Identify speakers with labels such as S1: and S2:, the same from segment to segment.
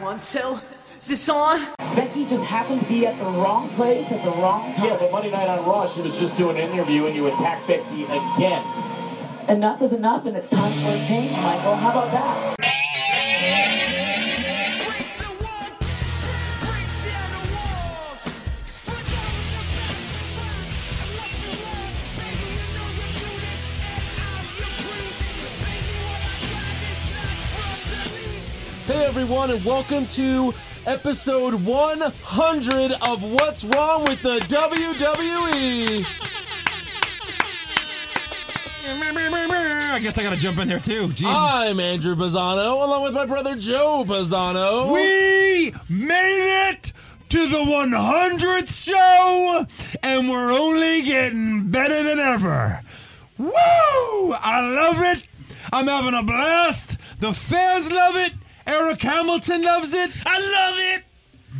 S1: one, so is this on?
S2: Becky just happened to be at the wrong place at the wrong time.
S3: Yeah, but Monday night on Raw, she was just doing an interview and you attack Becky again.
S2: Enough is enough, and it's time for a change, Michael. How about that?
S4: Break the wall, break down the walls. Fight down your back to burn. I'm not too old, baby. You know your Judas, and I'm your priest. Baby, what I got is not from the least.
S5: Hey everyone, and welcome to episode 100 of What's Wrong with the E. WWE.
S6: I guess I gotta jump in there too. Jesus.
S5: I'm Andrew Bazzano, along with my brother Joe Bazzano.
S6: we made it to the 100th show, and we're only getting better than ever. Woo! I love it. I'm having a blast. The fans love it. Eric Hamilton loves it.
S7: I love it.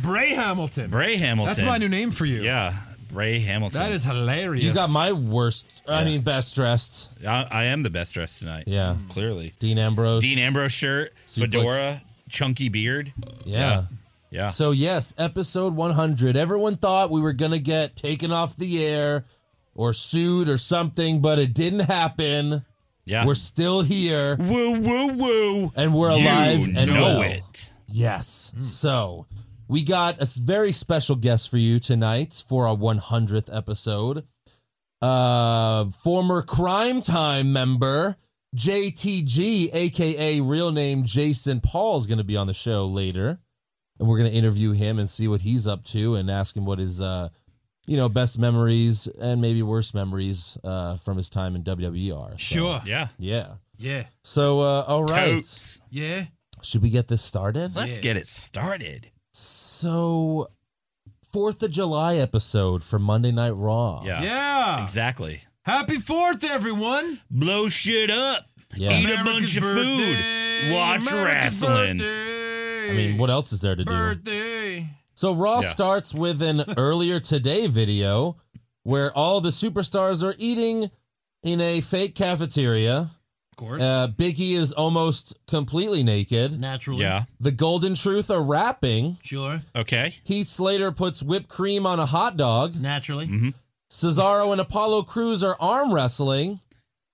S6: Bray Hamilton.
S7: Bray Hamilton.
S6: That's my new name for you.
S7: Yeah, Bray Hamilton.
S6: That is hilarious.
S5: you got my worst, I mean best dressed.
S7: I, I am the best dressed tonight.
S5: Yeah.
S7: clearly.
S5: Dean Ambrose.
S7: Dean Ambrose shirt, fedora, chunky beard.
S5: Yeah.
S7: Yeah.
S5: So yes, episode 100. Everyone thought we were gonna get taken off the air or sued or something, but it didn't happen.
S7: yeah.
S5: We're still here
S7: woo woo woo.
S5: and we're alive
S7: you
S5: and
S7: know
S5: well.
S7: it.
S5: Yes.
S7: Hmm.
S5: So we got a s- very special guest for you tonight for our 100th episode. Uh, former Crime Time member JTG, aka real name Jason Paul, is going to be on the show later, and we're going to interview him and see what he's up to and ask him what his uh, you know, best memories and maybe worst memories uh from his time in WWE are. So,
S6: Sure.
S7: Yeah.
S5: Yeah.
S6: Yeah.
S5: So uh, all right,
S7: Totes.
S6: Yeah.
S5: should we get this started?
S7: Let's
S6: Yeah.
S7: get it started.
S5: So, Fourth of July episode for Monday Night Raw.
S7: Yeah.
S6: Yeah.
S7: Exactly.
S6: Happy 4th, everyone.
S7: Blow shit up.
S5: Yeah.
S7: Eat a
S6: America's
S7: bunch of
S6: birthday,
S7: food. Watch
S6: America's
S7: wrestling.
S6: birthday,
S5: I mean, what else is there to do?
S6: Birthday.
S5: So Raw
S7: Yeah.
S5: starts with an earlier today video where all the superstars are eating in a fake cafeteria.
S6: Of course.
S5: Uh, Biggie is almost completely naked.
S6: Naturally.
S7: Yeah.
S5: The Golden Truth are rapping.
S6: Sure.
S7: Okay.
S5: Heath Slater puts whipped cream on a hot dog.
S6: Naturally.
S5: Cesaro and Apollo Crews are arm wrestling.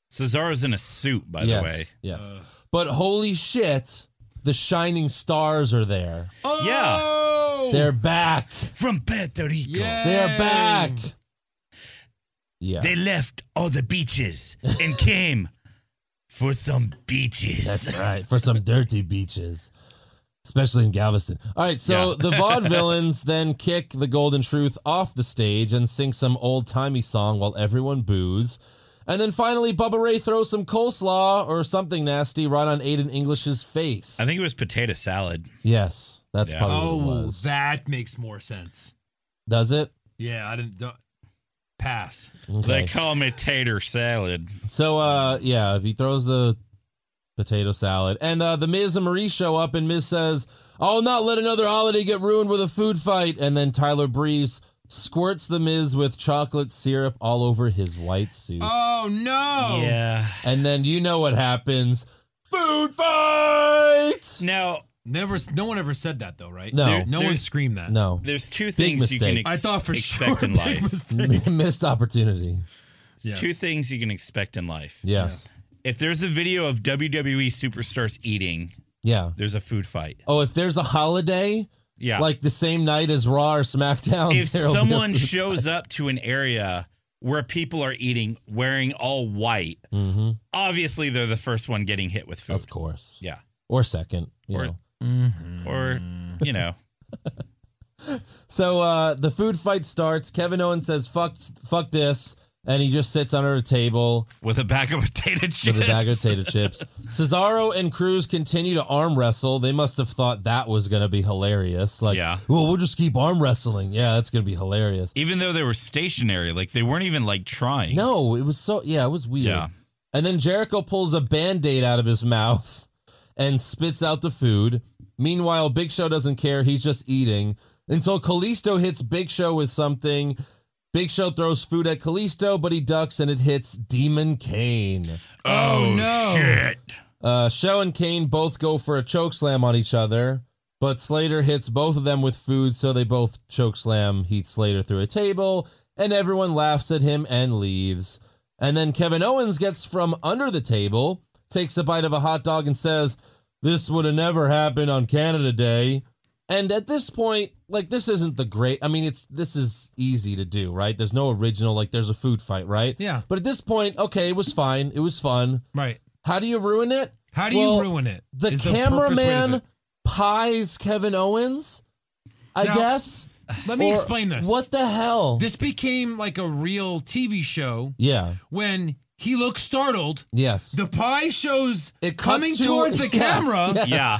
S7: Cesaro's in a suit, by
S5: yes,
S7: the way.
S5: Yes.
S6: Uh.
S5: but holy shit, the shining stars are there.
S6: Oh!
S5: They're back.
S7: From Puerto Rico.
S6: Yeah.
S5: They're back. Yeah.
S7: They left all the beaches and came for some beaches.
S5: That's right. For some dirty beaches. Especially in Galveston. All right, so
S7: Yeah.
S5: the vaudevillains then kick the Golden Truth off the stage and sing some old timey song while everyone boos. And then finally, Bubba Ray throws some coleslaw or something nasty right on Aiden English's face.
S7: I think it was potato salad.
S5: Yes, that's
S7: Yeah.
S5: probably what it
S6: Oh,
S5: was.
S6: that makes more sense.
S5: Does it?
S6: Yeah, I didn't. Don't, pass.
S5: Okay.
S7: They call me tater salad.
S5: So uh yeah, if he throws the potato salad and uh the Miz and Marie show up and Miz says, I'll not let another holiday get ruined with a food fight and then Tyler Breeze squirts the Miz with chocolate syrup all over his white suit.
S6: Oh, no.
S7: Yeah.
S5: and then you know what happens. Food fight
S7: Now,
S6: Never. No one ever said that, though, right?
S5: No.
S6: There- no one
S7: There's-
S6: screamed that.
S5: No.
S7: there's two things you can
S5: mistake.
S7: ex-
S6: I thought for
S7: expect
S6: sure.
S7: in
S6: big
S7: life.
S6: mistake.
S5: Missed opportunity.
S6: Yes.
S7: Two things you can expect in life.
S5: Yes.
S7: If there's a video of WWE superstars eating,
S5: Yeah.
S7: there's a food fight.
S5: Oh, if there's a holiday,
S7: Yeah.
S5: like the same night as Raw or SmackDown,
S7: if
S5: there'll be a
S7: someone
S5: food-
S7: shows up to an area where people are eating wearing all white,
S6: Mm-hmm.
S5: Mhm.
S7: obviously they're the first one getting hit with food.
S5: of course,
S7: Yeah.
S5: or second, you
S7: Or-
S5: know.
S7: Or, you know,
S5: So uh, the food fight starts. Kevin Owens says, "Fuck, fuck this," and he just sits under a table
S7: with a bag of potato chips.
S5: with a bag of potato chips. Cesaro and Cruz continue to arm wrestle. They must have thought that was going to be hilarious. Like,
S7: Yeah.
S5: well, we'll just keep arm wrestling. Yeah, that's going to be hilarious.
S7: Even though they were stationary, like they weren't even like trying.
S5: No, it was so yeah, it was weird.
S7: Yeah.
S5: And then Jericho pulls a band-aid out of his mouth and spits out the food. Meanwhile, Big Show doesn't care, he's just eating. Until Kalisto hits Big Show with something. Big Show throws food at Kalisto, but he ducks and it hits Demon Kane.
S7: Oh,
S6: no.
S7: shit.
S5: Uh, Show and Kane both go for a choke slam on each other. But Slater hits both of them with food, so they both choke slam Heat Slater through a table, and everyone laughs at him and leaves. And then Kevin Owens gets from under the table, takes a bite of a hot dog, and says, This would have never happened on Canada Day. And at this point, like this isn't the great. I mean, it's this is easy to do, right? There's no original. Like there's a food fight, right?
S8: Yeah.
S5: But at this point, okay, it was fine. It was fun.
S8: Right.
S5: How do you ruin it?
S8: How do
S5: Well,
S8: you ruin it?
S5: The
S8: Is purpose way to do
S5: cameraman
S8: it.
S5: pies Kevin Owens. I
S8: Now,
S5: guess.
S8: Let me
S5: Or
S8: explain this.
S5: What the hell?
S8: This became like a real TV show
S5: yeah.
S8: when he looks startled.
S5: Yes.
S8: The pie shows
S5: It cuts
S8: coming
S5: to-
S8: towards the
S5: yeah,
S8: camera,
S5: yeah.
S7: Yeah.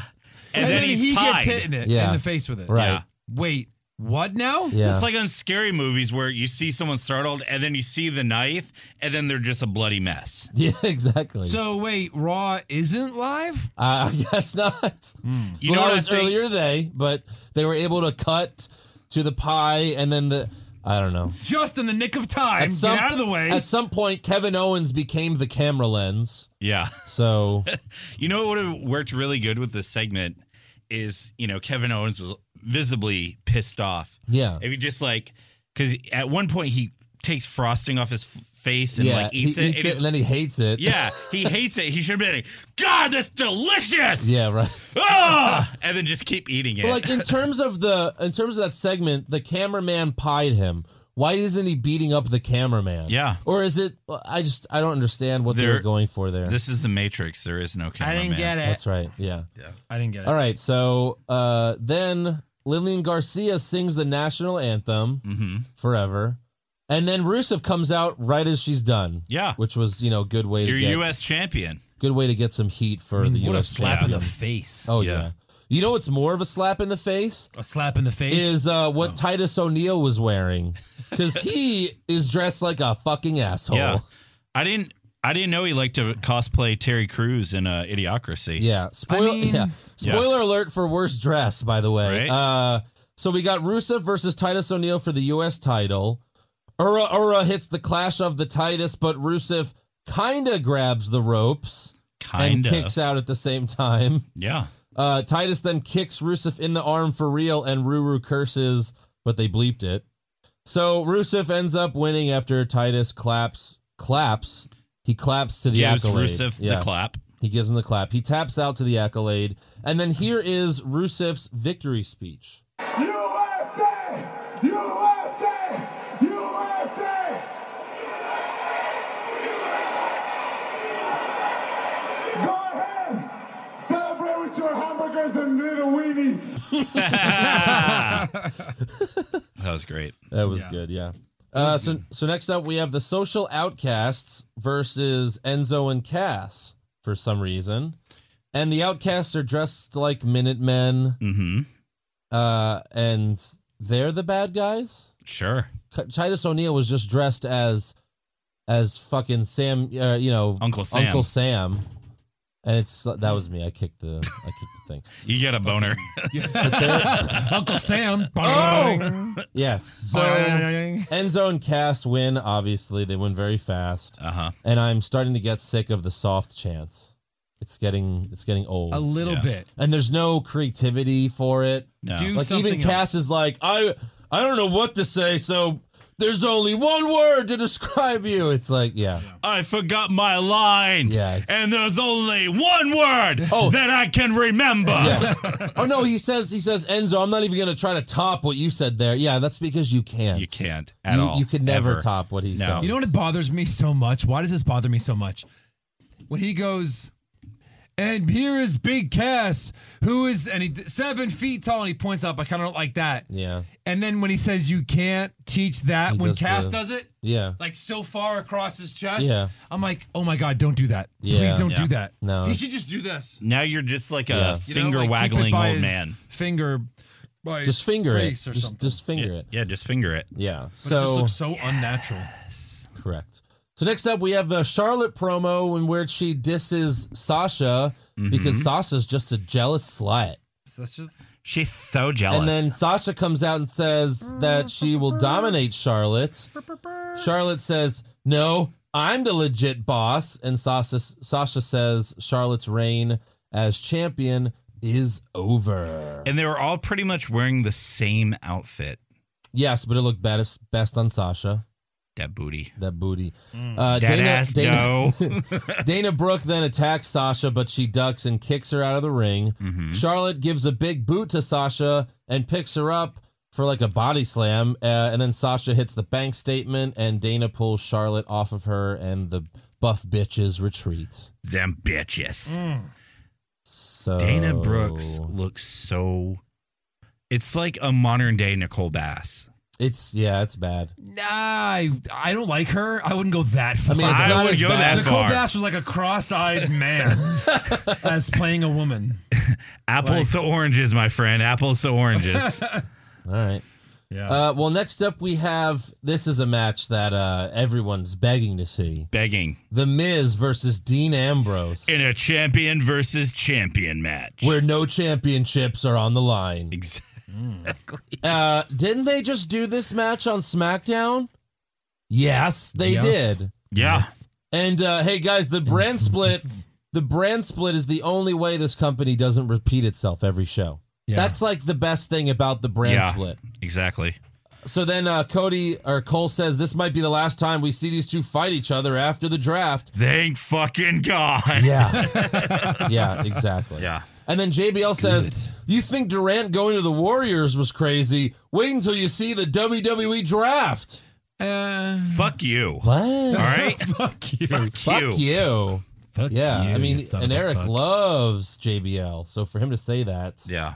S7: And, then, he's
S8: he
S7: pied.
S8: gets hit in it
S5: Yeah.
S8: in the face with it.
S5: Right.
S7: Yeah.
S8: Wait, what now?
S5: yeah.
S7: It's like on scary movies where you see someone startled and then you see the knife and then they're just a bloody mess.
S5: yeah. Exactly.
S8: So wait, Raw isn't live?
S5: Uh, I guess not.
S8: Hmm.
S7: You
S5: Well, it
S7: know what I
S5: was
S7: think?
S5: earlier today, but they were able to cut to the pie and then the I don't know.
S8: Just in the nick of time.
S5: At some-
S8: Get out of the way.
S5: At some point, Kevin Owens became the camera lens.
S7: Yeah.
S5: So
S7: You know what would have worked really good with this segment is, you know, Kevin Owens was visibly pissed off.
S5: yeah,
S7: If he just like, because at one point he takes frosting off his f- face and
S5: yeah.
S7: like
S5: he
S7: eats it. and he's-
S5: and then he hates it.
S7: yeah, he hates it. He should have been like, God, that's delicious.
S5: yeah, right.
S7: Ah! And then just keep eating it.
S5: But like in terms of the in terms of that segment, the cameraman pied him. Why isn't he beating up the cameraman?
S7: Yeah.
S5: Or is it? I just I don't understand what they
S7: There-
S5: were going for there.
S7: this is the Matrix. There is no camera.
S8: I didn't get it.
S5: That's right. Yeah.
S8: I didn't get it.
S5: All right. So uh, then Lillian Garcia sings the national anthem forever. And then Rusev comes out right as she's done.
S7: Yeah.
S5: Which was, you know, good way
S7: You're
S5: to get
S7: U.S. champion.
S5: good way to get some heat for the
S8: What a
S5: US
S8: slap in
S5: champion.
S8: the face.
S5: Oh yeah.
S7: Yeah.
S5: You know what's more of a slap in the face?
S8: A slap in the face.
S5: Is uh,
S7: Oh.
S5: what Titus O'Neil was wearing. Because he is dressed like a fucking asshole.
S7: I didn't. I didn't know he liked to cosplay Terry Crews in uh, Idiocracy.
S5: Yeah. Spoil-
S8: I mean-
S5: yeah.
S7: Yeah.
S5: Spoiler alert for worst dress, by the way.
S7: Right.
S5: Uh, so we got Rusev versus Titus O'Neil for the U.S. title. Ura Ura hits the clash of the Titus, but Rusev kind of grabs the ropes and
S7: kind
S5: kicks
S7: of.
S5: out at the same time.
S7: Yeah,
S5: Uh, Titus then kicks Rusev in the arm for real, and Ruru curses, but they bleeped it. So Rusev ends up winning after Titus claps. Claps. He claps to the
S7: gives
S5: accolade.
S7: Rusev the
S5: Yes.
S7: clap.
S5: He gives him the clap. He taps out to the accolade. And then here is Rusev's victory speech.
S9: USA! USA! USA! Go ahead! Celebrate with your hamburgers and little weenies!
S7: That was great.
S5: That was good, yeah. Uh, so, so next up, we have the Social Outcasts versus Enzo and Cass for some reason. And the Outcasts are dressed like Minutemen. Mm-hmm. Uh, and they're the bad guys.
S7: Sure,
S5: K- Titus O'Neil was just dressed as as fucking Sam, uh, you know,
S7: Uncle Sam.
S5: Uncle Sam. And it's that was me. I kicked the I kicked the thing.
S7: you got a boner.
S8: Uncle Sam.
S5: Oh! Yes. So
S8: Boing.
S5: Enzo and Cass win. Obviously, they win very fast.
S7: Uh huh.
S5: and I'm starting to get sick of the soft chants. It's getting it's getting old.
S8: A little
S7: Yeah.
S8: bit.
S5: and there's no creativity for it.
S7: No.
S8: Do
S5: Like even
S8: something
S5: Cass is like, I I don't know what to say, so there's only one word to describe you. It's like, yeah.
S7: I forgot my lines,
S5: Yeah, it's-
S7: and there's only one word
S5: Oh.
S7: that I can remember.
S5: Yeah. oh no, he says he says Enzo, I'm not even gonna try to top what you said there. Yeah, that's because you can't.
S7: You can't at
S5: you,
S7: all.
S5: You can never
S7: ever.
S5: top what he
S7: No.
S5: said.
S7: You
S8: You know what it bothers me so much? Why does this bother me so much? When he goes, and here is Big Cass, who is and he seven feet tall, and he points up. I kind of don't like that.
S5: Yeah.
S8: And then when he says you can't teach that,
S5: He
S8: when
S5: does
S8: Cass
S5: the-
S8: does it,
S5: Yeah.
S8: like so far across his chest,
S5: Yeah.
S8: I'm like, oh my god, don't do that.
S5: Yeah.
S8: Please don't
S7: Yeah.
S8: do that.
S5: No.
S8: He should just do this.
S7: Now you're just like a
S5: Yeah.
S8: You know,
S7: finger
S8: like, keep it
S7: waggling
S8: by
S7: old
S8: his
S7: man.
S8: Finger. By
S5: Just
S8: his
S5: finger it.
S8: face Or
S5: Just,
S8: something.
S5: just finger it.
S7: Yeah, just finger it.
S5: Yeah.
S8: But
S5: so
S8: it just looks so unnatural.
S5: Correct. So next up, we have the Charlotte promo in where she disses Sasha because Sasha's just a jealous slut.
S8: That's just
S7: She's so jealous.
S5: And then Sasha comes out and says that she will dominate Charlotte. Charlotte says, "No, I'm the legit boss." And Sasha Sasha says Charlotte's reign as champion is over.
S7: And they were all pretty much wearing the same outfit.
S5: Yes, but it looked best best on Sasha.
S7: That booty.
S5: That booty. Uh,
S7: That ass
S5: Dana,
S7: no.
S5: Dana Brooke then attacks Sasha, but she ducks and kicks her out of the ring.
S7: Mm-hmm.
S5: Charlotte gives a big boot to Sasha and picks her up for like a body slam. Uh, and then Sasha hits the bank statement, and Dana pulls Charlotte off of her, and the buff bitches retreat.
S7: Them bitches.
S5: Oh. So
S7: Dana Brooks looks so. It's like a modern day Nicole Bass.
S5: It's yeah, it's bad.
S8: Nah, I, I don't like her. I wouldn't go that far.
S5: mean, it's
S7: I
S5: not
S7: would
S5: as
S7: go
S5: bad.
S7: that
S8: Nicole
S7: far.
S8: Bass was like a cross-eyed man as playing a woman.
S7: Apples to oranges, my friend. Apples to oranges.
S5: All right.
S8: Yeah.
S5: Uh, well, next up we have this is a match that uh, everyone's begging to see:
S7: Begging
S5: The Miz versus Dean Ambrose,
S7: in a champion versus champion match.
S5: where no championships are on the line.
S7: exactly.
S5: Uh, didn't they just do this match on SmackDown? Yes, they
S8: Yes.
S5: did.
S7: Yeah.
S5: And uh, hey, guys, the brand split. The brand split is the only way this company doesn't repeat itself every show.
S8: Yeah.
S5: That's like the best thing about the brand
S7: Yeah.
S5: split.
S7: Exactly.
S5: So then uh, Cody or Cole says this might be the last time we see these two fight each other after the draft.
S7: Thank fucking God.
S5: Yeah. yeah, exactly.
S7: Yeah.
S5: And then JBL says, You think Durant going to the Warriors was crazy? Wait until you see the WWE draft.
S8: Uh,
S7: Fuck you.
S5: What?
S7: All right.
S8: fuck you.
S5: Fuck you.
S8: Fuck
S5: Yeah.
S8: you,
S5: I
S8: you
S5: mean,
S8: son
S5: and
S8: of a
S5: Eric
S8: fuck.
S5: loves JBL. So for him to say that,
S7: Yeah.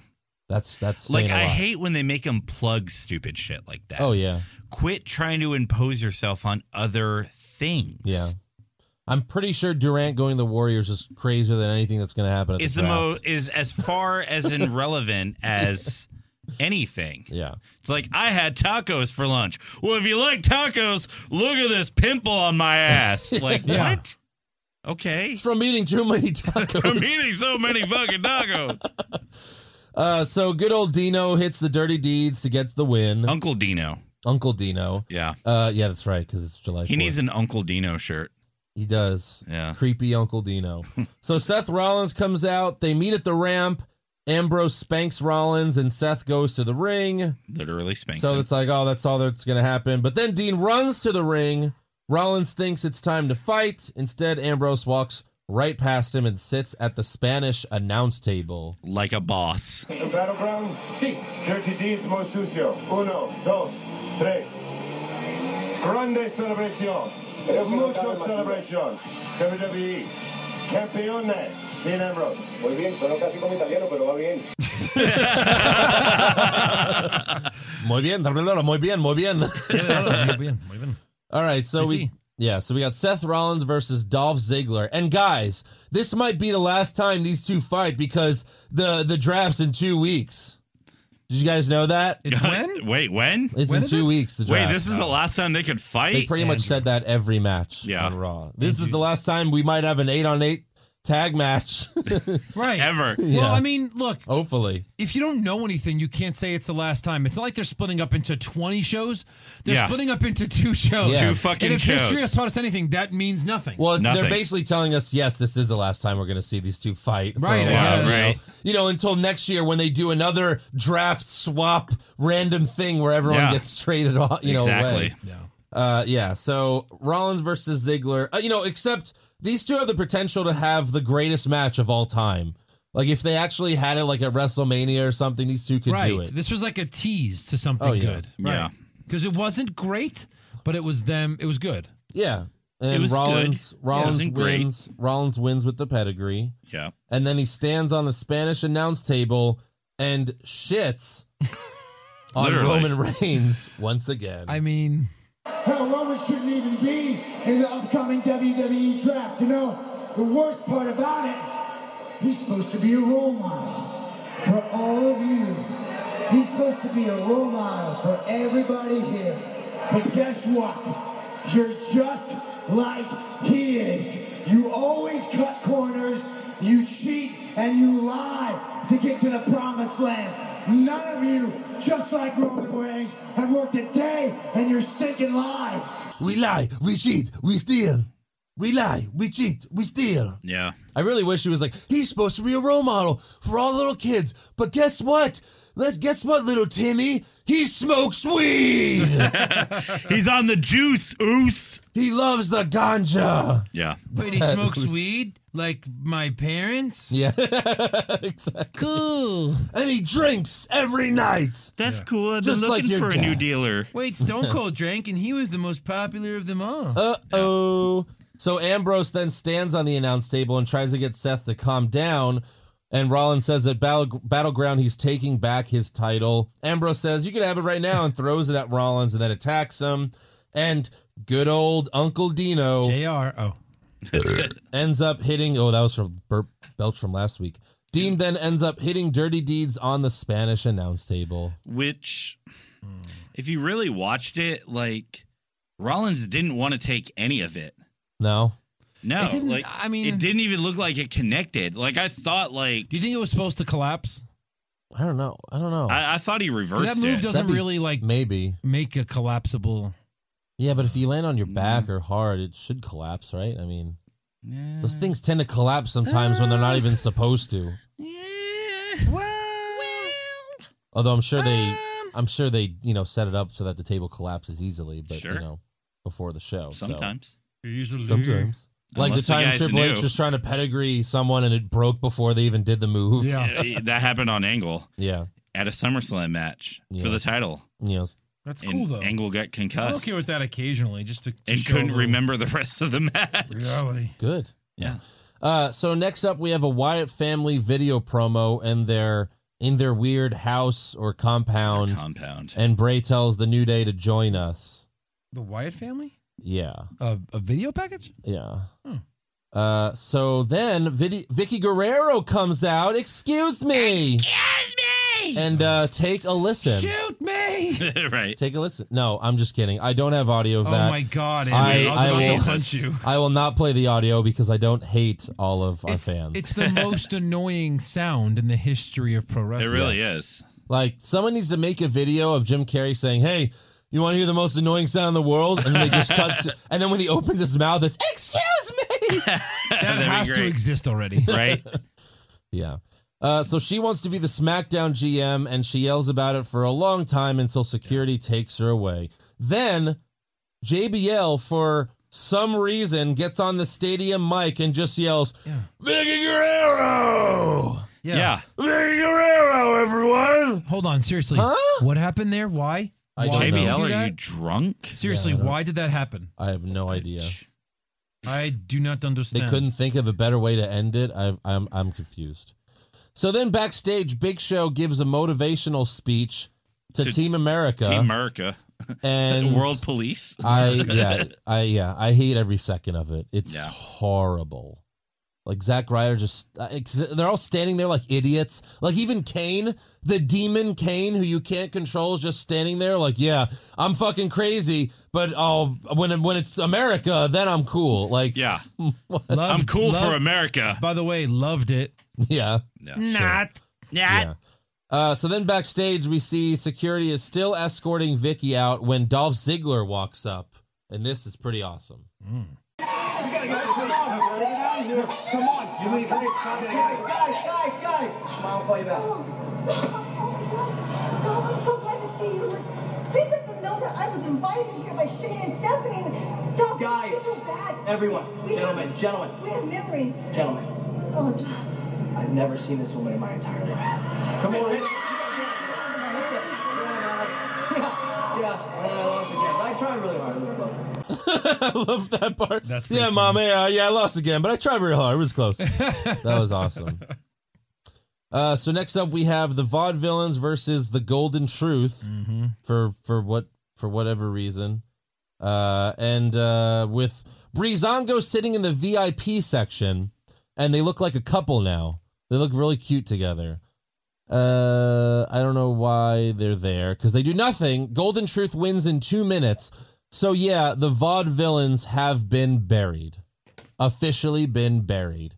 S5: that's, that's
S7: Like
S5: saying a
S7: I
S5: lot.
S7: hate when they make them plug stupid shit like that.
S5: Oh, yeah.
S7: Quit trying to impose yourself on other things.
S5: Yeah. I'm pretty sure Durant going to the Warriors is crazier than anything that's going to happen. At
S7: Is
S5: the
S7: the
S5: draft.
S7: mo is as far as irrelevant as anything.
S5: Yeah.
S7: It's like I had tacos for lunch. Well, if you like tacos, look at this pimple on my ass. Like
S8: Yeah.
S7: what? Okay.
S5: From eating too many tacos.
S7: I'm eating so many fucking tacos.
S5: Uh, so good old Dino hits the dirty deeds to get the win.
S7: Uncle Dino.
S5: Uncle Dino.
S7: Yeah.
S5: Uh, yeah, that's right, because it's July.
S7: He
S5: 4th.
S7: needs an Uncle Dino shirt.
S5: He does.
S7: Yeah.
S5: Creepy Uncle Dino. so Seth Rollins comes out. They meet at the ramp. Ambrose spanks Rollins, and Seth goes to the ring.
S7: Literally spanks
S5: So
S7: him.
S5: it's like, oh, that's all that's going to happen. But then Dean runs to the ring. Rollins thinks it's time to fight. Instead, Ambrose walks right past him and sits at the Spanish announce table.
S7: like a boss.
S9: The battleground? Si. Dirty deeds muy sucio. Uno, dos, tres. Grande celebración. Mucho celebración. WWE. Campeone. Dean Ambrose.
S10: Muy bien, sonó casi como italiano, pero va bien.
S5: Muy bien, tablero, muy bien, muy bien. All right, so we
S8: CC.
S5: yeah, so we got Seth Rollins versus Dolph Ziggler, and guys, this might be the last time these two fight because the the draft's in two weeks. Did you guys know that?
S8: It's when?
S7: Wait, when?
S5: It's
S8: when
S5: in
S8: is
S5: two
S8: it?
S5: weeks. The
S7: Wait,
S5: draft.
S7: this is the last time they could fight?
S5: they pretty much said that every match
S7: Yeah.
S5: on Raw. This is the last time we might have an eight on eight tag match.
S8: Right.
S7: Ever.
S5: Yeah.
S8: Well, I mean, look,
S5: Hopefully,
S8: if you don't know anything, you can't say it's the last time. It's not like they're splitting up into 20 shows. They're
S7: Yeah.
S8: splitting up into two shows.
S5: Yeah. Two
S7: fucking
S8: and if history
S7: shows.
S8: has taught us anything, that means nothing.
S5: well,
S7: Nothing.
S5: they're basically telling us yes, this is the last time we're going to see these two fight. for a
S8: Right, I
S5: while.
S8: guess.
S7: Right.
S5: you know, until next year when they do another draft swap random thing where everyone
S7: Yeah.
S5: gets traded off. You know,
S7: exactly.
S5: away. Uh, yeah. So Rollins versus Ziggler. Uh, you know, except these two have the potential to have the greatest match of all time. Like if they actually had it like at WrestleMania or something, these two could
S8: right.
S5: do it.
S8: This was like a tease to something
S5: Oh, yeah.
S8: good.
S7: Yeah.
S8: Because it wasn't great, but it was them. It was good.
S5: yeah. And
S7: It was
S5: Rollins,
S7: good. It
S5: Rollins
S7: wasn't great.
S5: wins. Rollins wins with the pedigree.
S7: Yeah.
S5: and then he stands on the Spanish announce table and shits on
S7: Literally.
S5: Roman Reigns once again.
S8: I mean,
S9: Hell, Roman shouldn't even be in the upcoming WWE draft. You know, the worst part about it, he's supposed to be a role model for all of you. He's supposed to be a role model for everybody here. But guess what? You're just like he is. You always cut corners, you cheat, and you lie to get to the promised land. None of you, just like Roman Reigns, have worked a day in your stinking lives.
S5: we lie, we cheat, we steal. We lie, we cheat, we steal.
S7: Yeah.
S5: I really wish he was like, he's supposed to be a role model for all little kids. But guess what? Let's guess what, little Timmy? He smokes weed.
S7: He's on the juice, oos.
S5: he loves the ganja.
S7: Yeah.
S8: Wait, he
S5: That
S8: smokes
S5: was-
S8: weed like my parents.
S5: Yeah. exactly.
S8: Cool.
S5: And he drinks every night.
S7: That's cool. I've
S5: Just
S7: been
S5: like
S7: looking
S5: your
S7: for a new
S5: dad.
S7: dealer.
S8: Wait, Stone Cold drank, and he was the most popular of them all.
S5: Uh oh. So Ambrose then stands on the announce table and tries to get Seth to calm down. And Rollins says that battle, Battleground, he's taking back his title. Ambrose says, You can have it right now, and throws it at Rollins and then attacks him. And good old Uncle Dino
S8: Jr. Oh,
S5: ends up hitting. Oh, that was from Burp Belch from last week. Dean then ends up hitting Dirty Deeds on the Spanish announce table.
S7: Which, if you really watched it, like Rollins didn't want to take any of it.
S5: No?
S7: No,
S8: It didn't-
S7: like
S8: I mean-
S7: it didn't even look like it connected. Like I thought, like
S8: do you think it was supposed to collapse?
S5: I don't know. I don't know.
S7: I, I thought he
S8: 'Cause
S7: reversed
S8: That move
S7: it.
S8: doesn't
S5: That'd be-
S8: really like
S5: Maybe.
S8: make a collapsible.
S5: Yeah, but if you land on your back or hard, it should collapse, right? I mean,
S7: Yeah.
S5: those things tend to collapse sometimes when they're not even supposed to.
S7: Yeah.
S5: Although I'm sure they,
S7: Um.
S5: I'm sure they, you know, set it up so that the table collapses easily. But
S7: Sure.
S5: you know, before the show, so-
S7: sometimes.
S8: Usually,
S5: sometimes, like
S7: Unless
S5: the
S7: the
S5: time
S7: guy's
S5: Triple H
S7: new.
S5: was trying to pedigree someone and it broke before they even did the move.
S8: Yeah.
S7: Yeah, Uh, that happened on Angle
S5: yeah,
S7: at a SummerSlam match
S5: Yeah.
S7: for the title.
S5: you know,
S8: That's cool
S7: And
S8: though.
S7: Angle got
S8: I'm
S7: concussed
S8: okay with that occasionally, just to, to
S7: and
S8: show
S7: couldn't
S8: a little
S7: remember the rest of the match.
S8: reality.
S5: good.
S7: Yeah.
S5: Uh, so next up, we have a Wyatt family video promo and their in their weird house or compound,
S7: Compound.
S5: and Bray tells the New Day to join us.
S8: The Wyatt family?
S5: Yeah.
S8: A, a video package?
S5: Yeah.
S8: Hmm.
S5: Uh, so then Vidi- Vicky Guerrero comes out. Excuse me.
S7: Excuse me!
S5: And uh, take a listen.
S8: Shoot me!
S7: right.
S5: Take a listen. No, I'm just kidding. I don't have audio of
S8: Oh
S5: that.
S8: my god!
S5: I-
S8: Andrew, I, was
S5: I
S8: about
S5: will-
S8: to punch you.
S5: I will not play the audio because I don't hate all of our
S8: It's,
S5: fans.
S8: it's the most annoying sound in the history of pro
S7: It
S8: wrestling.
S7: really is.
S5: Like someone needs to make a video of Jim Carrey saying, "Hey, you want to hear the most annoying sound in the world?" And they just cut. to- and then when he opens his mouth, it's "Excuse me."
S8: That
S7: That'd be
S8: has to
S7: great.
S8: exist already.
S7: right?
S5: Yeah. Uh, so she wants to be the SmackDown GM, and she yells about it for a long time until security takes her away. Then JBL, for some reason, gets on the stadium mic and just yells,
S8: Yeah.
S5: Vicky Guerrero!
S7: Yeah.
S5: Vicky Guerrero, everyone!
S8: Hold on, seriously.
S5: Huh?
S8: What happened there? Why?
S5: I
S8: Why
S5: don't
S8: did
S5: know.
S8: he
S7: JBL,
S8: do
S7: are you
S8: that?
S7: drunk?
S8: Seriously,
S5: Yeah, I don't-
S8: why did that happen?
S5: I have no idea.
S8: I do not
S5: They
S8: understand.
S5: couldn't think of a better way to end it. I, I'm, I'm confused. So then backstage, Big Show gives a motivational speech to,
S7: To
S5: Team America.
S7: Team America.
S5: and
S7: World Police.
S5: I yeah, I yeah, I hate every second of it. It's
S7: Yeah.
S5: horrible. Like Zack Ryder just uh, ex- they're all standing there like idiots. Like even Kane, the demon Kane who you can't control is just standing there like, yeah, I'm fucking crazy, but oh, when when it's America, then I'm cool. Like
S7: Yeah.
S8: Love-
S7: I'm cool for
S8: love-
S7: America.
S8: By the way, loved it.
S5: yeah.
S7: Yeah,
S5: Yeah. Uh, so then backstage, we see security is still escorting Vicky out when Dolph Ziggler walks up, and this is pretty awesome.
S10: Come on, you leave. Guys, guys, guys, guys. Smile, play back.
S4: Oh my gosh, Dom, I'm so glad to see you. Please let them know that I was invited here by Shane and Stephanie. Dom,
S10: Guys,
S4: it's so bad.
S10: everyone,
S4: We
S10: gentlemen,
S4: have,
S10: gentlemen,
S4: We have memories.
S10: gentlemen.
S4: Oh, Dom.
S10: I've never seen this woman in my entire life. Come on. in. Yeah, yeah, and then I lost again. But I tried really hard. It was close.
S5: I love that part.
S8: That's pretty
S5: yeah,
S8: funny.
S5: mommy. Uh, yeah, I lost again, but I tried very hard. It was close. that was awesome. Uh, so next up, we have the Vaudevillains versus the Golden Truth
S8: Mm-hmm.
S5: for for what for whatever reason, uh, and uh, with Breezango sitting in the VIP section, and they look like a couple now. They look really cute together. Uh, I don't know why they're there because they do nothing. Golden Truth wins in two minutes. So yeah, the Vaude villains have been buried, officially been buried.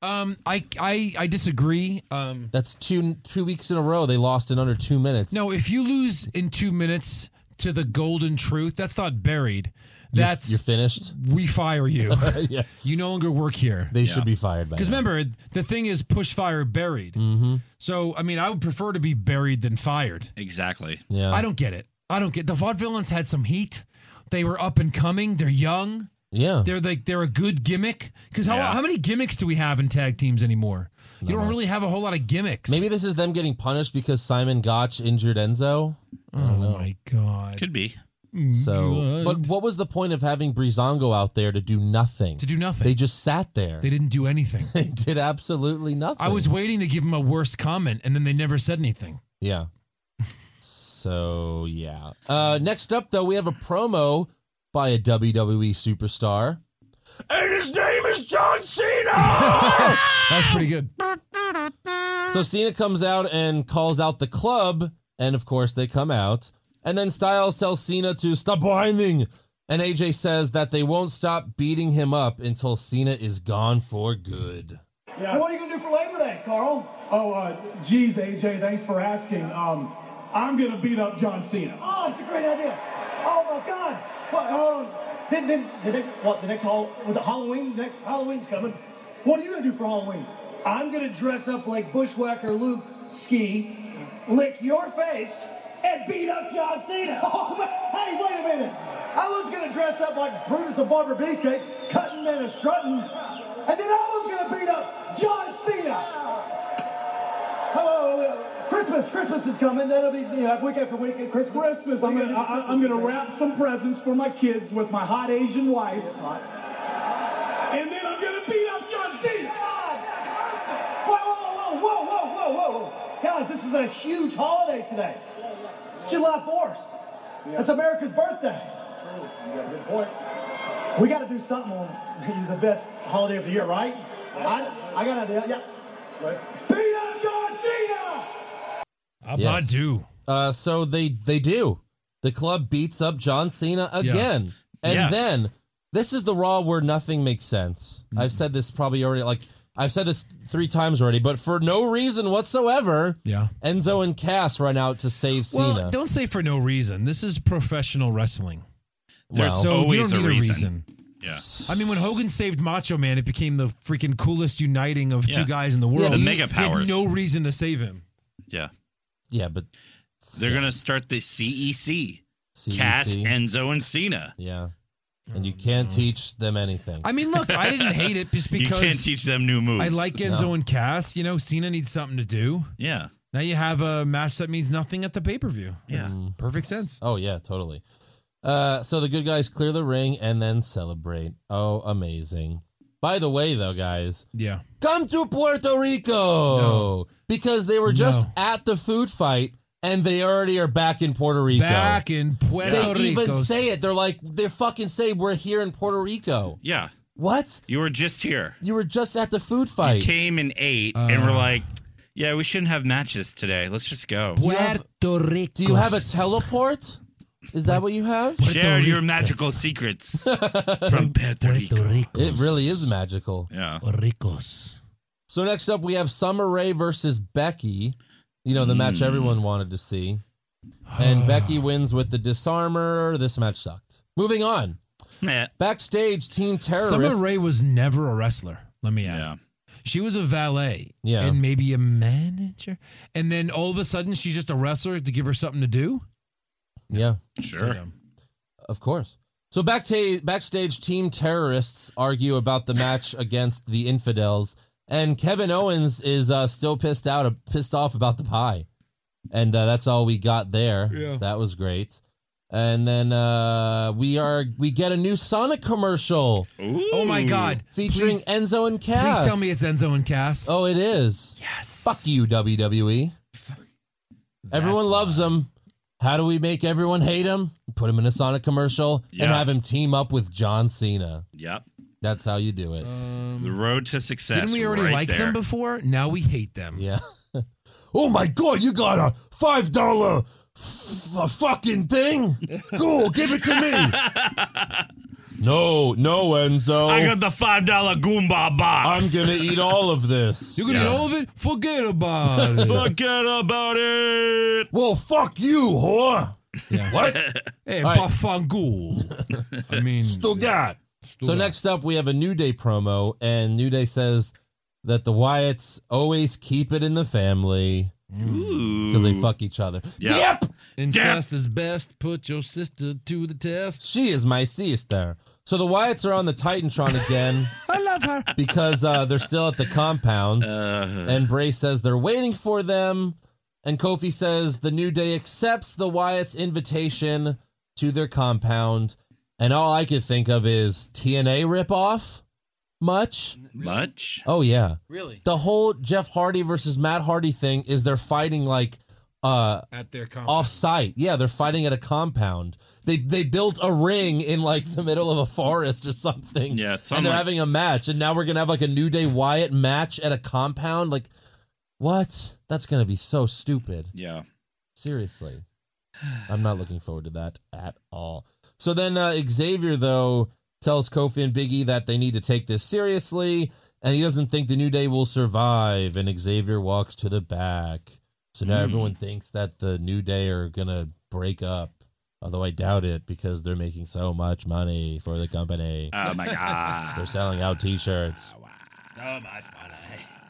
S8: Um, I I I disagree. Um,
S5: That's two two weeks in a row they lost in under two minutes.
S8: no, if you lose in two minutes to the golden truth, that's not buried.
S5: You're-
S8: That's
S5: you're finished.
S8: we fire you.
S5: yeah,
S8: you no longer work here.
S5: they should be fired by
S8: Because
S5: now.
S8: remember, the thing is push fire buried. Mm-hmm. So I mean, I would prefer to be buried than fired.
S7: Exactly.
S5: yeah,
S8: I don't get it. I don't get the vaudevillains had some heat. They were up and coming. They're young.
S5: yeah.
S8: They're like they're a good gimmick. Because how
S7: Yeah.
S8: how many gimmicks do we have in tag teams anymore? you don't really have a whole lot of gimmicks.
S5: Maybe this is them getting punished because Simon Gotch injured Enzo.
S8: Oh my god.
S7: Could be.
S8: Mm-hmm.
S5: So, but
S8: God.
S5: what was the point of having Brizongo out there to do nothing?
S8: to do nothing.
S5: They just sat there.
S8: They didn't do anything.
S5: They did absolutely nothing.
S8: I was waiting to give him a worse comment, and then they never said anything.
S5: Yeah. So yeah. Uh, next up, though, we have a promo by a WWE superstar, and his name is John Cena.
S8: That's pretty good.
S5: so Cena comes out and calls out the club, and of course they come out. And then Styles tells Cena to stop whining, and AJ says that they won't stop beating him up until Cena is gone for good.
S11: And what are you gonna do for Labor Day, Carl? Oh, uh, geez, AJ, thanks for asking. Um, I'm gonna beat up John Cena. Oh, that's a great idea. Oh my God! What? Hold on. Then, then the next, what? The next hall with the Halloween. Next Halloween's coming. What are you gonna do for Halloween? I'm gonna dress up like Bushwhacker Luke, ski, lick your face, and beat up John Cena. Oh, man. hey, wait a minute! I was gonna dress up like Brutus the Barber Beefcake, cutting men and strutting, and then I was gonna beat up John Cena. Hello, uh, Christmas. Christmas is coming. That'll be you know, week after week. at Christmas. Christmas. I'm gonna, I, I'm gonna wrap some presents for my kids with my hot Asian wife. And then I'm gonna beat up John Cena. Whoa, whoa, whoa, whoa, whoa, whoa, whoa, whoa! Guys, this is a huge holiday today. It's July 4th. That's America's birthday. We got to do something on the best holiday of the year, right? I, I got an idea. Yeah. Beat up John Cena.
S8: I'm
S5: Yes.
S8: not due.
S5: Uh, so they they do. The club beats up John Cena again, and
S7: Yeah.
S5: then this is the Raw where nothing makes sense.
S7: Mm-hmm.
S5: I've said this probably already. Like I've said this three times already, but for no reason whatsoever.
S8: Yeah.
S5: Enzo and Cass run out to save
S8: Well,
S5: Cena.
S8: don't say for no reason. This is professional wrestling.
S7: There's
S5: Well-
S8: So
S7: always
S8: you don't
S7: a,
S8: need
S7: reason.
S8: a reason.
S7: Yeah.
S8: I mean, when Hogan saved Macho Man, it became the freaking coolest uniting of
S7: Yeah.
S8: two guys in the world.
S7: the
S8: He
S7: mega
S8: had
S7: powers.
S8: no reason to save him.
S7: Yeah.
S5: yeah, but
S7: They're going to start the E CEC.
S5: CEC.
S7: Cass, Enzo, and Mm-hmm. Cena.
S5: yeah, and you can't teach them anything.
S8: I mean, look, I didn't hate it just
S7: You
S8: because
S7: can't teach them new moves.
S8: I like Enzo
S5: No.
S8: and Cass. You know, Cena needs something to do.
S7: Yeah.
S8: Now you have a match that means nothing at the pay per view.
S7: Yeah.
S8: Perfect sense.
S5: oh yeah, totally. Uh, so the good guys clear the ring and then celebrate. Oh, amazing! By the way, though, guys,
S8: Yeah.
S5: come to Puerto Rico because they were just
S8: No.
S5: at the food fight and they already are back in Puerto Rico.
S8: Back in
S5: they
S8: Puerto
S5: even
S8: Rico.
S5: say it. They're like, they fucking say we're here in Puerto Rico.
S7: Yeah.
S5: What?
S7: You were just here.
S5: You were just at the food fight.
S7: Came and ate, and we're like, yeah, we shouldn't have matches today. Let's just go.
S5: you have-
S8: Puerto Rico.
S5: Do you have a teleport? Is that what you have?
S7: Share your magical secrets from Puerto Rico.
S5: It really is magical.
S7: Yeah.
S8: Ricos.
S5: So next up, we have Summer Rae versus Becky. You know the
S8: Hmm.
S5: match everyone wanted to see, and Becky wins with the disarmer. This match sucked. Moving on.
S7: Yeah.
S5: Backstage, Team Terrorist.
S8: Summer Rae was never a wrestler. Let me add.
S7: Yeah.
S8: She was a valet.
S5: Yeah.
S8: And maybe a manager. And then all of a sudden, she's just a wrestler to give her something to do.
S5: Yeah,
S7: Sure.
S5: of course. So backta- backstage, Team Terrorists argue about the match against the Infidels, and Kevin Owens is uh, still pissed out, pissed off about the pie, and uh, that's all we got there.
S8: Yeah.
S5: That was great. And then uh, we are we get a new Sonic commercial
S8: Oh my God.
S5: featuring
S8: Please,
S5: Enzo and Cass.
S8: please tell me it's Enzo and Cass.
S5: oh, it is.
S8: yes.
S5: Fuck you, WWE. everyone loves him. How do we make everyone hate him? Put him in a Sonic commercial and
S7: Yeah.
S5: have him team up with John Cena.
S7: Yep.
S5: That's how you do it.
S7: The road to success.
S8: Didn't we already
S7: right
S8: like
S7: there.
S8: them before? Now we hate them.
S5: yeah. oh my God, you got a five dollar f- fucking thing? Cool, give it to me. no, no, Enzo.
S7: I got the five dollar Goomba box.
S5: I'm gonna eat all of this.
S8: You're going to
S7: Yeah.
S8: get all of it? Forget about it.
S7: Forget about it.
S5: Well, fuck you, whore. What?
S8: Hey,
S5: All right.
S8: Bafangul. I mean,
S5: Stuttgart. So next up, we have a New Day promo, and New Day says that the Wyatts always keep it in the family because Mm. they fuck each other.
S7: Yeah.
S5: Yep.
S8: incest is best. Put your sister to the test.
S5: She is my sister. So the Wyatts are on the Titantron again
S8: I love her.
S5: because uh, they're still at the compound.
S7: Uh.
S5: and Bray says they're waiting for them. And Kofi says the New Day accepts the Wyatts' invitation to their compound. And all I could think of is TNA ripoff? Much?
S7: much.
S5: Oh, yeah.
S8: Really?
S5: The whole Jeff Hardy versus Matt Hardy thing is they're fighting like uh
S8: At their comp.
S5: off site. Yeah, they're fighting at a compound. They they built a ring in like the middle of a forest or something.
S7: Yeah, it's
S5: and they're
S7: unlike-
S5: having a match, and now we're gonna have like a New Day Wyatt match at a compound. Like, what? That's gonna be so stupid.
S7: Yeah.
S5: Seriously, I'm not looking forward to that at all. So then uh, Xavier though tells Kofi and Biggie that they need to take this seriously, and he doesn't think the New Day will survive. And Xavier walks to the back. So now everyone thinks that the New Day are gonna break up. Although I doubt it because they're making so much money for the company.
S7: Oh my god.
S5: They're selling out T-shirts. So much money.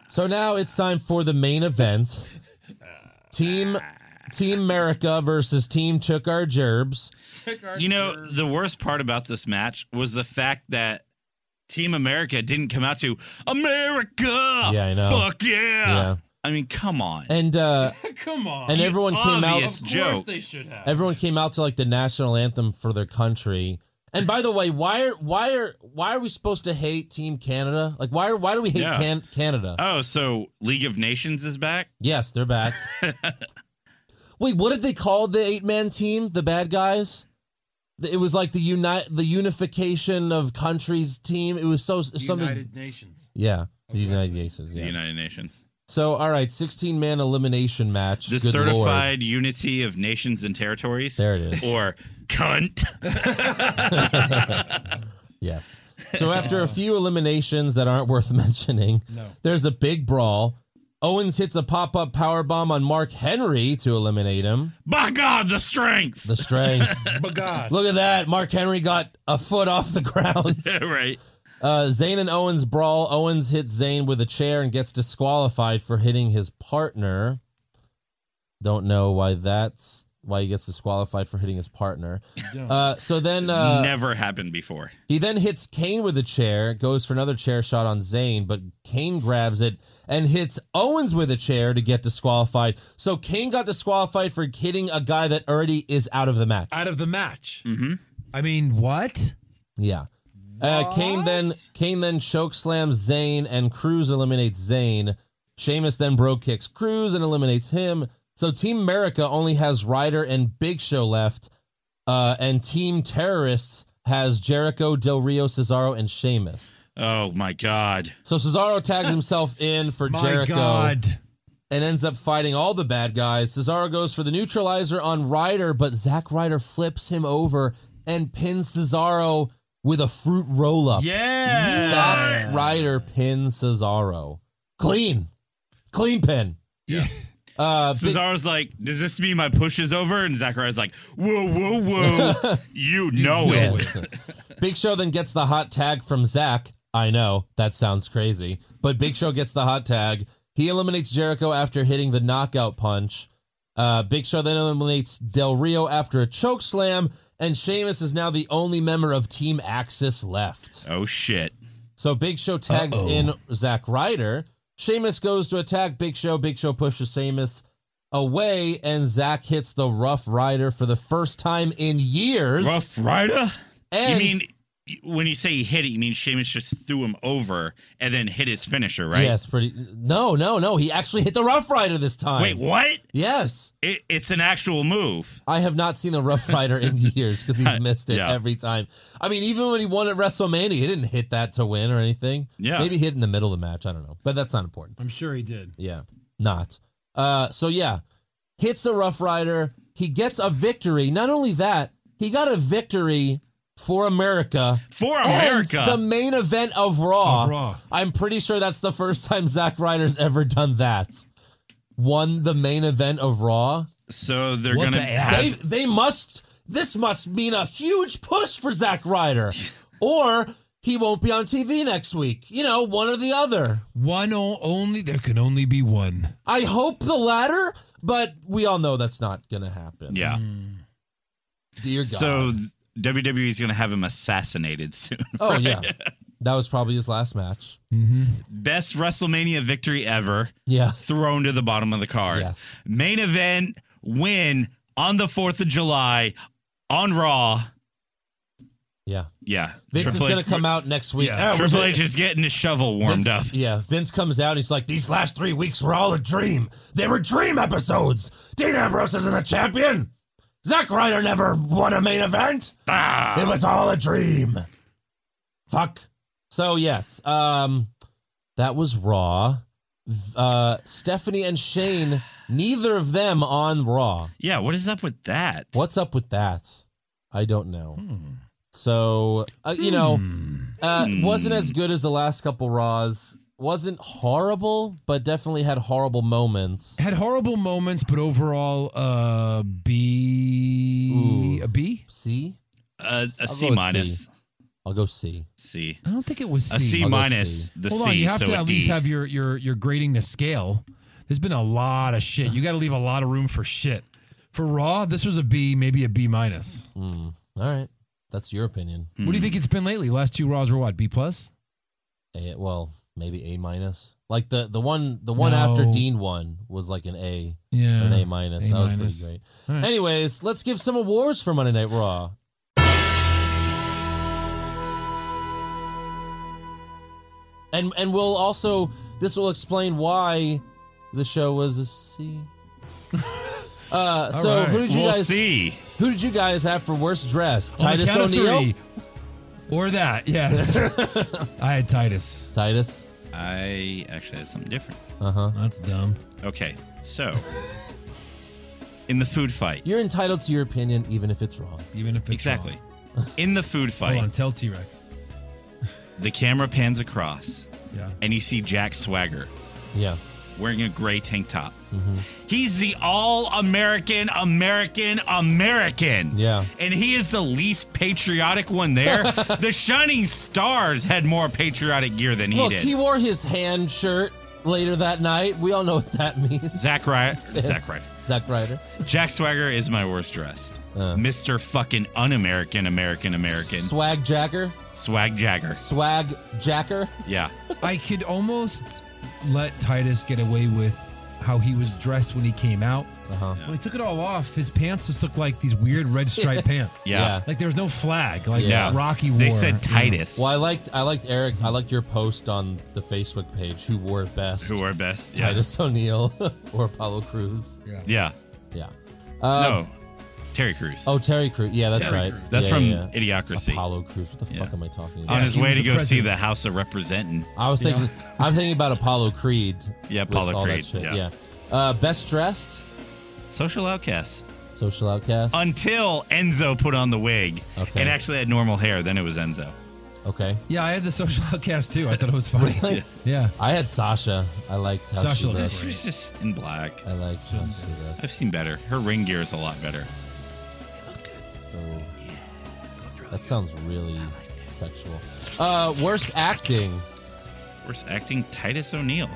S5: So now it's time for the main event: Team Team America versus Team Took Our Gerbs.
S7: you know, the worst part about this match was the fact that Team America didn't come out to America.
S5: Yeah, I know.
S7: Fuck yeah.
S5: Yeah.
S7: I mean, come on.
S5: And uh,
S8: Come on.
S5: and everyone came out.
S7: obvious joke.
S8: They should have.
S5: Everyone came out to like the national anthem for their country. And by the way, why are why are why are we supposed to hate Team Canada? Like, why are, why do we hate
S7: Yeah.
S5: can, Canada?
S7: Oh, so League of Nations is back?
S5: yes, they're back. Wait, what did they call the eight man team? The bad guys. It was like the unite the unification of countries team. It was so something.
S8: United Nations.
S5: Yeah, the United Nations.
S7: The
S5: Yeah.
S7: United Nations.
S5: So, all right, sixteen man elimination match.
S7: The
S5: Good lord.
S7: Certified Unity of Nations and Territories.
S5: There it is.
S7: Or cunt.
S5: Yes. So after a few eliminations that aren't worth mentioning, there's a big brawl. Owens hits a pop up power bomb on Mark Henry to eliminate him.
S7: By God, the strength.
S5: The strength.
S8: But God.
S5: Look at that. Mark Henry got a foot off the ground.
S7: right.
S5: Uh, Zayn and Owens brawl. Owens hits Zayn with a chair and gets disqualified for hitting his partner. Don't know why that's why he gets disqualified for hitting his partner. Uh, so then uh,
S7: Never happened before.
S5: he then hits Kane with a chair, goes for another chair shot on Zayn, but Kane grabs it and hits Owens with a chair to get disqualified. So Kane got disqualified for hitting a guy that already is out of the match.
S8: Out of the match. Mm-hmm. I mean, what?
S5: Yeah. Uh, Kane then Kane then choke slams Zayn and Cruz eliminates Zayn. Sheamus then bro kicks Cruz and eliminates him. So Team America only has Ryder and Big Show left, uh, and Team Terrorists has Jericho, Del Rio, Cesaro, and Sheamus.
S7: Oh my God.
S5: So Cesaro tags himself in for
S8: My
S5: Jericho
S8: God.
S5: and ends up fighting all the bad guys. Cesaro goes for the neutralizer on Ryder, but Zack Ryder flips him over and pins Cesaro with a fruit roll up.
S8: Yeah.
S5: Zack Ryder pins Cesaro. Clean. Clean pin.
S8: Yeah.
S5: Uh, big-
S7: Cesaro's like, does this mean my push is over? And Zachariah's like, whoa, whoa, whoa. you know
S5: Yeah.
S7: it.
S5: Big Show then gets the hot tag from Zack. I know, that sounds crazy. But Big Show gets the hot tag. He eliminates Jericho after hitting the knockout punch. Uh, Big Show then eliminates Del Rio after a choke slam. And Sheamus is now the only member of Team Axis left.
S7: Oh shit.
S5: So Big Show tags in Zack Ryder. Sheamus goes to attack Big Show. Big Show pushes Sheamus away, and Zack hits the Rough Rider for the first time in years.
S7: Rough Rider?
S5: and
S7: you mean when you say he hit it, you mean Sheamus just threw him over and then hit his finisher, right?
S5: Yes, pretty. No, no, no. He actually hit the Rough Rider this time.
S7: Wait, what?
S5: Yes,
S7: It, it's an actual move.
S5: I have not seen the Rough Rider in years because he's missed it
S7: Yeah.
S5: every time. I mean, even when he won at WrestleMania, he didn't hit that to win or anything.
S7: Yeah.
S5: maybe he hit in the middle of the match. I don't know, but that's not important.
S8: I'm sure he did.
S5: Yeah, not. Uh, so yeah, hits the Rough Rider. He gets a victory. Not only that, he got a victory for America.
S7: For
S5: and
S7: America.
S5: the main event of Raw.
S8: Of Raw.
S5: I'm pretty sure that's the first time Zack Ryder's ever done that. Won the main event of Raw.
S7: So they're
S8: What
S7: gonna
S8: the F?
S7: have
S5: They, they must. This must mean a huge push for Zack Ryder, or he won't be on TV next week. You know, one or the other.
S8: One o- only. There can only be one.
S5: I hope the latter, but we all know that's not going to happen.
S7: yeah.
S5: Dear Mm, God.
S7: So WWE is gonna have him assassinated soon.
S5: oh yeah, that was probably his last match.
S7: Best WrestleMania victory ever
S5: Yeah.
S7: thrown to the bottom of the card.
S5: Yes.
S7: Main event win on the Fourth of July on Raw.
S5: Yeah.
S7: Yeah,
S5: Vince
S7: Triple
S5: is going
S7: H-
S5: to come out next week.
S8: Yeah.
S5: "Ah, we're
S7: Triple
S5: gonna-
S7: H is getting his shovel warmed
S5: Vince,
S7: up.
S5: Yeah, Vince comes out. He's like, "These last three weeks were all a dream. They were dream episodes. Dean Ambrose isn't the champion. Zack Ryder never won a main event.
S7: Ah!
S5: It was all a dream. Fuck. So yes, um, that was Raw. V- Uh, Stephanie and Shane, neither of them on Raw.
S7: Yeah, what is up with that?
S5: What's up with that? I don't know. So uh, you know, uh, wasn't as good as the last couple Raws. Wasn't horrible, but definitely had horrible moments.
S8: Had horrible moments, but overall, uh, B
S5: Ooh.
S8: a B.
S5: C.
S7: Uh, a
S5: I'll
S7: C
S5: go with
S7: minus.
S5: I'll go C.
S7: C.
S8: I don't think it was
S7: A C
S5: I'll go
S7: minus.
S5: C.
S7: The
S8: Hold
S7: C.
S8: on, you have
S7: so
S8: to
S7: a
S8: at
S7: D.
S8: least have your your your grading to scale. There's been a lot of shit. You got to leave a lot of room for shit. For Raw, this was a B, maybe a B minus.
S5: All right, that's your opinion.
S8: What do you think it's been lately? Last two Raws were what? B plus?
S5: A, well, maybe A minus. Like the the one the one after
S8: No.
S5: Dean one was like an A.
S8: Yeah.
S5: or An A minus.
S8: A
S5: that was
S8: minus.
S5: pretty great.
S8: All right.
S5: Anyways, let's give some awards for Monday Night Raw. And and we'll also this will explain why the show was a C. uh, so
S8: right.
S5: who did you
S7: We'll
S5: guys
S7: see.
S5: who did you guys have for worst dressed?
S8: On the
S5: Titus
S8: count of
S5: O'Neil.
S8: three. Or that, yes. I had Titus.
S5: Titus.
S7: I actually had something different.
S8: That's dumb.
S7: Okay, so in the food fight,
S5: You're entitled to your opinion even if it's wrong.
S8: Even if it's
S7: exactly.
S8: wrong.
S7: In the food
S8: Hold on,
S7: fight,
S8: tell T Rex.
S7: the camera pans across,
S8: Yeah.
S7: and you see Jack Swagger
S5: Yeah.
S7: wearing a gray tank top.
S5: Mm-hmm.
S7: He's the all-American, American, American.
S5: Yeah.
S7: and he is the least patriotic one there. the Shining Stars had more patriotic gear than he
S5: Look,
S7: did.
S5: he wore his hand shirt later that night. We all know what that means.
S7: Zach Ryder. Zach Ryder.
S5: Zack Ryder.
S7: Jack Swagger is my worst dressed.
S5: Uh.
S7: Mr. fucking un-American, American, American.
S5: Swag Jacker.
S7: Swag Jagger.
S5: Swag Jacker.
S7: Yeah.
S8: I could almost let Titus get away with how he was dressed when he came out.
S5: Uh-huh.
S8: When he took it all off, his pants just looked like these weird red striped pants.
S7: Yeah.
S8: Like there was no flag. Like
S5: Yeah.
S8: that Rocky
S7: Oh.
S8: wore.
S7: They said
S8: you know.
S7: Titus.
S5: Well, I liked I liked Eric. I liked your post on the Facebook page. Who wore it best?
S7: Who are best? Yeah.
S5: Titus O'Neil or Apollo Cruz?
S7: Yeah.
S5: Yeah.
S7: no. Terry Crews.
S5: Uh, Oh, Terry Crews. Yeah, that's
S7: Terry
S5: right.
S7: Crews. That's
S5: Yeah,
S7: from
S5: yeah, yeah.
S7: Idiocracy.
S5: Apollo Cruz. What the
S7: Yeah.
S5: fuck am I talking
S7: On
S5: about?
S7: his
S8: he
S7: way
S8: was
S7: to
S8: the
S7: go see
S8: president.
S7: the House of Representing.
S5: I was thinking. I'm thinking about Apollo Creed.
S7: Yeah,
S5: with
S7: Apollo
S5: all that
S7: Creed,
S5: shit.
S7: yeah.
S5: yeah. Uh, best dressed.
S7: Social Outcasts.
S5: Social outcast.
S7: Until Enzo put on the wig
S5: Okay.
S7: and actually had normal hair, then it was Enzo.
S5: okay.
S8: Yeah, I had the social outcast too. I thought it was funny.
S5: Really?
S8: Yeah.
S5: I had Sasha. I liked how
S8: Sasha
S5: she
S8: looked
S5: looked.
S7: She was just in black.
S5: I liked how she looked.
S7: I've seen better. Her ring gear is a lot better.
S5: Oh. That sounds really sexual. Uh, worst acting.
S7: Worst acting, Titus O'Neil.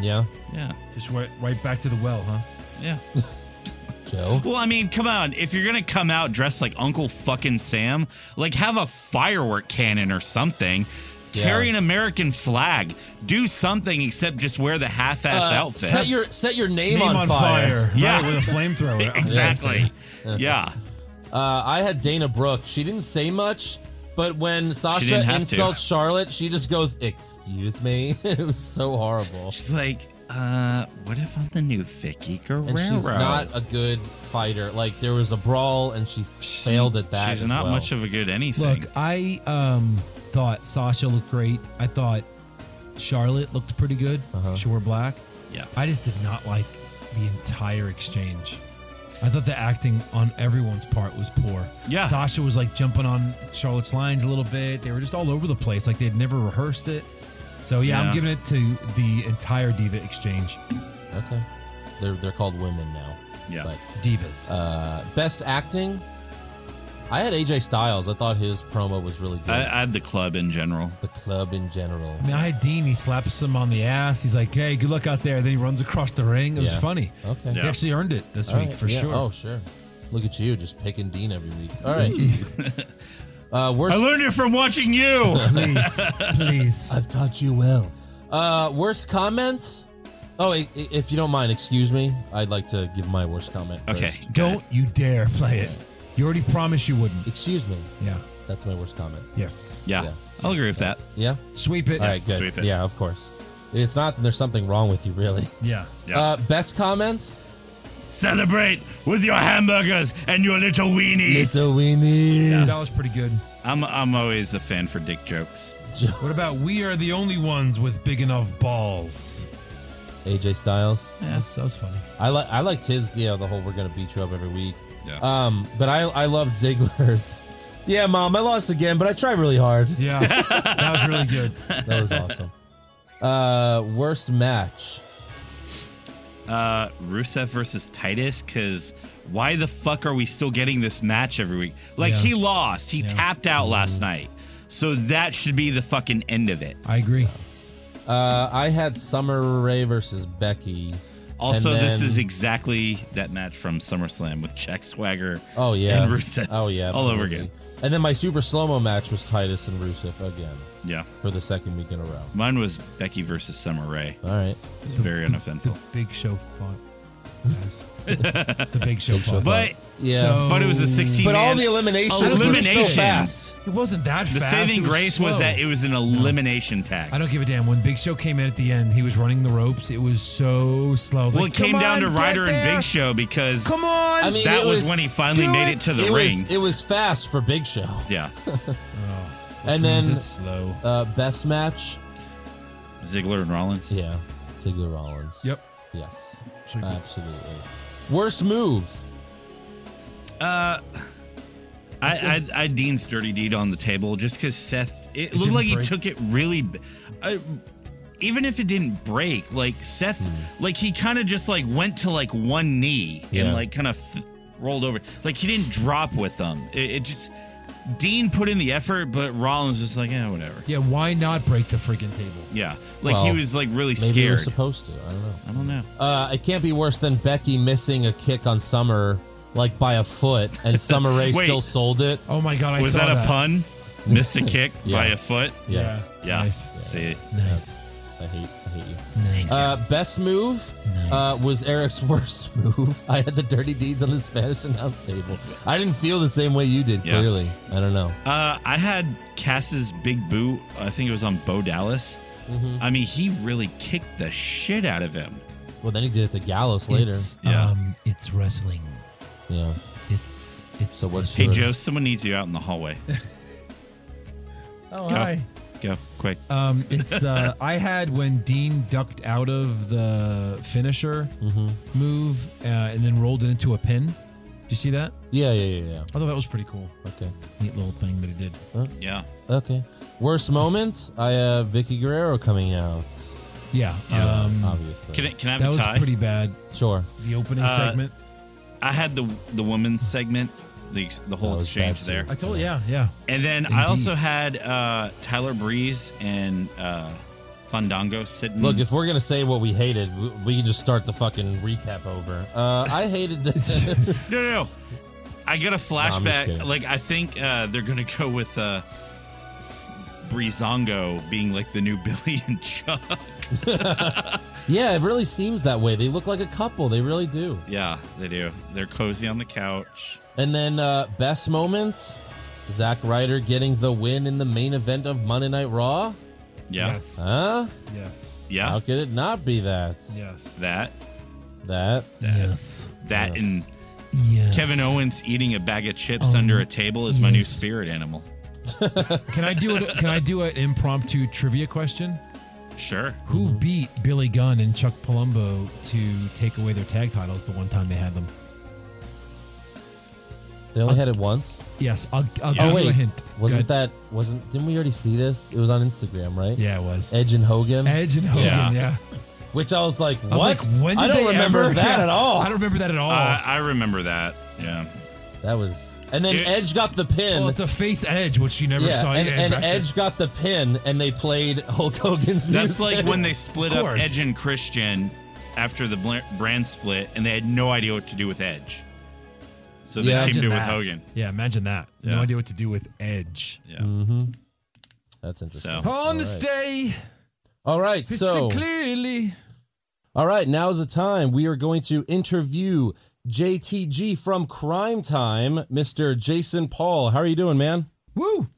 S5: Yeah,
S7: Yeah,
S8: Just right, right back to the well, huh?
S7: yeah.
S5: Joe.
S7: Well, I mean, come on. If you're gonna come out dressed like Uncle fucking Sam, like have a firework cannon or something.
S5: Yeah.
S7: Carry an American flag. Do something except just wear the half-ass
S5: Uh,
S7: outfit.
S5: set your set your name, on, fire.
S7: Yeah.
S8: Yeah. Right, with a flamethrower.
S7: exactly. yeah.
S5: Uh, I had Dana Brooke. She didn't say much, but when Sasha
S7: didn't have
S5: insults
S7: to.
S5: Charlotte, she just goes, "Excuse me." it was so horrible,
S7: She's like, uh, what if I'm the new Vicky Guerrero?
S5: and she's not a good fighter. Like there was a brawl, and she
S7: She-
S5: failed at that.
S7: She's
S5: as
S7: not
S5: well.
S7: much of a good anything.
S8: Look, I um thought Sasha looked great. I thought Charlotte looked pretty good.
S5: Uh-huh.
S8: She wore black.
S7: yeah.
S8: I just did not like the entire exchange. I thought the acting on everyone's part was poor.
S7: Yeah.
S8: Sasha was like jumping on Charlotte's lines a little bit. They were just all over the place, like they'd never rehearsed it. So yeah,
S7: Yeah.
S8: I'm giving it to the entire diva exchange.
S5: Okay, they're they're called women now.
S7: Yeah.
S5: But
S8: Divas.
S5: uh, best acting, I had AJ Styles. I thought his promo was really good.
S7: I, I had the club in general.
S5: the club in general.
S8: I mean, I had Dean. He slaps him on the ass. He's like, "Hey, good luck out there." Then he runs across the ring. It was
S5: Yeah.
S8: funny.
S5: Okay.
S8: He
S7: Yeah.
S8: actually earned it this
S5: All
S8: week
S5: right,
S8: for
S5: yeah.
S8: sure.
S5: Oh, sure. Look at you, just picking Dean every week. All right. uh, worst.
S7: I learned it from watching you.
S8: Please, please.
S5: I've taught you well. Uh, worst comments. Oh, i- i- if you don't mind, excuse me. I'd like to give my worst comment. First.
S7: Okay.
S8: Don't you dare play it. You already promised you wouldn't.
S5: Excuse me.
S8: Yeah.
S5: That's my worst comment.
S8: Yes.
S7: Yeah.
S5: Yeah.
S7: I'll agree with that.
S5: Yeah.
S8: Sweep it.
S5: All right. Good.
S7: sweep it.
S5: Yeah. Of course. If it's not, then there's something wrong with you, really.
S8: Yeah.
S7: Yeah.
S5: Uh, best comments.
S7: Celebrate with your hamburgers and your little weenies.
S5: weenies.
S8: That was pretty good.
S7: I'm I'm always a fan for dick jokes.
S8: What about we are the only ones with big enough balls?
S5: AJ Styles.
S8: That was, that was funny.
S5: I like. I liked his. Yeah. The whole we're gonna beat you up every week.
S7: Yeah.
S5: Um. But I. I love Ziggler's. Yeah, mom. I lost again, but I tried really hard.
S8: Yeah. that was really good.
S5: That was awesome. Uh, worst match.
S7: Uh, Rusev versus Titus, because why the fuck are we still getting this match every week? Like
S8: Yeah.
S7: he lost, he
S8: Yeah.
S7: tapped out last night, so that should be the fucking end of it.
S8: I agree.
S5: Uh, I had Summer Rae versus Becky.
S7: Also,
S5: And
S7: this
S5: then-
S7: is exactly that match from SummerSlam with Jack Swagger.
S5: Oh yeah,
S7: And Rusev.
S5: Oh yeah,
S7: All over
S5: absolutely.
S7: again.
S5: And then my super slow mo match was Titus and Rusev again
S7: Yeah,
S5: for the second week in a row.
S7: mine was Becky versus Summer Rae.
S5: All right,
S7: It was very
S8: The
S7: uneventful,
S8: big show fought. Yes. the big show fought.
S7: but
S5: yeah.
S8: So-
S7: but it was a 16.
S5: but all
S7: man-
S5: the eliminations were so
S7: Elimination.
S5: fast.
S8: it wasn't that
S7: the
S8: fast.
S7: saving
S8: It was
S7: grace was
S8: slow.
S7: that it was an elimination tag.
S8: I don't give a damn. When Big Show came in at the end, he was running the ropes. It was so slow. I was
S7: well,
S8: like,
S7: it came
S8: "Come
S7: down to
S8: on, get
S7: Ryder and
S8: there.
S7: Big Show because
S8: Come on.
S5: I mean,
S7: that
S5: it
S7: was,
S5: was,
S7: when he finally
S8: do
S7: made
S8: it.
S7: it to the
S5: it
S7: ring.
S5: was it was fast for Big Show.
S7: yeah,
S5: and
S8: means
S5: then
S8: it's slow.
S5: uh, best match.
S7: Ziggler and Rollins.
S5: Yeah, Ziggler Rollins.
S8: Yep.
S5: Yes,
S8: Ziggler.
S5: absolutely. Worst move.
S7: Uh, I, I I Dean's dirty deed on the table just because Seth. It, looked
S8: didn't
S7: like he
S8: break.
S7: took it really. b- I, even if it didn't break, like Seth, like he kind of just like went to like one knee
S5: Yeah.
S7: and like kind of f- rolled over. Like he didn't drop with them. It, it just Dean put in the effort, but Rollins was like, yeah, whatever.
S8: Yeah, why not break the freaking table?
S7: Yeah, like he
S5: Well,
S7: was like really
S5: Maybe we're
S7: scared.
S5: supposed to. I don't know.
S7: I don't know.
S5: Uh, it can't be worse than Becky missing a kick on Summer like by a foot, and Summer Rae
S7: Wait.
S5: still sold it.
S8: Oh my god, I
S7: was
S8: saw
S7: that
S8: that.
S7: a pun? Missed a kick
S5: Yeah.
S7: by a foot.
S5: Yes.
S7: Yeah.
S8: Nice.
S7: See,
S8: Nice.
S5: I hate. I hate you.
S8: Nice.
S5: Uh, best move uh, was Eric's worst move. I had the dirty deeds on the Spanish announce table. I didn't feel the same way you did.
S7: Yeah.
S5: Clearly, I don't know.
S7: uh, I had Cass's big boot. I think it was on Bo Dallas.
S5: Mm-hmm.
S7: I mean, he really kicked the shit out of him.
S5: Well, then he did it to Gallows later.
S8: It's,
S7: Yeah.
S8: Um, it's wrestling.
S5: yeah.
S8: It's it's
S5: So what's
S7: Hey,
S5: yours?
S7: Joe, someone needs you out in the hallway.
S8: Oh,
S7: Go.
S8: hi.
S7: Go quick.
S8: Um, it's uh, I had when Dean ducked out of the finisher
S7: Mm-hmm.
S8: move uh, and then rolled it into a pin. Do you see that?
S5: Yeah, yeah, yeah, yeah.
S8: I thought that was pretty cool.
S5: Okay.
S8: Neat little thing that he did.
S7: Yeah.
S5: Okay. Worst moment? I have Vicky Guerrero coming out.
S8: Yeah. um,
S5: obviously.
S7: Can I, can I have
S8: that
S7: a
S8: was
S7: tie?
S8: pretty bad.
S5: Sure.
S8: The opening
S7: Uh,
S8: segment.
S7: I had the the women's segment, the the whole
S5: That was bad
S7: exchange
S5: too.
S7: there,
S8: I told yeah, yeah.
S7: and then I
S8: Indeed.
S7: also had uh, Tyler Breeze and uh, Fandango sitting.
S5: Look, if we're gonna say what we hated, w- we can just start the fucking recap over. Uh, I hated this.
S7: No, no, no. I got a
S5: I'm just
S7: flashback.
S5: kidding.
S7: like, I think uh, they're going to go with uh, Breezango being like the new Billy and Chuck.
S5: yeah, it really seems that way. They look like a couple. They really do.
S7: Yeah, they do. They're cozy on the couch.
S5: And then uh, best moments: Zack Ryder getting the win in the main event of Monday Night Raw.
S7: Yeah. Uh,
S8: Yes.
S5: Huh?
S8: yes.
S7: Yeah.
S5: How could it not be that?
S8: Yes.
S7: That,
S5: That.
S8: Yes.
S7: that,
S5: Yes. Oh,
S7: and
S8: Yes.
S7: Kevin Owens eating a bag of chips
S8: Um,
S7: under a table is my new
S8: yes.
S7: spirit animal.
S8: Can I do it? Can I do an impromptu trivia question?
S7: Sure.
S8: Who beat Billy Gunn and Chuck Palumbo to take away their tag titles the one time they had them?
S5: They only had it once.
S8: Yes, I'll, I'll
S7: Yeah.
S8: give
S5: Oh
S8: you a
S5: wait,
S8: hint.
S5: wasn't
S8: Go ahead.
S5: that? Wasn't? Didn't we already see this? It was on Instagram, right?
S8: Yeah, it was.
S5: Edge and Hogan.
S8: Edge and Hogan.
S7: Yeah.
S8: Yeah.
S5: which I was like, what?
S8: I was like, when did
S5: I don't
S8: they
S5: remember
S8: ever-
S5: that
S8: Yeah,
S5: at all.
S8: I don't remember that at
S5: Oh.
S8: all.
S7: I, I remember that. Yeah.
S5: That was, and then
S7: It-
S5: Edge got the pin.
S8: well, it's a face edge, which you never
S5: yeah,
S8: saw.
S5: and,
S8: Yeah,
S5: and
S8: back then.
S5: Edge got the pin, and they played Hulk Hogan's
S7: That's
S5: music.
S7: like when they split
S8: Of
S7: up
S8: course.
S7: Edge and Christian after the bl- brand split, and they had no idea what to do with Edge. So they
S5: Yeah.
S7: teamed it
S8: Imagine
S7: with
S8: that.
S7: Hogan.
S8: Yeah, imagine that.
S7: Yeah.
S8: No idea what to do with Edge.
S7: Yeah.
S5: That's interesting.
S7: So-
S8: On this
S5: right.
S8: day,
S5: All right,
S8: this
S5: so
S8: clearly.
S5: all right, now is the time we are going to interview JTG from Crime Time, Mr. Jason Paul. How are you doing, man?
S8: Woo!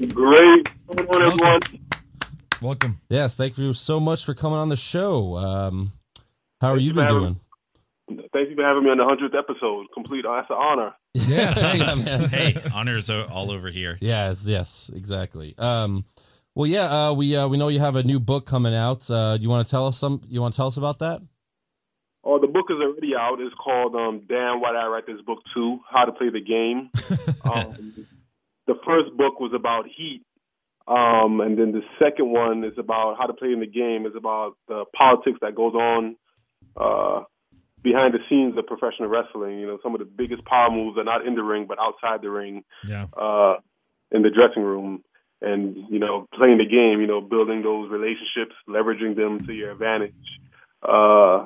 S11: Great. Good on, everyone.
S8: Welcome.
S5: Yes, thank you so much for coming on the show. Um, how are you been
S11: man.
S5: doing?
S11: Thank you for having me on the 100th episode. Complete. That's an honor.
S5: Yeah, thanks, man.
S7: hey, honors are all over here.
S5: Yes, yes, exactly. Um, well, yeah, uh, we uh, we know you have a new book coming out. Uh, you want to tell us some? You want to tell us about that?
S11: Oh, the book is already out. It's called um, Damn Why Did I Write This Book Too? How to Play the Game. um, the first book was about heat, um, and then the second one is about how to play in the game. Is about the politics that goes on uh, behind the scenes of professional wrestling. You know, some of the biggest power moves are not in the ring, but outside the ring.
S8: Yeah.
S11: uh, in the dressing room and you know playing the game you know building those relationships leveraging them to your advantage uh,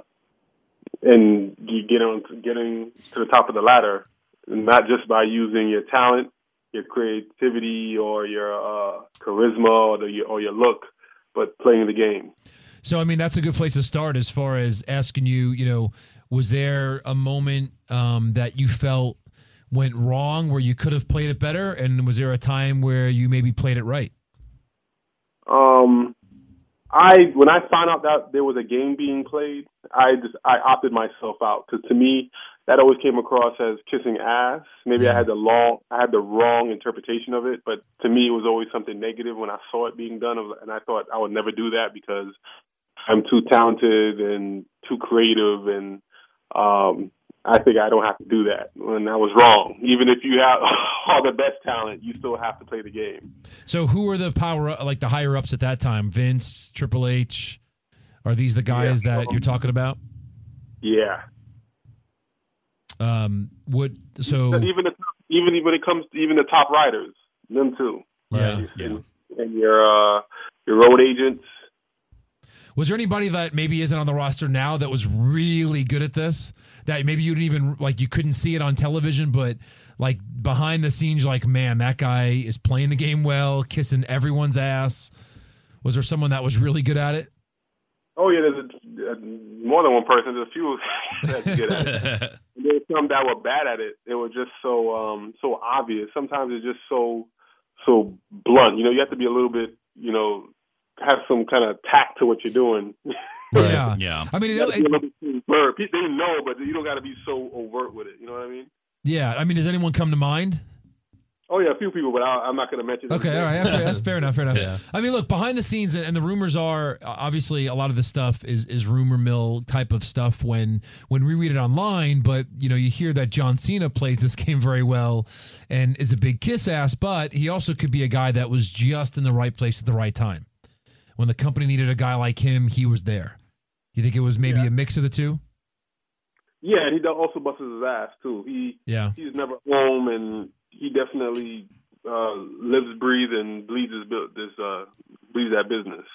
S11: and you get on getting to the top of the ladder not just by using your talent your creativity or your uh, charisma or, the, your, or your look but playing the game
S8: So I mean, that's a good place to start as far as asking you. You know, was there a moment um, that you felt went wrong where you could have played it better, and was there a time where you maybe played it right?
S11: Um, I when I found out that there was a game being played, I just I opted myself out because to me that always came across as kissing ass. Maybe I had the long I had the wrong interpretation of it, but to me it was always something negative when I saw it being done, and I thought I would never do that because I'm too talented and too creative and um I think I don't have to do that. And I was wrong. Even if you have all the best talent, you still have to play the game.
S8: So who were the power like the higher ups at that time? Vince, Triple H, are these the guys
S11: Yeah.
S8: that you're talking about?
S11: Yeah.
S8: Um, what? So
S11: even the, even when it comes to even the top riders, them too,
S8: yeah.
S11: and, and your uh, your road agents.
S8: Was there anybody that maybe isn't on the roster now that was really good at this? That maybe you didn't even like you couldn't see it on television, but like behind the scenes, you're like, man, that guy is playing the game well, kissing everyone's ass. Was there someone that was really good at it?
S11: Oh yeah, there's a, a, more than one person. There's a few that's good at it. And There's some that were bad at it. They were just so um, so obvious. Sometimes it's just so so blunt. You know, you have to be a little bit. You know, have some kind of tact to what you're doing.
S5: Right.
S8: Yeah.
S7: Yeah.
S8: I mean,
S11: You
S8: it,
S11: gotta be a
S8: it-
S11: little bit too overt. Pe- They know, but you don't got to be so overt with it. You know what I mean?
S8: yeah. I mean, does anyone come to mind?
S11: Oh yeah, a few people, but I, I'm not going to mention. them.
S8: Okay, all right, that's fair, that's fair enough. Fair enough. I mean, look behind the scenes, and the rumors are uh, obviously a lot of this stuff is is rumor mill type of stuff when when we read it online. But you know, you hear that John Cena plays this game very well and is a big kiss ass, but he also could be a guy that was just in the right place at the right time. When the company needed a guy like him, he was there. You think it was maybe a mix of the two?
S11: Yeah, and he do- also busts his ass too. He
S8: Yeah.
S11: he's never home, and he definitely uh, lives, breathes, and bleeds his bu- this uh, bleeds that business.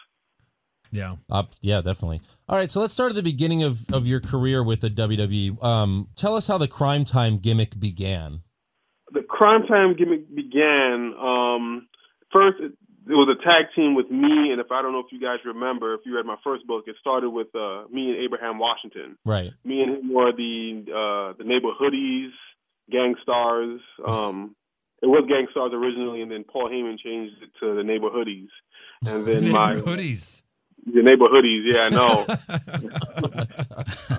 S8: Yeah.
S5: Up, Uh, yeah, definitely. All right, so let's start at the beginning of, of your career with the WWE. Um, tell us how the Crime Time gimmick began.
S11: The crime time gimmick began um, first. It, it was a tag team with me, and if I don't know if you guys remember, if you read my first book, it started with uh, me and Abraham Washington.
S5: Right.
S11: me and him were the uh the neighbor hoodies, gang stars. Um it was gang stars originally and then Paul Heyman changed it to the neighbor hoodies. And then my
S8: hoodies.
S11: the neighbor hoodies, yeah, I know.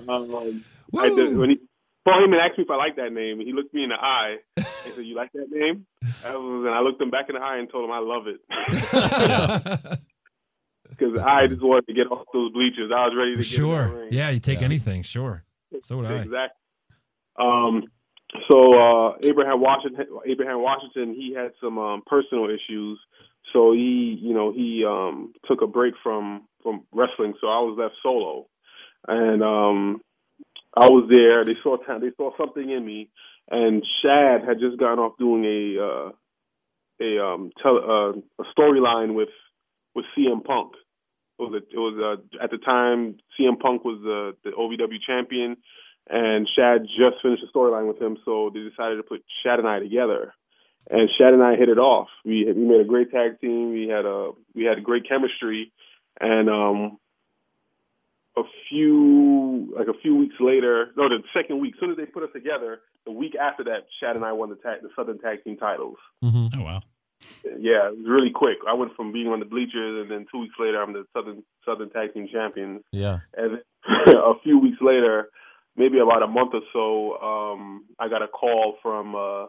S11: um, I did,
S8: Woo!
S11: when he Paul Heyman asked me if I liked that name and he looked me in the eye and said, You like that name? I was, and I looked him back in the eye and told him I love it. Because I just wanted to get off those bleachers. I was ready to get in that
S8: Sure.
S11: ring.
S8: Yeah, you take
S5: Yeah.
S8: anything. Sure. So would I.
S11: Exactly. Um, so uh, Abraham Washington, Abraham Washington, he had some um, personal issues, so he, you know, he um, took a break from from wrestling. So I was left solo, and um, I was there. They saw ta- they saw something in me, and Shad had just gotten off doing a uh, a um, tele- uh, a storyline with with CM Punk. It was a, it was uh at the time CM Punk was the the OVW champion, and Shad just finished a storyline with him, so they decided to put Shad and I together. And Shad and I hit it off. We we made a great tag team. We had a we had great chemistry, and um, a few like a few weeks later, no, the second week, soon as they put us together, the week after that, Shad and I won the tag, the Southern Tag Team titles.
S7: Oh wow.
S11: Yeah, it was really quick. I went from being on the bleachers, and then two weeks later, I'm the Southern Southern Tag Team Champion.
S5: Yeah.
S11: And then a few weeks later, maybe about a month or so, um, I got a call from uh,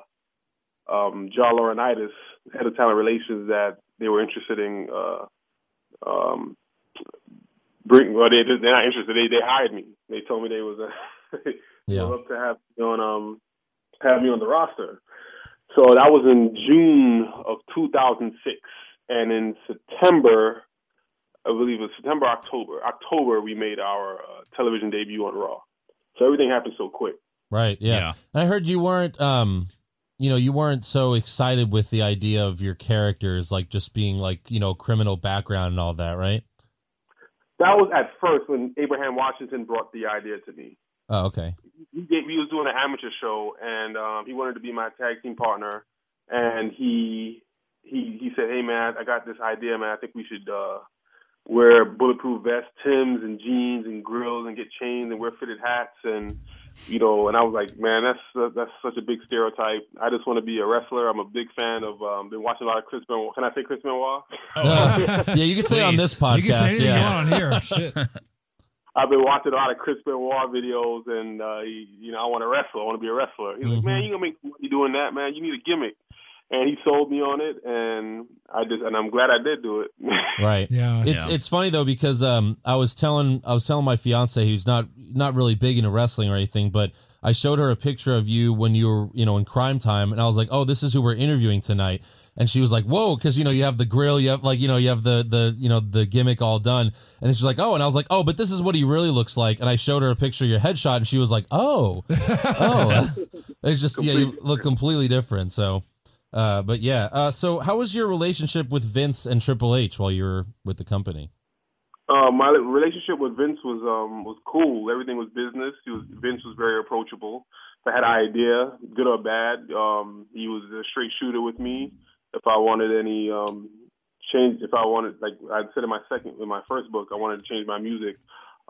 S11: um, John Laurinaitis, head of talent relations, that they were interested in. Uh, um, bring, well, they, they're not interested. They they hired me. They told me they was uh, they would love to have me on um have me on the roster. So that was in June of 2006, and in September, I believe it was September October October we made our uh, television debut on Raw. So everything happened so quick.
S5: Right. Yeah. And I heard you weren't um you know, you weren't so excited with the idea of your characters like just being like, you know, criminal background and all that, right?
S11: That was at first when Abraham Washington brought the idea to me.
S5: Oh, okay.
S11: he, did- he was doing an amateur show, and um, he wanted to be my tag team partner. And he he he said, "Hey man, I got this idea, man. I think we should uh, wear bulletproof vests, Tims, and jeans, and grills, and get chains, and wear fitted hats, and you know." And I was like, "Man, that's uh, that's such a big stereotype. I just want to be a wrestler. I'm a big fan of. Um, been watching a lot of Chris Benoit. Can I say Chris Benoit?
S5: yeah, you can say on this podcast.
S11: Oh. You can say anything you
S5: yeah.
S11: want on here. I've been watching a lot of Chris Benoit videos, and uh, he, you know, I want to wrestle. I want to be a wrestler. He's like, man, you gonna make money doing that, man. You need a gimmick, and he sold me on it, and I just, and I'm glad I did do it.
S5: right yeah it's it's funny though because um i was telling i was telling my fiance who's not not really big into wrestling or anything but i showed her a picture of you when you were you know in crime time and i was like oh this is who we're interviewing tonight and she was like whoa because you know you have the grill you have like you know you have the the you know the gimmick all done and she's like oh and i was like oh but this is what he really looks like and i showed her a picture of your headshot and she was like oh oh it's just yeah you look completely different so uh, but yeah. Uh, so how was your relationship with Vince and Triple H while you were with the company?
S11: Uh, my relationship with Vince was um was cool. Everything was business. He was, Vince was very approachable. If I had an idea, good or bad, um, he was a straight shooter with me. If I wanted any um change, if I wanted like I said in my second in my first book, I wanted to change my music.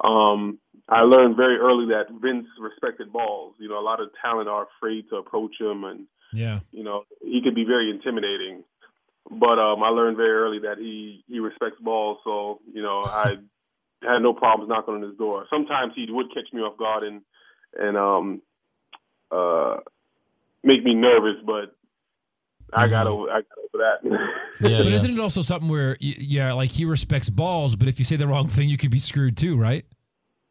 S11: Um, I learned very early that Vince respected balls. You know, a lot of talent are afraid to approach him and
S8: Yeah.
S11: you know, he could be very intimidating. But um, I learned very early that he he respects balls, so you know I had no problems knocking on his door. Sometimes he would catch me off guard and and um uh make me nervous, but I
S8: Mm-hmm.
S11: got over I got over that.
S8: but isn't it also something where, y- yeah, like he respects balls, but if you say the wrong thing, you could be screwed too, right?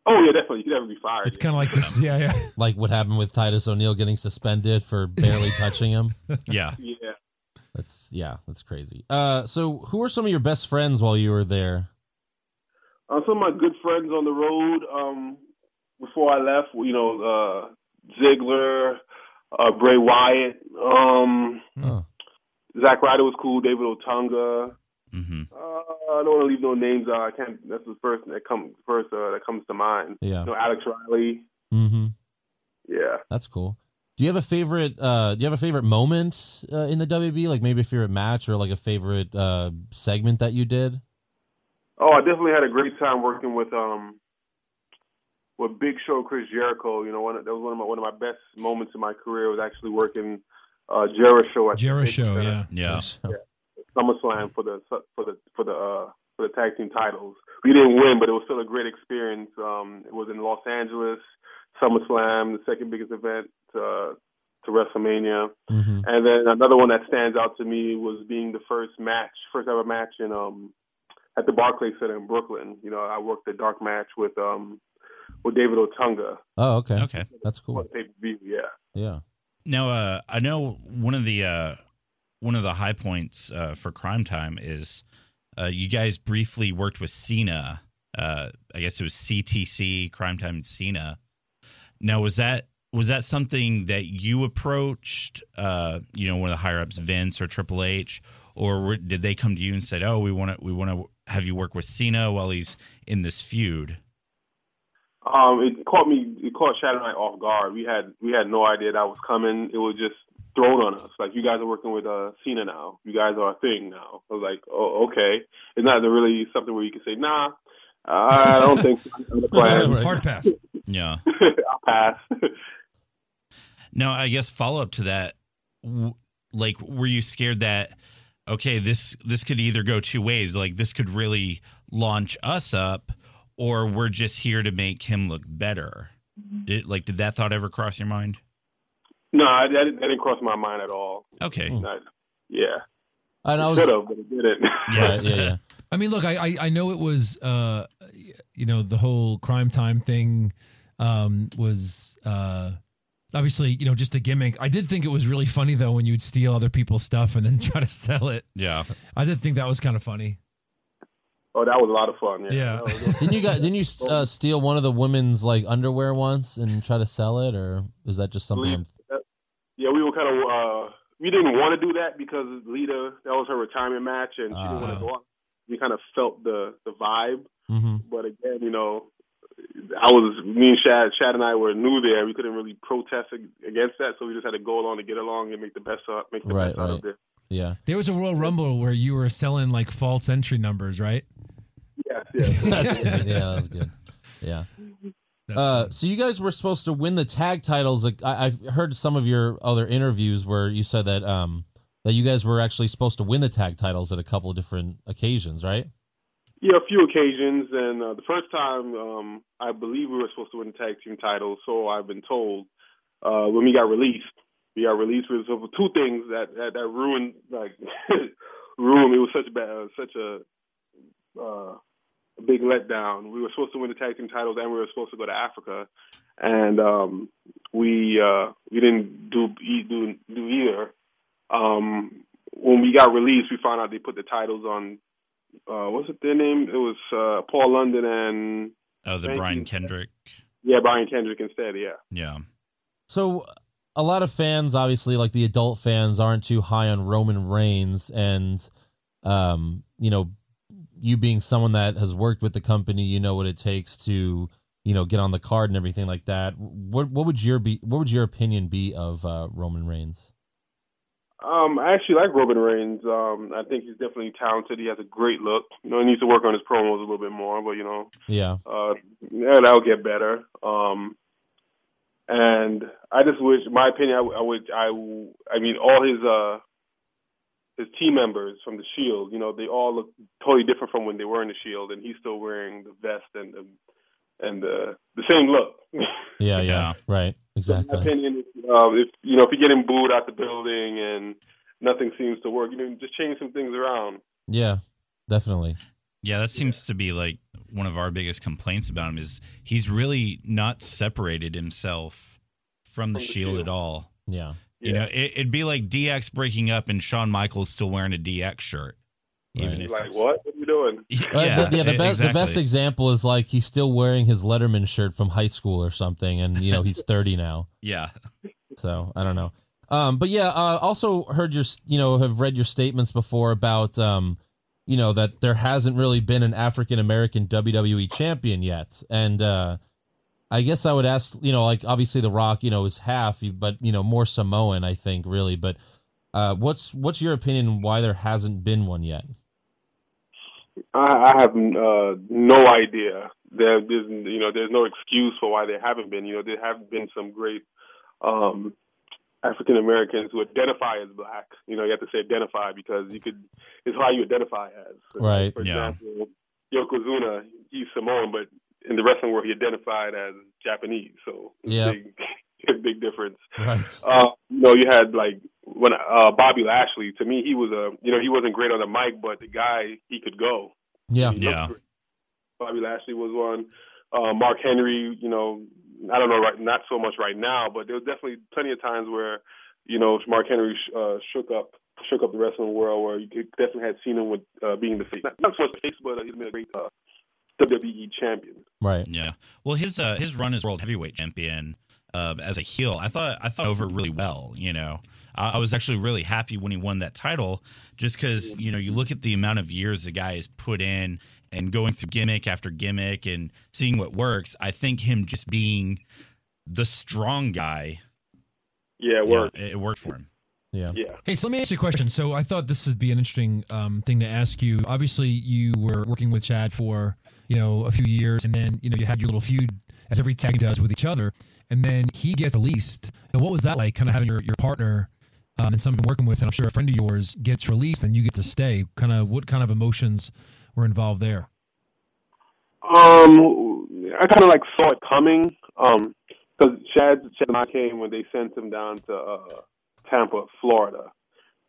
S11: oh yeah, definitely, he'd never be fired.
S8: It's kind of like this. Yeah, yeah.
S5: Like what happened with Titus O'Neil getting suspended for barely touching him?
S7: Yeah.
S11: Yeah.
S5: That's yeah, that's crazy. Uh, so who were some of your best friends while you were there?
S11: Uh, some of my good friends on the road um, before I left, you know, uh, Ziggler, uh, Bray Wyatt, um,
S5: Oh,
S11: Zach Ryder was cool, David Otunga.
S7: mm-hmm.
S11: Uh, I don't want to leave no names out. I can't. That's the first that comes first uh, that comes to mind.
S5: Yeah.
S11: You know, Alex Riley.
S5: Mm-hmm.
S11: Yeah.
S5: That's cool. Do you have a favorite? Uh, do you have a favorite moment uh, in the WB? Like maybe a favorite match or like a favorite uh, segment that you did?
S11: Oh, I definitely had a great time working with um with Big Show Chris Jericho. You know, one of, that was one of my one of my best moments in my career was actually working uh Jericho at the
S8: Jera
S11: Big
S8: show,
S11: Show.
S8: yeah.
S7: Yeah.
S11: SummerSlam for the for the for the uh, for the tag team titles. We didn't win, but it was still a great experience. Um, it was in Los Angeles, SummerSlam, the second biggest event uh, to WrestleMania,
S5: Mm-hmm.
S11: and then another one that stands out to me was being the first match, first ever match in um at the Barclays Center in Brooklyn. You know, I worked a dark match with um with David Otunga.
S5: Oh, okay.
S7: Okay.
S5: That's cool.
S11: on pay-per-view, Yeah.
S5: Yeah.
S7: Now, uh, I know one of the uh, one of the high points uh, for Crime Time is uh, you guys briefly worked with Cena uh, I guess it was CTC, Crime Time Cena. Now, was that was that something that you approached? Uh, you know, one of the higher ups, Vince or Triple H, or were, did they come to you and said, "Oh, we want to we want to have you work with Cena while he's in this feud"?
S11: Um, it caught me. It caught Shadow Knight off guard. We had we had no idea that was coming. It was just thrown on us. Like you guys are working with uh, Cena now. You guys are a thing now. I was like, oh, okay. It's not really something where you can say, nah. I don't think so. I'm gonna plan.
S8: Hard pass.
S7: Yeah.
S11: I'll pass.
S7: No, I guess follow up to that. w- Like, were you scared that okay, this this could either go two ways. Like, this could really launch us up, or we're just here to make him look better. Did, like, did that thought ever cross your mind?
S11: No, that, didn't- that didn't cross my mind at all.
S7: Okay,
S11: Not- yeah.
S5: And I was
S11: Could have, but it didn't.
S5: Right, yeah, yeah.
S8: I mean, look, I, I, I know it was, uh, you know, the whole crime time thing um, was uh, obviously, you know, just a gimmick. I did think it was really funny, though, when you'd steal other people's stuff and then try to sell it.
S7: yeah.
S8: I did think that was kind of funny.
S11: Oh, that was a lot of fun.
S8: Yeah.
S11: Yeah. That was-
S5: Didn't you got? Didn't you uh, steal one of the women's like underwear once and try to sell it, or is that just something? I'm-
S11: yeah, we were kind of, uh, we didn't want to do that because Lita, that was her retirement match, and she didn't want
S5: Ah.
S11: to go on. We kind of felt the, the vibe.
S5: Mhm.
S11: But again, you know, I was me and Shad, Shad and I were new there. We couldn't really protest ag- against that, so we just had to go along to get along and make the best out, make the
S5: Right,
S11: best out
S5: right.
S11: of it.
S5: Yeah,
S8: There was a Royal Rumble where you were selling like false entry numbers, right?
S11: Yes, yes.
S5: that's good. Yeah, that was good. Yeah.
S8: That's
S5: Uh, so you guys were supposed to win the tag titles. Like, I, I've heard some of your other interviews where you said that um that you guys were actually supposed to win the tag titles at a couple of different occasions, right?
S11: Yeah, a few occasions, and uh, the first time um, I believe we were supposed to win the tag team title, so I've been told. Uh, when we got released, we got released with so two things that that, that ruined like ruined. It was such bad, uh, such a uh, big letdown. We were supposed to win the tag team titles, and we were supposed to go to Africa, and um, we uh, we didn't do e- do do either. Um, when we got released, we found out they put the titles on uh what's it their name? It was uh Paul London and
S7: Oh, the
S11: Thank
S7: Brian
S11: you.
S7: Kendrick.
S11: yeah, Brian Kendrick instead, yeah.
S7: Yeah.
S5: So a lot of fans, obviously, like the adult fans, aren't too high on Roman Reigns, and um, you know, you being someone that has worked with the company, you know what it takes to you know get on the card and everything like that. What what would your be what would your opinion be of uh, Roman Reigns?
S11: Um, I actually like Robin Reigns. Um, I think he's definitely talented. He has a great look. You know, he needs to work on his promos a little bit more, but you know,
S5: Yeah,
S11: uh, yeah, that'll get better. Um, and I just wish, my opinion, I, w- I would, I, w- I mean, all his uh, his team members from the Shield, you know, they all look totally different from when they were in the Shield, and he's still wearing the vest and the and the the same look.
S5: yeah, yeah,
S7: Yeah.
S5: right,
S11: my
S5: exactly.
S11: opinion is, um, if you know, if you're getting booed out the building and nothing seems to work, you know, just change some things around.
S5: Yeah, definitely.
S7: Yeah, that seems to be like one of our biggest complaints about him is he's really not separated himself from the
S11: From the
S7: shield at
S11: Shield.
S7: all.
S5: Yeah,
S7: You know, it, it'd be like DX breaking up and Shawn Michaels still wearing a DX shirt.
S5: Right.
S11: He's
S7: if
S11: like,
S7: it's-
S11: what? What are you doing?
S7: Yeah,
S5: Uh, the- yeah, the,
S7: e-
S5: best the best
S7: exactly.
S5: example is like he's still wearing his Letterman shirt from high school or something, and you know he's thirty now.
S7: yeah,
S5: So I don't know. Um, but yeah, uh, also heard your, you know, have read your statements before about, um, you know, that there hasn't really been an African American WWE E champion yet, and uh, I guess I would ask, you know, like obviously The Rock, you know, is half, but you know, more Samoan, I think, really. But uh, what's what's your opinion why there hasn't been one yet?
S11: I, I have uh, no idea. There, there's, you know, there's no excuse for why they haven't been. You know, there have been some great um, African Americans who identify as black. You know, you have to say identify because you could. It's how you identify as.
S5: Right,
S11: For
S7: yeah.
S11: example, Yokozuna, he's Samoan, but in the wrestling world, he identified as Japanese. So it's
S5: Yeah.
S11: a big, big difference.
S5: Right.
S11: Uh, you know, you had like when uh, Bobby Lashley. To me, he was a you know he wasn't great on the mic, but the guy he could go.
S5: Yeah.
S11: He looked
S7: Yeah.
S11: great. Bobby Lashley was one. Uh, Mark Henry, you know, I don't know, right, not so much right now, but there was definitely plenty of times where, you know, Mark Henry sh- uh, shook up shook up the wrestling world, where you could- definitely had seen him with uh, being the face, not, not so much the face, but uh, he's been a great uh, WWE champion.
S5: Right.
S7: Yeah. Well, his uh, his run as world heavyweight champion uh, as a heel, I thought I thought over really well. You know, I, I was actually really happy when he won that title, just because you know you look at the amount of years the guy has put in and going through gimmick after gimmick and seeing what works. I think him just being the strong guy,
S11: yeah, it
S7: worked. it worked for him.
S5: Yeah.
S11: Yeah.
S8: Hey, so let me ask you a question. So I thought this would be an interesting um, thing to ask you. Obviously, you were working with Chad for you know a few years, and then you know you had your little feud as every tag team does with each other, and then he gets released. And what was that like? Kind of having your your partner um, and someone you're working with, and I'm sure a friend of yours gets released, and you get to stay. Kind of what kind of emotions were involved there?
S11: Um, I kind of like saw it coming. Um, because Chad, Chad and I came when they sent him down to uh, Tampa, Florida,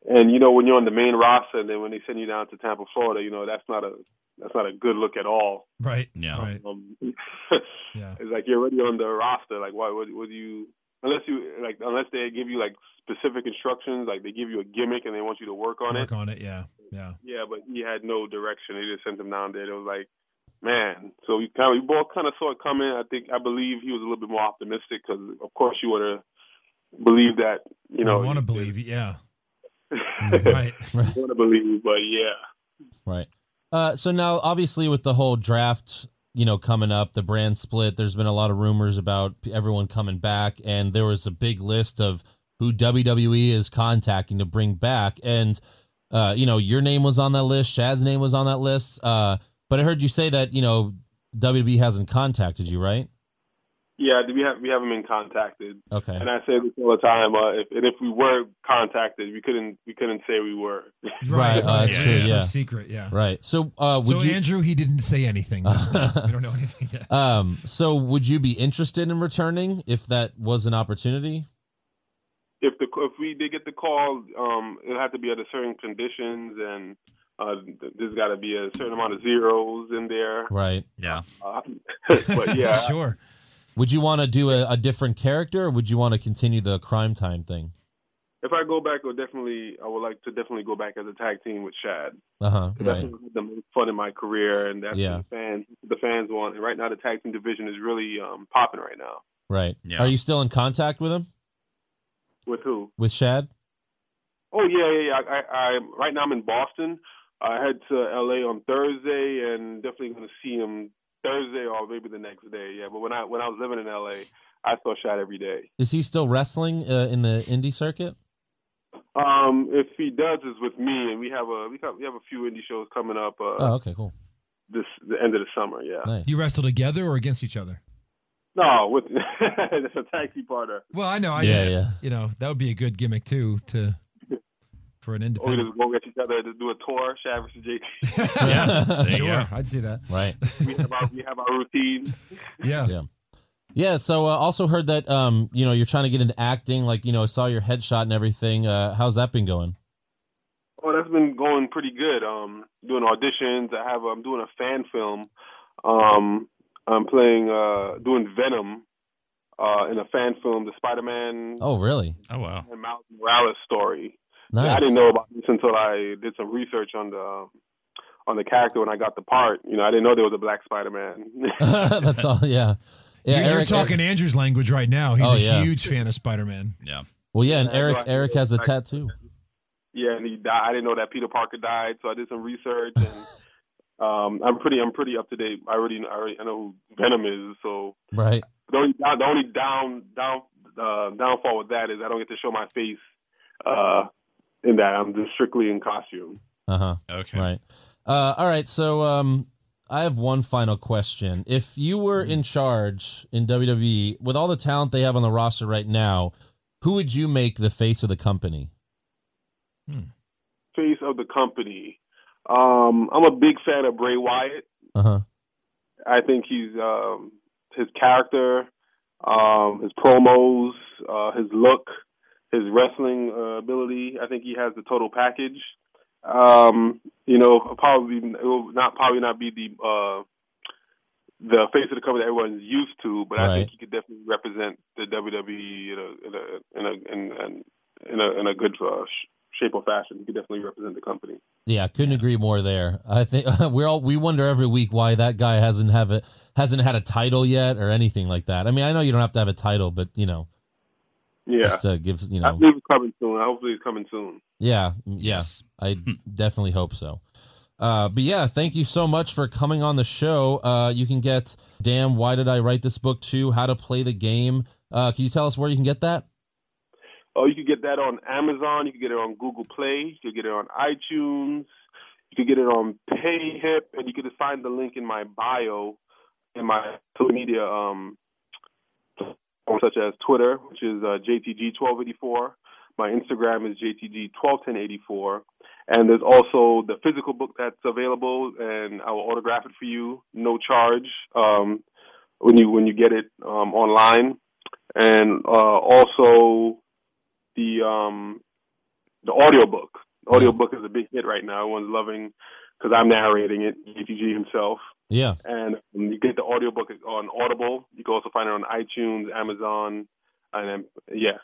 S11: and you know when you're on the main roster, and then when they send you down to Tampa, Florida, you know that's not a that's not a good look at all.
S8: Right.
S7: Yeah.
S8: Right.
S11: Um,
S8: Yeah.
S11: it's like you're already on the roster. Like, why would would you? Unless you like, unless they give you like specific instructions, like they give you a gimmick and they want you to work on it.
S8: Work on it. Yeah. Yeah.
S11: Yeah, but he had no direction. They just sent him down there. It was like, man. So we kind of we both kind of saw it coming. I think I believe he was a little bit more optimistic because, of course, you want to believe that. You know,
S8: I want to believe. Yeah.
S11: you
S8: Right.
S11: want to believe, but yeah,
S5: Right. Uh, so now, obviously, with the whole draft, you know, coming up, the brand split, there's been a lot of rumors about everyone coming back, and there was a big list of who WWE is contacting to bring back, and uh, you know, your name was on that list, Shad's name was on that list, uh, but I heard you say that you know WWE hasn't contacted you, right?
S11: yeah. We have we haven't been contacted,
S5: Okay.
S11: and I say this all the time. Uh, if, and if we were contacted, we couldn't we couldn't say we were.
S5: Right, uh, that's
S8: yeah,
S5: true,
S8: so
S5: yeah.
S8: secret. Yeah.
S5: Right. So, uh, would
S8: so
S5: you?
S8: Andrew, he didn't say anything. Just now. we don't know anything yet.
S5: um, so would you be interested in returning if that was an opportunity?
S11: if the if we did get the call, um, it'll have to be under certain conditions, and uh, th- there's got to be a certain amount of zeros in there.
S5: Right.
S7: Yeah.
S11: Uh, but yeah,
S8: sure.
S5: Would you want to do a, a different character, or would you want to continue the crime time thing?
S11: if I go back, I would definitely I would like to definitely go back as a tag team with Shad.
S5: Uh huh.
S11: 'Cause
S5: Right.
S11: That's the most fun in my career, and that's
S5: Yeah.
S11: what the fans the fans want. And right now, the tag team division is really um, popping right now.
S5: Right.
S7: Yeah.
S5: Are you still in contact with him?
S11: With who?
S5: With Shad?
S11: Oh yeah, yeah. yeah. I, I, I right now I'm in Boston. I head to LA on Thursday, and definitely going to see him Thursday or maybe the next day. Yeah, but when I when I was living in LA, I saw Shot every day.
S5: Is he still wrestling uh, in the indie circuit?
S11: Um, if he does, is with me, and we have a we have we have a few indie shows coming up. Uh,
S5: Oh, okay, cool,
S11: this the end of the summer. Yeah.
S5: nice.
S8: You wrestle together or against each other?
S11: No, with it's a taxi partner.
S8: Well, I know. I
S5: yeah,
S8: just,
S5: yeah.
S8: you know, that would be a good gimmick too to for an
S11: Or we
S8: independent.
S11: just go get each other to do a tour. Shad versus JT.
S7: Yeah. There you
S8: sure,
S7: go.
S8: I'd see that.
S5: right.
S11: We have our we have our routine.
S8: Yeah.
S5: Yeah. Yeah. So, uh, also heard that um, you know, you're trying to get into acting. Like, you know, I saw your headshot and everything. Uh, how's that been going?
S11: Oh, that's been going pretty good. Um, doing auditions. I have. I'm doing a fan film. Um, I'm playing. Uh, doing Venom. Uh, in a fan film, the Spider-Man
S5: Oh, really?
S7: Oh wow.
S11: and Miles Morales story.
S5: Nice.
S11: I didn't know about this until I did some research on the um, on the character when I got the part. You know, I didn't know there was a black Spider-Man.
S5: That's all. Yeah. Yeah.
S8: you're, you're
S5: Eric-
S8: talking Andrew's language right now. He's
S5: Oh,
S8: a
S5: yeah.
S8: huge fan of Spider-Man.
S7: Yeah.
S5: well, yeah, and
S11: Yeah,
S5: Eric.
S11: right.
S5: Eric has a tattoo.
S11: yeah, and he died. I didn't know that Peter Parker died, so I did some research and. Um, I'm pretty, I'm pretty up to date. I already, I already, I know who Venom is, so
S5: Right.
S11: The only down, the only down down uh, downfall with that is I don't get to show my face uh, in that. I'm just strictly in costume.
S5: Uh huh.
S7: Okay.
S5: Right. Uh, all right. So um, I have one final question. If you were in charge in WWE with all the talent they have on the roster right now, who would you make the face of the company?
S11: Face of the company. Um, I'm a big fan of Bray Wyatt.
S5: Uh huh.
S11: I think he's um, his character, um, his promos, uh, his look, his wrestling uh, ability. I think he has the total package. Um, you know, probably it will not probably not be the uh, the face of the company that everyone's used to, but I
S5: Right.
S11: think he could definitely represent the WWE in a in a in a in, in, in a, in a good uh, sh- shape or fashion. He could definitely represent the company.
S5: Yeah, couldn't agree more there. I think we're all we wonder every week why that guy hasn't have it hasn't had a title yet or anything like that. I mean, I know you don't have to have a title, but you know,
S11: Yeah.
S5: just to give you
S11: I
S5: know,
S11: believe it's coming soon. Hopefully it's coming soon.
S5: yeah, yes, I
S7: Hmm.
S5: definitely hope so. Uh, but yeah, thank you so much for coming on the show. Uh, you can get damn why did I write this book too? How to play the game. Uh, can you tell us where you can get that?
S11: Oh, you can get that on Amazon. You can get it on Google Play. You can get it on iTunes. You can get it on PayHip, and you can just find the link in my bio, in my social media, um, such as Twitter, which is uh, JTG1284. My Instagram is JTG121084. And there's also the physical book that's available, and I will autograph it for you, no charge, um, when you when you get it um, online. And uh, also the um the audiobook. Audiobook is a big hit right now. Everyone's loving because I'm narrating it, JTG himself.
S5: Yeah.
S11: And um, you get the audiobook on Audible. You can also find it on iTunes, Amazon, and um, yeah,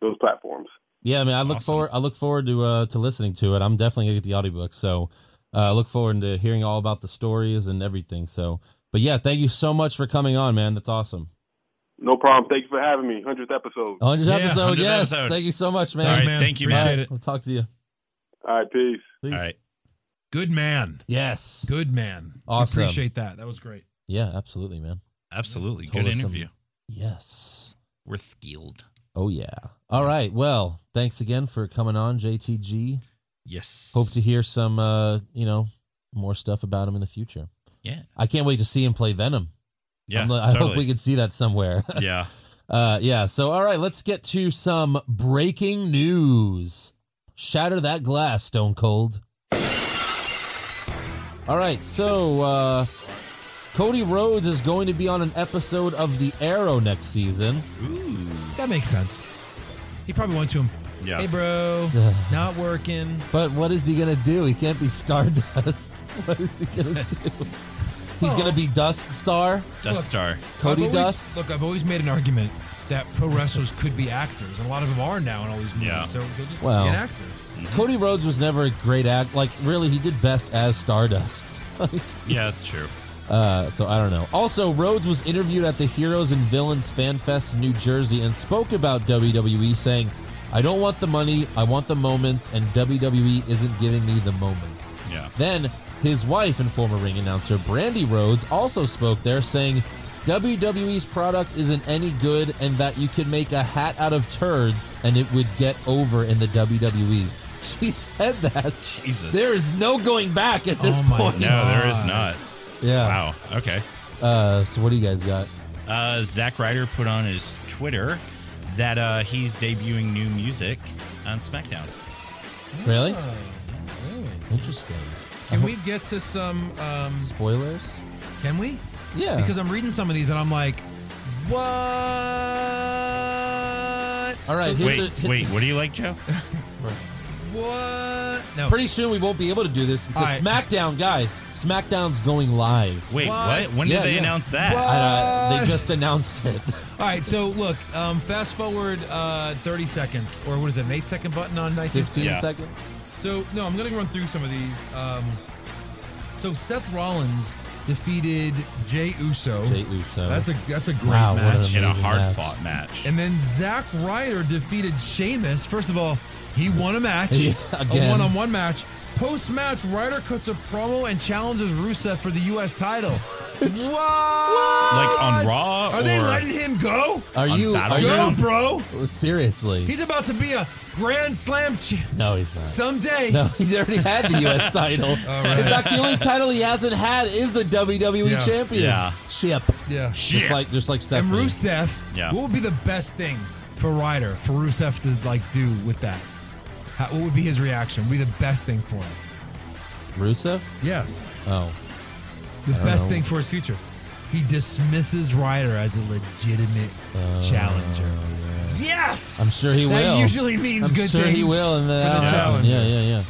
S11: those platforms.
S5: Yeah, I mean, I look forward. I look forward to uh, to listening to it. I'm definitely gonna get the audiobook, so uh, I look forward to hearing all about the stories and everything. So, but yeah, thank you so much for coming on, man. That's awesome.
S11: No problem. Thank you for having me. 100th episode.
S5: 100th episode, yes. Thank you so much, man.
S7: All right, thank you, man.
S5: We'll talk to you.
S11: All right, peace.
S7: All right.
S8: Good man.
S5: Yes.
S8: Good man.
S5: Awesome.
S8: Appreciate that. That was great.
S5: Yeah, absolutely, man.
S7: Absolutely.
S5: Told
S7: Good
S5: us some-
S7: interview.
S5: yes.
S7: We're skilled.
S5: Oh yeah. All right. Well, thanks again for coming on, JTG.
S7: Yes.
S5: Hope to hear some, uh, you know, more stuff about him in the future.
S7: Yeah.
S5: I can't wait to see him play Venom.
S7: Yeah,
S5: I'm li- I hope
S7: totally.
S5: we can see that somewhere.
S7: Yeah.
S5: Uh, yeah. So, all right, let's get to some breaking news. Shatter that glass, Stone Cold. All right. So, uh, Cody Rhodes is going to be on an episode of The Arrow next season.
S8: That makes sense. He probably went to him.
S7: Yeah.
S8: Hey, bro. not working.
S5: But what is he gonna do? He can't be Stardust. what is he gonna do? He's gonna be Dust Star.
S7: Dust Star.
S5: Cody
S8: I've always-
S5: Dust.
S8: Look, I've always made an argument that pro wrestlers could be actors, and a lot of them are now in all these movies.
S7: Yeah.
S8: So they'll just
S5: Well.
S8: be an actor.
S5: Cody Rhodes was never a great act. Like, really, he did best as Stardust.
S7: Yeah, that's true.
S5: Uh, so I don't know. Also, Rhodes was interviewed at the Heroes and Villains Fan Fest in New Jersey and spoke about WWE, saying, "I don't want the money. I want the moments, and WWE isn't giving me the moments."
S7: Yeah.
S5: Then his wife and former ring announcer Brandy Rhodes also spoke there, saying, "WWE's product isn't any good, and that you could make a hat out of turds, and it would get over in the WWE." She said that.
S7: Jesus.
S5: There is no going back at this
S8: Oh my
S5: point.
S7: No, there is not.
S5: Yeah.
S7: Wow. Okay.
S5: Uh, so what do you guys got?
S7: Uh, Zack Ryder put on his Twitter that uh, he's debuting new music on SmackDown.
S5: Really?
S8: Oh, really?
S5: Interesting. I
S8: Can
S5: hope-
S8: we get to some? Um,
S5: spoilers?
S8: can we?
S5: Yeah.
S8: Because I'm reading some of these and I'm like, what?
S5: all right. hit
S7: Wait,
S5: the- hit-
S7: wait. What do you like, Joe?
S8: What? No.
S5: Pretty soon we won't be able to do this
S8: All
S5: because
S8: right.
S5: SmackDown, guys, SmackDown's going live.
S7: Wait,
S8: What?
S7: what? When
S5: Yeah,
S7: did they
S5: yeah.
S7: announce that?
S8: What?
S5: I, uh, they
S8: What?
S5: just announced it.
S8: All right. So look, um, fast forward uh, 30 seconds, or what is it? An eight second button on 19.
S5: Fifteen
S7: Yeah.
S5: seconds.
S8: So no, I'm gonna run through some of these. Um, so Seth Rollins defeated Jay Uso.
S5: Jay Uso.
S8: That's a that's a great
S5: Wow, what
S8: match.
S5: an
S7: In a
S5: Amazing
S7: hard
S5: match.
S7: fought match.
S8: And then Zack Ryder defeated Sheamus. First of all, he won a match,
S5: Yeah, again.
S8: a one-on-one match. Post-match, Ryder cuts a promo and challenges Rusev for the U.S. title. what?
S7: Like on Raw?
S8: Are
S7: or...
S8: they letting him go?
S5: Are you? Are
S8: Go,
S5: you?
S7: Battleground?
S8: bro.
S5: Seriously?
S8: He's about to be a Grand Slam ch-
S5: no, he's not.
S8: someday.
S5: no, he's already had the U.S. title. In fact, the only title he hasn't had is the WWE
S8: Yeah.
S7: Yeah.
S5: Championship.
S8: Yeah.
S5: Just like, just like
S8: And
S5: Stephanie.
S8: Rusev.
S7: Yeah.
S8: What would be the best thing for Ryder for Rusev to like do with that? How, what would be his reaction? What would be the best thing for him?
S5: Rusev?
S8: Yes.
S5: Oh,
S8: the best
S5: know.
S8: thing for his future. He dismisses Ryder as a legitimate challenger. Yes,
S5: Oh, I'm sure he
S8: That
S5: will.
S8: usually means
S5: I'm
S8: good
S5: sure
S8: things.
S5: he will, and then
S8: for the
S5: that'll happen.
S8: challenge.
S5: Yeah, yeah, yeah.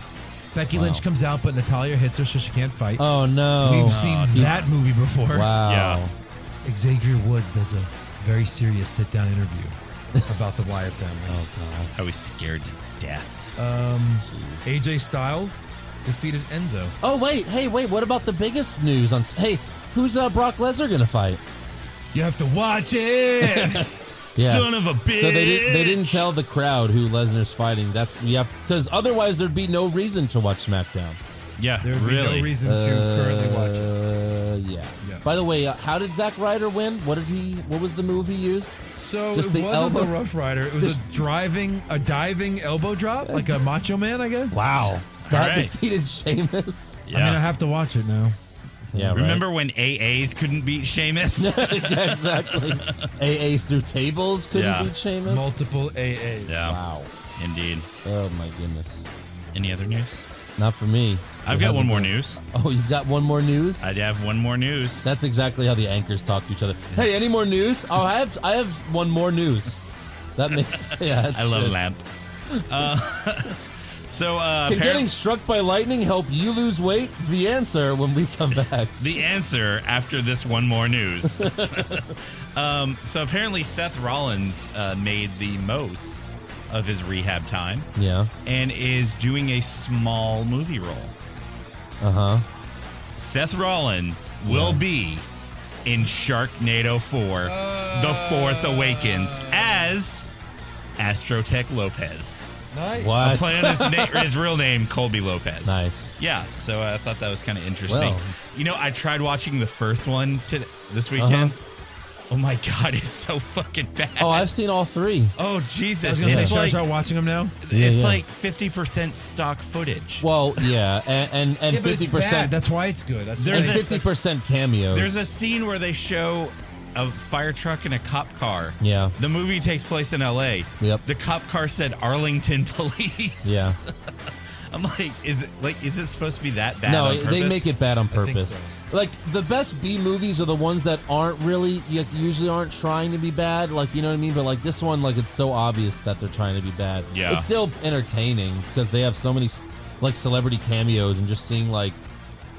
S8: Becky Lynch comes out, but Natalia hits her, so she can't fight.
S5: Oh no!
S8: We've seen that movie before.
S5: Wow.
S7: Yeah.
S8: Xavier Woods does a very serious sit-down interview about the Wyatt family.
S5: Oh god.
S7: I was scared to death.
S8: AJ Styles defeated Enzo.
S5: Oh wait, hey wait, what about the biggest news on? Hey, who's uh, Brock Lesnar gonna fight?
S8: You have to watch it.
S7: Son of a bitch.
S5: So they didn't they didn't tell the crowd who Lesnar's fighting. That's yeah, because otherwise there'd be no reason to watch SmackDown.
S7: Yeah,
S6: There would
S7: really.
S6: be no reason to currently watch it.
S5: Uh, yeah.
S6: Yeah.
S5: By the way, uh, how did Zack Ryder win? What did he? What was the move he used?
S6: So
S5: just
S6: it
S5: the
S6: wasn't
S5: elbow-
S6: the Rough Rider. It was
S5: Just- Uh,
S6: a driving, a diving elbow drop, like a Macho Man, I guess.
S5: Wow, that
S7: right.
S5: defeated Sheamus.
S7: Yeah.
S6: I mean, I have to watch it now.
S5: Yeah, right.
S7: Remember when AAs couldn't beat Sheamus?
S5: Yeah, exactly. AAs through tables couldn't
S7: Yeah.
S5: beat Sheamus.
S6: Multiple AAs.
S7: yeah,
S5: wow.
S7: indeed.
S5: Oh my goodness.
S7: Any other news?
S5: Not for me.
S7: I've got one more news.
S5: Oh, you've got one more news.
S7: I have one more news.
S5: That's exactly how the anchors talk to each other. Hey, any more news? Oh, I have I have one more news. That makes yeah. That's
S7: I love
S5: good.
S7: lamp. Uh, so uh,
S5: Can
S7: apparent-
S5: getting struck by lightning help you lose weight? The answer when we come back.
S7: the answer after this one more news. um, so apparently, Seth Rollins uh, made the most of his rehab time
S5: Yeah.
S7: and is doing a small movie role.
S6: Uh-huh.
S5: Uh huh.
S7: Seth Rollins will be in Sharknado 4, The Fourth Awakens, as Astrotech Lopez.
S6: Nice.
S5: What?
S7: Playing his, na- his real name, Colby Lopez.
S5: Nice.
S7: Yeah, so I thought that was kind of interesting.
S5: Well.
S7: You know, I tried watching the first one to this
S6: Uh-huh.
S7: weekend. Oh my god, it's so fucking bad.
S5: Oh, I've seen all three.
S7: Oh,
S6: I was
S7: Jesus,
S6: gonna say,
S7: it's
S6: should I
S7: like
S6: start watching them now?
S5: Yeah,
S7: it's
S5: yeah.
S7: like fifty percent stock footage.
S5: Well, yeah, and and
S6: Yeah, but it's
S5: fifty
S6: bad.
S5: percent
S6: That's why it's good. That's
S7: There's
S6: why
S5: and
S6: it's-
S5: fifty percent cameos.
S7: There's a scene where they show a fire truck and a cop car.
S5: Yeah.
S7: The movie takes place in L.A.
S5: Yep.
S7: The cop car said Arlington Police.
S5: yeah.
S7: I'm like, is it like is it supposed to be that bad?
S5: No,
S7: on
S5: they
S7: purpose?
S5: make it bad on
S6: think
S5: purpose.
S6: so.
S5: Like the best B movies are the ones that aren't really you- usually aren't trying to be bad. Like you know what I mean. But like this one, like it's so obvious that they're trying to be bad.
S7: Yeah.
S5: it's still entertaining because they have so many like celebrity cameos and just seeing like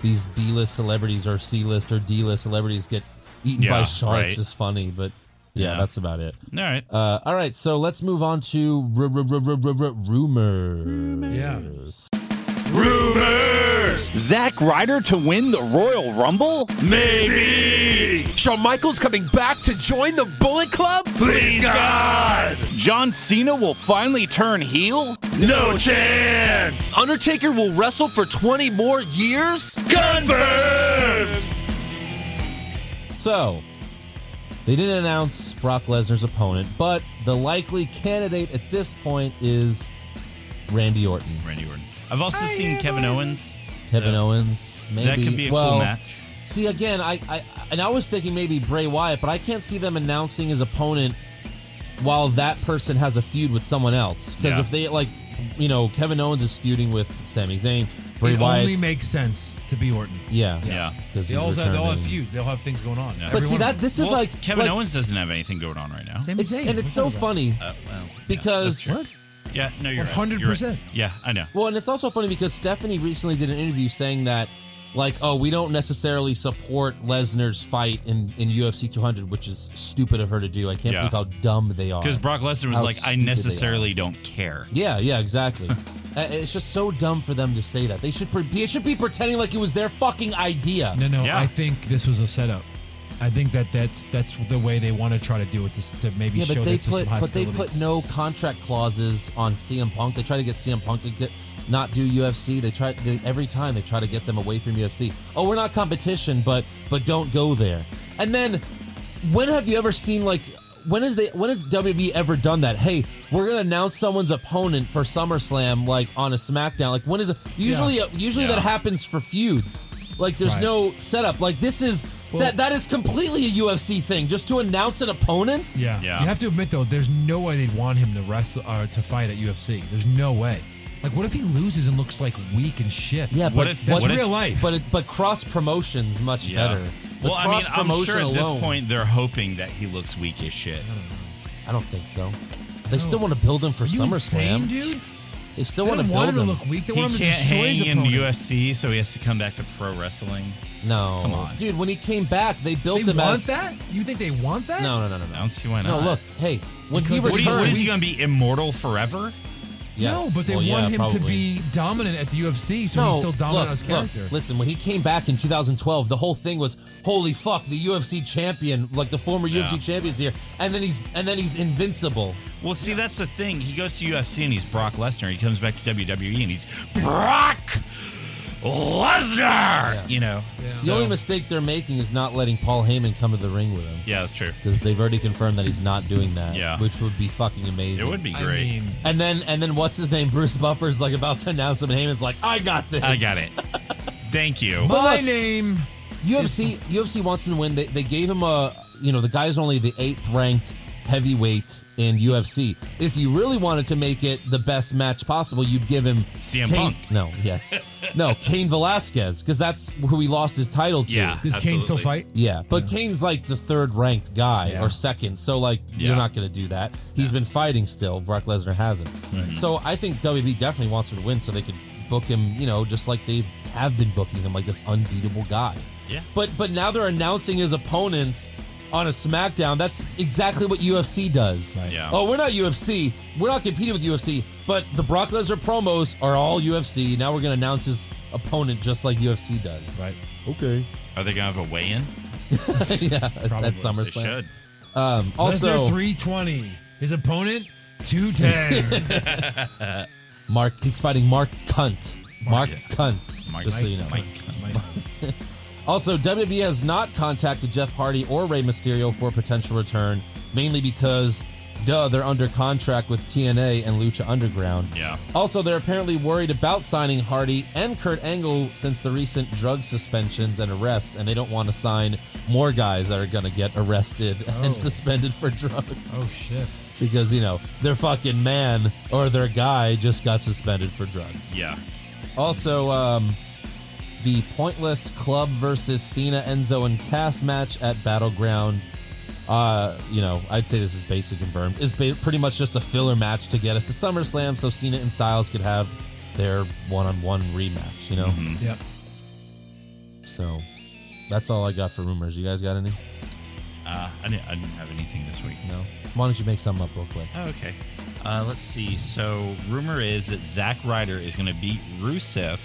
S5: these B list celebrities or C list or D list celebrities get eaten by
S7: Yeah,
S5: sharks
S7: right.
S5: is funny. But yeah,
S7: Yeah.
S5: that's about it.
S7: All right.
S5: Uh, all right, so let's move on to r- r- r- r- r- r- rumors.
S6: Yeah.
S12: Rumors! Zack Ryder to win the Royal Rumble? Maybe! Shawn Michaels coming back to join the Bullet Club? Please, God! John Cena will finally turn heel? No chance! Undertaker will wrestle for 20 more years? Confirmed!
S5: So, they didn't announce Brock Lesnar's opponent, but the likely candidate at this point is Randy Orton.
S7: Randy Orton. I've also seen Kevin Owens.
S5: Kevin
S7: so
S5: Owens, maybe.
S7: That could be a
S5: well,
S7: cool match.
S5: See, again, I, I and I was thinking maybe Bray Wyatt, but I can't see them announcing his opponent while that person has a feud with someone else. Because
S7: Yeah.
S5: if they like, you know, Kevin Owens is feuding with Sami Zayn, Bray
S6: it only
S5: Wyatt,
S6: makes sense to be Orton.
S5: yeah,
S7: Yeah.
S5: because
S6: They
S5: he's
S6: all have, they'll have
S5: returning.
S6: feud. They'll have things going on.
S5: But see,
S6: Everyone-
S5: that this is
S7: Well,
S5: like
S7: Kevin
S5: like,
S7: Owens doesn't have anything going on right now.
S6: Sami
S5: It's,
S6: Zayn,
S5: and it's
S6: what
S5: so
S6: are you talking
S5: funny.
S7: Uh, well, yeah,
S5: Because-
S7: that's true.
S6: about?
S7: yeah, no, you're right.
S6: 100%.
S7: You're right. Yeah, I know.
S5: Well, and it's also funny because Stephanie recently did an interview saying that, like, oh, we don't necessarily support Lesnar's fight in, in UFC 200, which is stupid of her to do. I can't
S7: Yeah.
S5: believe how dumb they are.
S7: Because Brock Lesnar was
S5: How
S7: like, I
S5: stupid they
S7: necessarily don't care.
S5: Yeah, yeah, exactly. Uh, it's just so dumb for them to say that. They should pre- they should be pretending like it was their fucking idea.
S6: No, no.
S7: Yeah.
S6: I think this was a setup. I think that that's that's the way they want to try to do it to, s- to maybe
S5: Yeah,
S6: show
S5: but they
S6: that to
S5: put
S6: some
S5: but they
S6: hostility.
S5: put no contract clauses on CM Punk. They try to get CM Punk to get not do UFC. They try they, every time they try to get them away from UFC. Oh, we're not competition, but but don't go there. And then when have you ever seen like when is they when has WWE ever done that? Hey, we're gonna announce someone's opponent for SummerSlam like on a SmackDown. Like when is it usually usually
S7: Yeah.
S5: that happens for feuds. Like there's
S6: Right.
S5: no setup. Like this is that that is completely a UFC thing. Just to announce an opponent.
S6: Yeah.
S7: Yeah.
S6: You have to admit though, there's no way they'd want him to wrestle or to fight at UFC. There's no way. Like, what if he loses and looks like weak and shit?
S5: Yeah,
S7: What
S5: but
S7: if-
S5: but-
S7: what
S6: if- real life.
S5: But it, but cross promotion's much
S7: Yeah.
S5: better. The
S7: Well, I mean, I'm
S5: cross-promotion
S7: sure at this
S5: alone,
S7: point they're hoping that he looks weak as shit.
S5: I don't think so. They still want to build him for
S6: Are you insane,
S5: SummerSlam.
S6: dude?
S5: they still
S6: They
S5: want to
S6: don't
S5: build
S6: want him to
S5: him.
S6: look weak. They
S7: He
S6: want him to
S7: can't
S6: destroy his
S7: hang in
S6: opponent.
S7: UFC, so he has to come back to pro wrestling.
S5: no,
S7: Come on.
S5: dude. When he came back, they built
S6: They
S5: him
S6: want
S5: as
S6: that? You think they want that?
S5: no, no, no, no,
S7: I
S5: no.
S7: don't see why
S5: No,
S7: not.
S5: look, hey, when
S6: Because-
S5: he
S7: What, do you, what
S5: returned,
S7: is he going to be immortal forever?
S5: Yeah.
S8: No, but they
S5: Well, yeah,
S8: want him to
S5: probably.
S8: be dominant at the UFC, so he's still dominant on his character.
S5: Look, listen, when he came back in 2012, the whole thing was, "Holy fuck, the UFC champion, like the former
S7: Yeah.
S5: UFC champion's here," and then he's and then he's invincible.
S7: Well, see, that's the thing. He goes to UFC and he's Brock Lesnar. He comes back to WWE and he's Brock Lesnar. You know,
S5: The
S7: So-
S5: only mistake they're making is not letting Paul Heyman come to the ring with him.
S7: Yeah, that's true.
S5: Because they've already confirmed that he's not doing that.
S7: Yeah.
S5: Which would be fucking amazing.
S7: It would be I great. mean-
S5: and then and then what's his name? Bruce Buffer's like about to announce him and Heyman's like, I got this.
S7: I got it. Thank you.
S8: name.
S5: UFC UFC wants him to win. They, they gave him a you know the guy's only the eighth ranked heavyweight in UFC. If you really wanted to make it the best match possible, you'd give him
S7: CM
S5: Kane-
S7: Punk.
S5: No, yes, no Kane Velasquez because that's who he lost his title to.
S7: Yeah, Does Kane still absolutely. fight?
S5: Yeah, but Kane's like the third ranked guy
S7: Yeah.
S5: or second. So like
S7: Yeah.
S5: you're not going to do that. He's been fighting still. Brock Lesnar hasn't.
S7: Mhm.
S5: So I think WB definitely wants him to win so they could book him. You know, just like they have been booking him like this unbeatable guy.
S7: Yeah.
S5: But but now they're announcing his opponents on a SmackDown. That's exactly what UFC does.
S7: Yeah.
S5: Oh, we're not UFC. We're not competing with UFC. But the Brock Lesnar promos are all UFC. Now we're gonna announce his opponent just like UFC does. Right. Okay.
S7: Are they gonna have a weigh-in?
S5: yeah. at- At
S7: They
S5: SummerSlam.
S7: should.
S5: Um,
S8: Lesnar
S5: also,
S8: 320. His opponent 210.
S5: Mark. He's fighting Mark Cunt. Mark, Cunt.
S7: Mike-
S5: just so you know.
S7: Mike-
S5: Also, WWE has not contacted Jeff Hardy or Rey Mysterio for a potential return, mainly because, duh, they're under contract with TNA and Lucha Underground.
S7: Yeah.
S5: Also, they're apparently worried about signing Hardy and Kurt Angle since the recent drug suspensions and arrests, and they don't want to sign more guys that are going to get arrested
S8: Oh.
S5: and suspended for drugs.
S8: oh, shit.
S5: Because, you know, their fucking man or their guy just got suspended for drugs.
S7: Yeah.
S5: Also, um, the pointless club versus Cena, Enzo, and Cass match at Battleground. Uh, you know, I'd say this is basically confirmed. Is ba- pretty much just a filler match to get us to SummerSlam, so Cena and Styles could have their one-on-one rematch. You know,
S7: Mhm.
S8: Yep.
S5: so that's all I got for rumors. You guys got any?
S7: Uh, I didn't. I didn't have anything this week.
S5: No. Why don't you make some up real quick?
S7: Oh, okay. Uh, let's see. So, rumor is that Zack Ryder is going to beat Rusev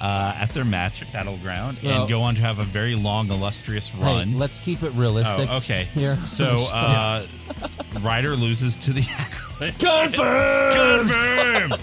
S7: uh, at their match at Battleground
S5: No.
S7: and go on to have a very long, illustrious run.
S5: Hey, let's keep it realistic.
S7: Oh, okay.
S5: Here.
S7: So, uh, Ryder loses to the Acclaimed.
S5: Confirmed!
S7: Confirmed!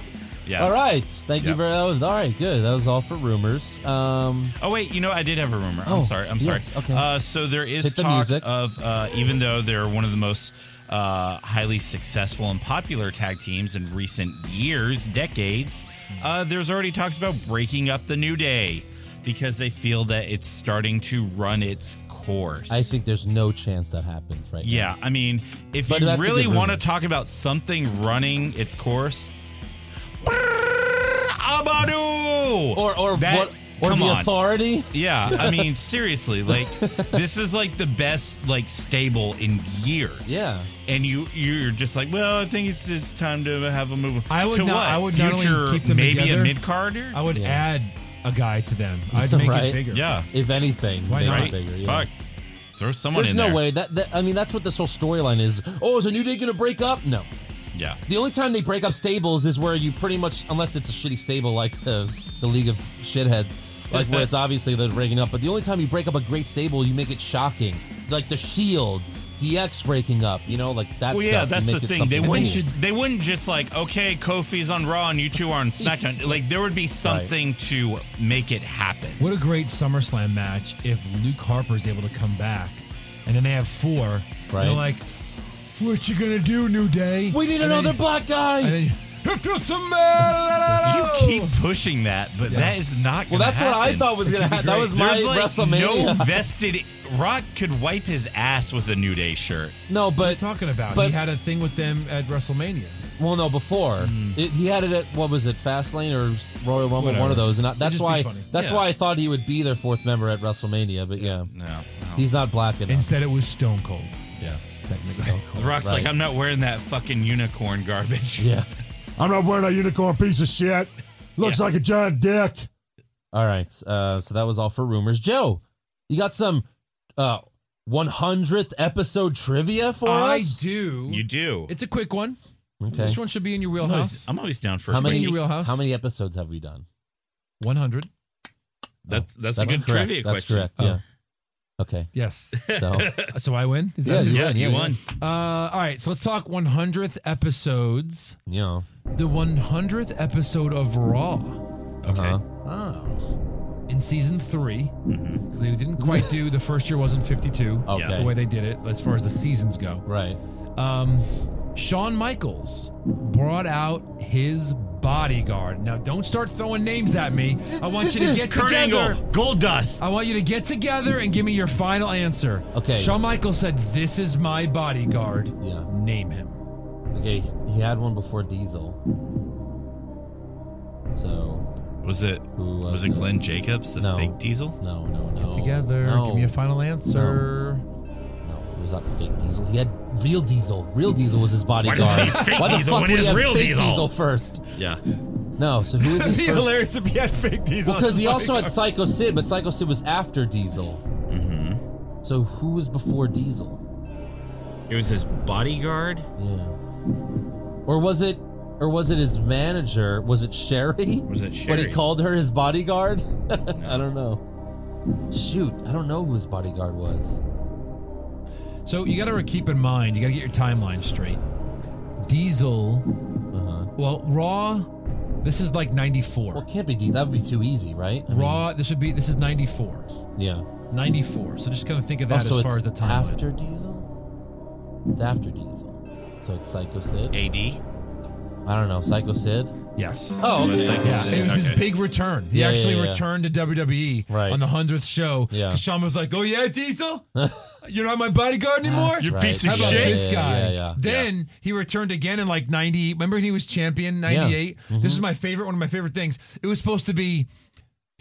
S7: Yeah.
S5: All right. Thank
S7: Yeah.
S5: you very much. All right. Good. That was all for rumors. Um.
S7: Oh wait, you know I did have a rumor. I'm
S5: Oh,
S7: sorry. I'm sorry.
S5: yes, okay.
S7: Uh, so there is
S5: Hit the
S7: talk
S5: music.
S7: of uh, even though they're one of the most uh, highly successful and popular tag teams in recent years, decades, uh, there's already talks about breaking up the New Day because they feel that it's starting to run its course.
S5: I think there's no chance that happens right
S7: Yeah, I mean, if
S5: But
S7: you
S5: that's a
S7: really
S5: good
S7: want to
S5: rumor.
S7: talk about something running its course, Abadu,
S5: now. Or or what or
S7: come
S5: the
S7: on.
S5: authority?
S7: Yeah, I mean, seriously, like this is like the best like stable in years.
S5: Yeah.
S7: and you you're just like, well, I think it's just time to have a move.
S8: I would
S7: to
S8: not-
S7: what?
S8: I would not
S7: Future,
S8: only keep them
S7: maybe
S8: together-
S7: a mid carder.
S8: I would
S5: Yeah.
S8: add a guy to them. I'd make it
S5: Right.
S8: bigger.
S7: Yeah,
S5: If anything,
S8: Why
S5: make it
S8: not?
S5: bigger. yeah.
S7: fuck, throw someone
S5: There's
S7: in
S5: no
S7: there.
S5: way that, that I mean that's what this whole storyline is. Oh, is a new day gonna break up? No.
S7: Yeah,
S5: The only time they break up stables is where you pretty much unless it's a shitty stable like the the League of Shitheads. Like where it's obviously they're breaking up, but the only time you break up a great stable, you make it shocking. Like the Shield, DX breaking up, you know, like that.
S7: Well,
S5: stuff,
S7: yeah,
S5: you
S7: that's
S5: make
S7: the
S5: it
S7: thing. They
S5: something
S7: wouldn't.
S5: cool.
S7: They wouldn't just like, okay, Kofi's on Raw and you two are on SmackDown. Like there would be something to make it happen.
S8: What a great SummerSlam match if Luke Harper is able to come back, and then they have four. and
S5: Right.
S8: They're like, "What you gonna do, New Day?
S5: We need
S8: And then-
S5: another black guy.
S8: And then you, if you're some man,
S7: You keep pushing that, but that is not.
S5: Well,
S7: gonna
S5: that's what I
S7: happen.
S5: thought was gonna happen. That was my
S7: There's like
S5: WrestleMania.
S7: no vested. Rock could wipe his ass with a New Day shirt.
S5: No,
S8: What are you
S5: but
S8: talking about?
S5: but-
S8: he had a thing with them at WrestleMania.
S5: well, no, before
S7: Hmm.
S5: it, he had it at what was it, Fastlane or Royal Rumble, one
S8: Whatever.
S5: of those, and I, that's
S8: just be
S5: why
S8: funny.
S5: that's
S7: Yeah.
S5: why I thought he would be their fourth member at WrestleMania. But yeah,
S7: No, no.
S5: he's not black enough.
S8: Instead, it was Stone Cold.
S5: yes,
S7: Rock's like, I'm not wearing that fucking unicorn garbage.
S5: yeah.
S6: I'm not wearing a unicorn piece of shit. Looks like a giant dick.
S5: All right, uh, so that was all for rumors. Joe, you got some uh, 100th episode trivia for
S8: I
S5: us?
S8: do.
S7: You do.
S8: It's a quick one.
S5: Okay.
S8: This one should be in your
S7: I'm
S8: wheelhouse.
S7: always, I'm always down for
S5: how
S7: a
S5: many
S7: quickie.
S5: How many episodes have we done?
S8: 100.
S7: That's that's, a
S5: That's
S7: good
S5: correct.
S7: trivia
S5: That's
S7: question.
S5: correct. Yeah. Okay.
S8: Yes.
S5: So
S8: so I win. Is
S5: Yeah,
S8: that
S5: you
S8: it?
S5: won, yeah, You yeah. won.
S8: Uh, all right. So let's talk 100th episodes.
S5: yeah.
S8: The 100th episode of Raw.
S7: Okay.
S5: Uh-huh.
S8: Oh. In season 3 'cause they didn't quite do the first year wasn't 52.
S5: Mm-hmm. Okay.
S8: The way they did it, as far as the seasons go.
S5: Right.
S8: Um, Shawn Michaels brought out his bodyguard. Now, don't start throwing names at me. I want you to get
S7: Kurt
S8: together.
S7: Angle, Gold
S5: Uh,
S7: Dust.
S8: I want you to get together and give me your final answer.
S5: Okay.
S8: Shawn Michaels said, "This is my bodyguard."
S5: Yeah.
S8: Name him.
S5: Okay. He had one before Diesel. So
S7: Was it
S5: who was,
S7: was it Glenn Jacobs, the
S5: No.
S7: fake Diesel?
S5: No, no, no.
S8: Together.
S5: Oh, No.
S8: Give me a final answer.
S5: No, it was not fake Diesel. He had real Diesel. Real Diesel was his bodyguard.
S7: does it say fake
S5: Why the
S7: Diesel
S5: fuck
S7: when
S5: would he
S7: it is
S5: have
S7: real
S5: fake
S7: Diesel?
S5: first?
S7: Yeah.
S5: No. So who is his
S8: It'd be
S5: first?
S8: hilarious if he had fake Diesel.
S5: Because he also had Psycho Sid, but Psycho Sid was after Diesel. Mm-hmm. So who was before Diesel?
S7: It was his bodyguard.
S5: Yeah. Or was it? Or was it his manager? Was it Sherry?
S7: Was it
S5: When
S7: Sherry?
S5: he called her his bodyguard? I don't know. Shoot, I don't know who his bodyguard was.
S8: So you got to keep in mind, you got to get your timeline straight. Diesel,
S5: Uh-huh.
S8: well, Raw, this is like 94.
S5: Well, it can't be D. That would be too easy, right? I mean,
S8: Raw, this would be, this is 94.
S5: yeah.
S8: 94. So just kind of think of that
S5: oh, so
S8: as far as
S5: it's
S8: the timeline.
S5: after Diesel. It's after Diesel. So it's Psycho Sid.
S7: AD.
S5: I don't know. Psycho Sid.
S8: yes.
S5: Oh,
S7: Was
S5: okay.
S7: Psycho
S8: Yeah,
S7: Sid,
S8: it was his
S7: okay.
S8: big return. He
S5: Yeah, yeah,
S8: actually
S5: yeah, yeah.
S8: returned to WWE
S5: Right.
S8: on the 100th show.
S5: Yeah.
S8: 'Cause Shawn was like, oh, yeah, Diesel? You're not my bodyguard anymore?
S5: That's
S7: You
S5: right.
S7: piece of
S8: How about
S7: shit.
S8: this
S5: Yeah,
S8: guy?
S5: Yeah, yeah.
S8: Then he returned again in like 90. Remember when he was champion, 98?
S5: Mm-hmm.
S8: This is my favorite, one of my favorite things. It was supposed to be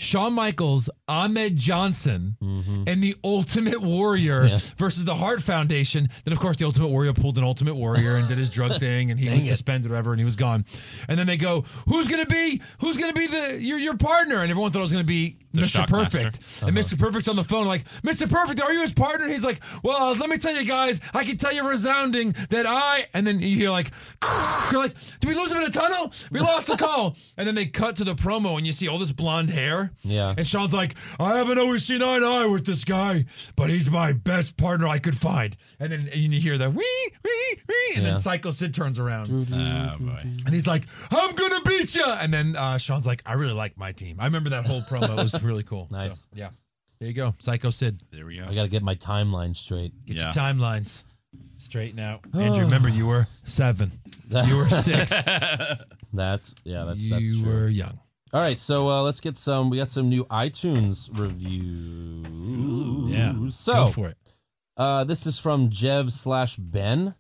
S8: Shawn Michaels, Ahmed Johnson,
S5: Mm-hmm.
S8: and the Ultimate Warrior
S5: Yes.
S8: versus the Hart Foundation. Then, of course, the Ultimate Warrior pulled an Ultimate Warrior and did his drug thing, and he was
S5: it.
S8: suspended or whatever, and he was gone. And then they go, Who's going to be? Who's going to be the your, your partner? And everyone thought it was going to be
S7: The
S8: Mr.
S7: Shockmaster.
S8: Perfect.
S5: Uh-huh.
S8: And Mr. Perfect's on the phone, like, Mr. Perfect, are you his partner? And he's like, Well, uh, let me tell you guys, I can tell you resounding that I. And then you hear, like, you're like, Did we lose him in a tunnel? We lost the call. And then they cut to the promo, and you see all this blonde hair.
S5: Yeah.
S8: And Sean's like, I haven't always seen eye to eye with this guy, but he's my best partner I could find. And then and you hear that, wee, wee, wee. And
S5: Yeah.
S8: then Psycho Sid turns around.
S7: Oh boy.
S8: And he's like, I'm going to beat you. And then uh, Sean's like, I really like my team. I remember that whole promo. It was really cool.
S5: Nice.
S8: So, yeah. There you go. Psycho Sid.
S7: There we
S5: I
S7: go.
S5: got to get my timeline straight.
S8: Get
S7: Yeah.
S8: your timelines straighten out. Andrew, remember, you were seven.
S5: That,
S8: You were six.
S5: that's yeah, that's that's
S8: you
S5: true.
S8: were young.
S5: All right, so uh, let's get some. We got some new iTunes reviews.
S8: Yeah.
S5: So
S8: Go for it.
S5: Uh, this is from Jev slash Ben.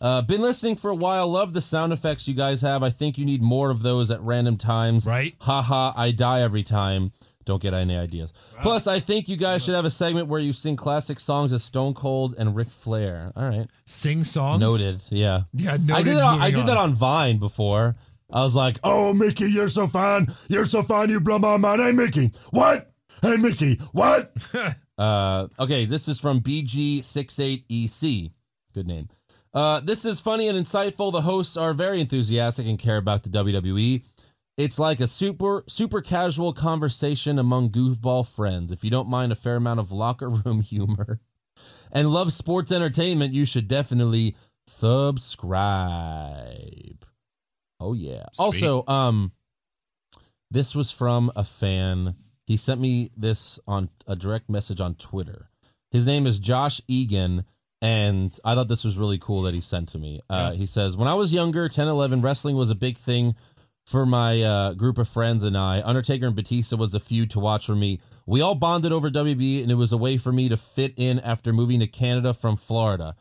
S5: Uh, been listening for a while. Love the sound effects you guys have. I think you need more of those at random times.
S8: Right.
S5: Haha, I die every time. Don't get any ideas. Plus, I think you guys should have a segment where you sing classic songs as Stone Cold and Ric Flair. All right.
S8: Sing songs.
S5: Noted. Yeah.
S8: Yeah, noted.
S5: I did that. On, I
S8: Moving
S5: did that on Vine before. I was like, "Oh, Mickey, you're so fine. You're so fine. You blow my mind." Hey, Mickey, what? Hey, Mickey, what? uh, okay, this is from BG68EC. E Good name. Uh, this is funny and insightful. The hosts are very enthusiastic and care about the WWE. It's like a super super casual conversation among goofball friends. If you don't mind a fair amount of locker room humor and love sports entertainment, you should definitely subscribe. Oh yeah. Also, um this was from a fan. He sent me this on a direct message on Twitter. His name is Josh Egan and I thought this was really cool that he sent to me. Uh, he says, "When I was younger, 10, 11, wrestling was a big thing for my uh, group of friends and I. Undertaker and Batista was a feud to watch for me. We all bonded over WB, and it was a way for me to fit in after moving to Canada from Florida.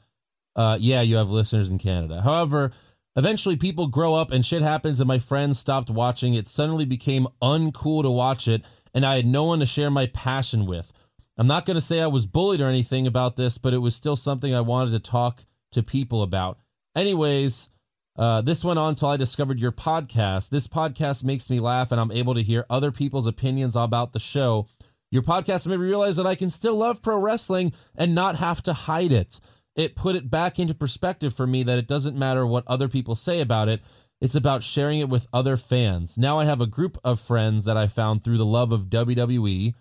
S5: Uh, yeah, you have listeners in Canada. However, eventually people grow up and shit happens, and my friends stopped watching. It suddenly became uncool to watch it, and I had no one to share my passion with. I'm not going to say I was bullied or anything about this, but it was still something I wanted to talk to people about. Anyways, uh, this went on until I discovered your podcast. This podcast makes me laugh, and I'm able to hear other people's opinions about the show. Your podcast made me realize that I can still love pro wrestling and not have to hide it. it put it back into perspective for me that it doesn't matter what other people say about it. It's about sharing it with other fans. Now I have a group of friends that I found through the love of E. WWE.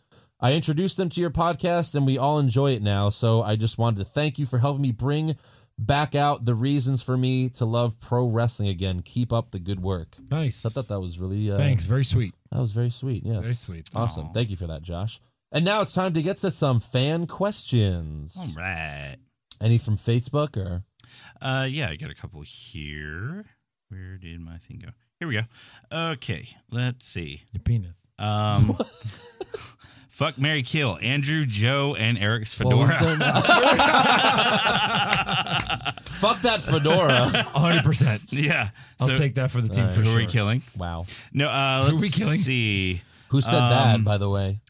S5: I introduced them to your podcast and we all enjoy it now. So I just wanted to thank you for helping me bring back out the reasons for me to love pro wrestling again. Keep up the good work.
S8: Nice.
S5: I thought that was really uh,
S8: Thanks. Very sweet.
S5: That was very sweet. Yes.
S8: Very sweet.
S5: Awesome.
S8: Aw.
S5: Thank you for that, Josh. And now it's time to get to some fan questions.
S8: Oh
S7: All right.
S5: Any from Facebook or
S7: Uh, yeah, I got a couple here. Where did my thing go? Here we go. Okay, let's see.
S8: Your penis.
S7: Um, fuck Mary Kill, Andrew, Joe, and Eric's fedora.
S5: fuck that fedora.
S8: 100%.
S7: Yeah.
S8: I'll take that for the team
S7: All
S8: for
S7: Who are we
S8: sure.
S7: killing?
S5: Wow.
S7: No, uh,
S8: Who
S7: let's
S8: are we killing?
S7: see.
S5: Who said that,
S7: Um,
S5: by the way?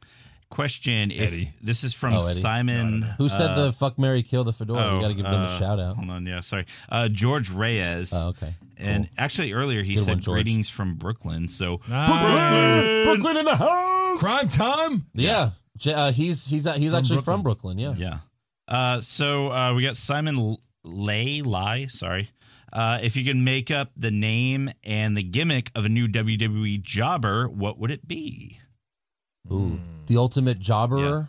S7: Question if
S5: Eddie.
S7: this is from
S5: Oh, Eddie.
S7: Simon.
S5: Who said
S7: uh,
S5: the fuck Mary kill the fedora? we got to give them
S7: uh,
S5: a shout out.
S7: Hold on, yeah, sorry. Uh, George Reyes.
S5: Oh, okay.
S7: And actually, earlier he
S5: Good
S7: said
S5: one, George.
S7: greetings from Brooklyn. So
S8: Nice.
S5: Brooklyn in the house.
S8: Crime time.
S5: Yeah. J Uh, he's he's uh, he's
S8: From
S5: actually
S8: Brooklyn.
S5: from Brooklyn. Yeah.
S7: Yeah. Uh, so uh, we got Simon L- Lay Lie. Sorry. Uh, if you can make up the name and the gimmick of a new WWE jobber, what would it be?
S5: Ooh,
S7: Mm.
S5: the ultimate jobberer.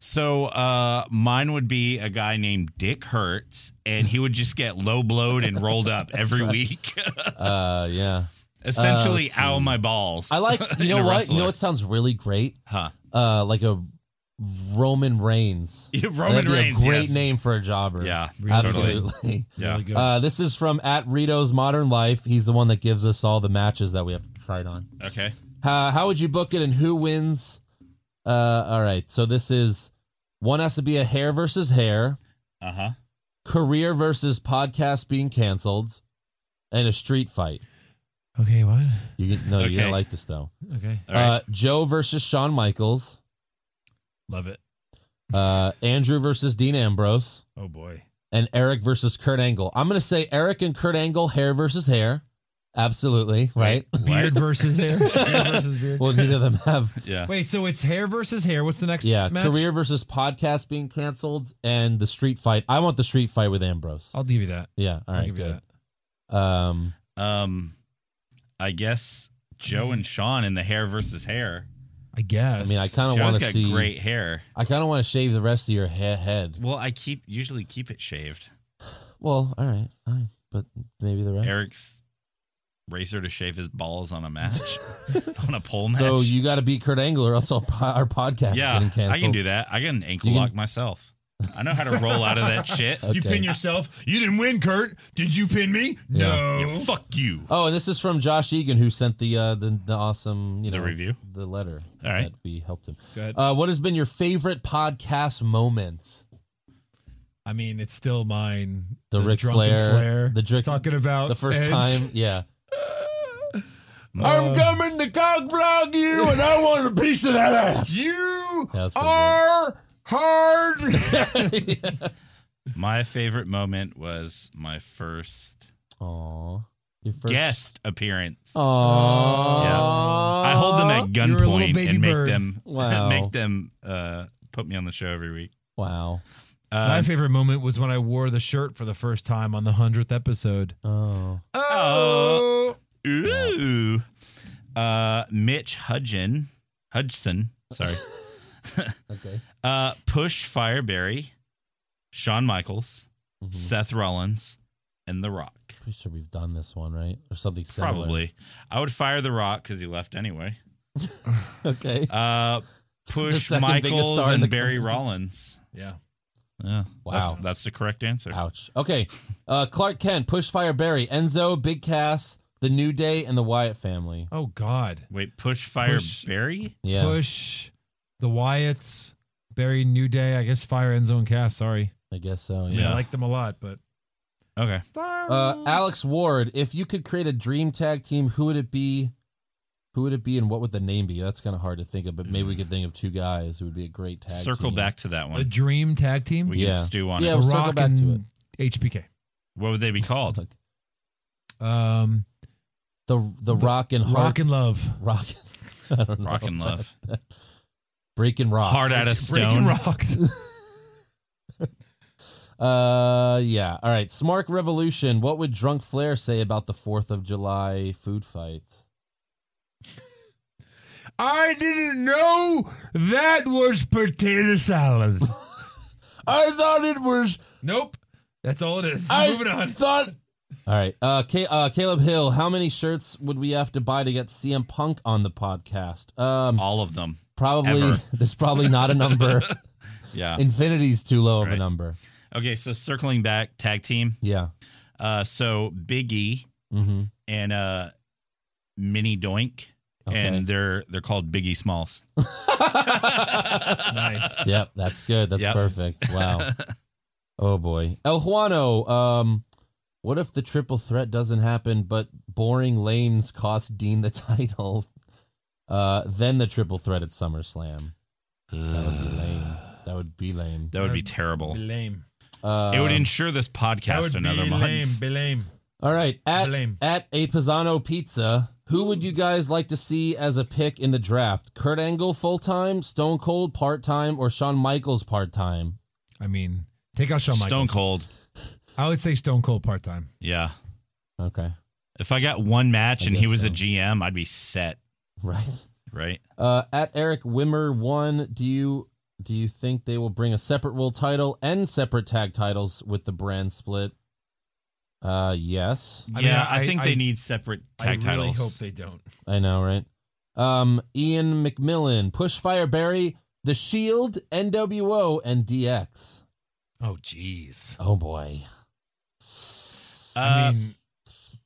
S7: So uh, mine would be a guy named Dick Hertz, and he would just get low blowed and rolled up every week.
S5: Uh, yeah.
S7: Essentially,
S5: let's
S7: ow
S5: see.
S7: my balls.
S5: Oh, I like. You
S7: in
S5: know
S7: a
S5: what? You
S7: wrestler.
S5: know what sounds really great?
S7: Huh.
S5: Uh, like a Roman Reigns.
S7: Yeah,
S5: That'd
S7: Roman
S5: be
S7: Reigns.
S5: A great
S7: yes.
S5: name for a jobber.
S7: Yeah. Totally.
S5: Absolutely.
S7: Yeah.
S8: Really good.
S5: Uh, this is from at Rito's Modern Life. He's the one that gives us all the matches that we have to try it on.
S7: Okay.
S5: How, how would you book it and who wins? Uh, all right. So this is one has to be a hair versus hair,
S7: Uh huh.
S5: career versus podcast being canceled, and a street fight.
S8: okay, what?
S5: You can, no, you're
S7: Okay.
S5: gonna like this though.
S8: Okay.
S7: All right.
S5: Uh, Joe versus Shawn Michaels,
S8: Love it.
S5: uh, Andrew versus Dean Ambrose,
S8: Oh, boy.
S5: and Eric versus Kurt Angle. I'm gonna say Eric and Kurt Angle hair versus hair. Absolutely right.
S8: Beard versus hair. Beard versus beard.
S5: well, neither of them have.
S7: yeah.
S8: Wait, so it's hair versus hair. What's the next
S5: Yeah,
S8: match?
S5: career versus podcast being canceled, and the street fight. I want the street fight with Ambrose.
S8: I'll give you that.
S5: Yeah. All
S8: I'll
S5: right.
S8: give you
S5: Good. Um,
S7: Um, I guess
S5: Mm-hmm.
S7: Joe and Sean in the hair versus hair.
S8: I guess.
S5: I mean, I kind of
S7: Joe's
S5: want to
S7: got
S5: see.
S7: great hair.
S5: I kind of want to shave the rest of your he- head.
S7: Well, I keep usually keep it shaved.
S5: Well, all right, fine, but maybe the rest.
S7: Eric's racer to shave his balls on a match, on a pole match.
S5: So you got to beat Kurt Angle, or else our, po- our podcast is
S7: yeah,
S5: getting canceled.
S7: I can do that. I got an ankle
S5: You can-
S7: lock myself. I know how to roll out of that shit.
S5: Okay.
S8: You pin yourself. You didn't win, Kurt. Did you pin me?
S5: Yeah.
S8: No.
S7: Yeah, fuck you.
S5: Oh, and this is from Josh Egan, who sent the uh, the, the awesome you
S7: The
S5: know
S7: review?
S5: the letter.
S7: All right.
S5: that we helped him.
S8: Go ahead.
S5: Uh, what has been your favorite podcast moment?
S8: I mean, it's still mine.
S5: The Ric
S8: drunken
S5: Flair- the Ric-
S8: talking about
S5: The first
S8: Edge.
S5: time, yeah. I'm coming to cock block you, and I want a piece of that ass.
S8: You
S5: Yeah, that's pretty
S8: are hard.
S7: My favorite moment was my first,
S5: Aw, your first
S7: guest appearance.
S5: Aww.
S7: Yeah. I hold them at
S8: you were a little
S7: gunpoint
S8: baby
S7: and make
S8: bird.
S7: them
S5: Wow.
S7: make them uh, put me on the show every week.
S5: Wow.
S8: My
S7: Uh,
S8: favorite moment was when I wore the shirt for the first time on the hundredth episode.
S5: Oh.
S7: Oh. ooh, uh, Mitch Hudgen, Hudson, sorry,
S5: Okay.
S7: uh, Push Fireberry, Shawn Michaels,
S5: Mm-hmm.
S7: Seth Rollins, and The Rock.
S5: Pretty sure we've done this one, right? Or something similar.
S7: Probably, I would fire The Rock because he left anyway.
S5: Okay.
S7: Uh, Push
S5: second biggest
S7: Michaels
S5: star in the
S7: and Barry
S5: company.
S7: Rollins.
S8: yeah.
S7: Yeah, that's-
S5: Wow.
S7: that's, the correct answer.
S5: Ouch. Okay. Uh, Clark Kent, Push Fire Barry, Enzo, Big Cass, The New Day, and the Wyatt family.
S8: Oh God.
S7: Wait, Push Fire
S8: Push-
S7: Barry.
S5: Yeah.
S8: Push, the Wyatts, Barry, New Day. I guess Fire End Zone Cast. Sorry.
S5: I guess so.
S8: I mean,
S5: Yeah.
S8: I like them a lot, but
S7: Okay.
S5: Uh, Alex Ward, if you could create a dream tag team, who would it be? Who would it be, and what would the name be? That's kind of hard to think of, but maybe we could think of two guys who would be a great tag.
S7: Circle
S5: team. Uh,
S7: back to that
S8: a
S7: one.
S8: dream tag team.
S7: We
S5: Yeah.
S7: can stew on
S5: Yeah,
S7: it.
S5: we'll
S8: The
S5: circle
S8: Rock
S5: back to
S8: and HBK.
S7: What would they be called?
S5: Like,
S8: Um,
S5: the the Rock and
S8: Rock
S5: Heart
S8: and Love.
S5: Rock. I don't know.
S7: Rock and Love.
S5: Breaking Rock.
S7: Hard out of
S8: Breaking
S7: stone.
S8: rocks.
S5: Uh, yeah. All right. Smark Revolution. What would Drunk Flair say about the Fourth of July food fight?
S6: I didn't know that was potato salad.
S5: I thought it was.
S8: Nope. That's all it is.
S5: I
S8: Moving on.
S5: Thought. All right. Uh, Ca uh, Caleb Hill. How many shirts would we have to buy to get CM Punk on the podcast? Um,
S7: all of them.
S5: Probably.
S7: Ever.
S5: There's probably not a number.
S7: Yeah.
S5: Infinity's too low of a
S7: Right.
S5: number.
S7: Okay, so circling back, tag team.
S5: Yeah.
S7: Uh, so Big E
S5: Mm-hmm.
S7: and uh, Mini Doink,
S5: Okay.
S7: and they're they're called Biggie Smalls.
S8: Nice.
S5: Yep. That's good. That's
S7: Yep.
S5: perfect. Wow. oh boy. El Juano. Um, what if the triple threat doesn't happen, but boring lames cost Dean the title? Uh, then the triple threat at SummerSlam. That would be lame. That would be lame.
S7: That would be terrible.
S8: Be lame.
S5: Uh,
S7: it would ensure this
S8: That
S7: podcast
S8: would
S7: another
S8: be
S7: month.
S8: lame. Be lame.
S5: All right, at
S8: Blame.
S5: at a Pisano Pizza, who would you guys like to see as a pick in the draft? Kurt Angle full time, Stone Cold part time, or Shawn Michaels part time?
S8: I mean, take out Shawn
S7: Stone
S8: Michaels.
S7: Cold.
S8: I would say Stone Cold part time.
S7: Yeah.
S5: Okay,
S7: If I got one match
S5: I
S7: and he
S5: guess
S7: was a
S5: so.
S7: GM, I'd be set.
S5: right.
S7: Right.
S5: Uh, at Eric Wimmer one, do you do you think they will bring a separate world title and separate tag titles with the brand split? Uh, yes,
S8: I mean,
S7: yeah, I,
S8: I-
S7: think
S8: I-
S7: they need separate
S8: I
S7: tag
S8: really
S7: titles.
S8: hope they don't.
S5: I know, right? Um, Ian McMillan, Push Fireberry, The Shield, NWO, and DX.
S8: Oh, jeez.
S5: Oh boy.
S8: I
S7: Uh,
S8: mean,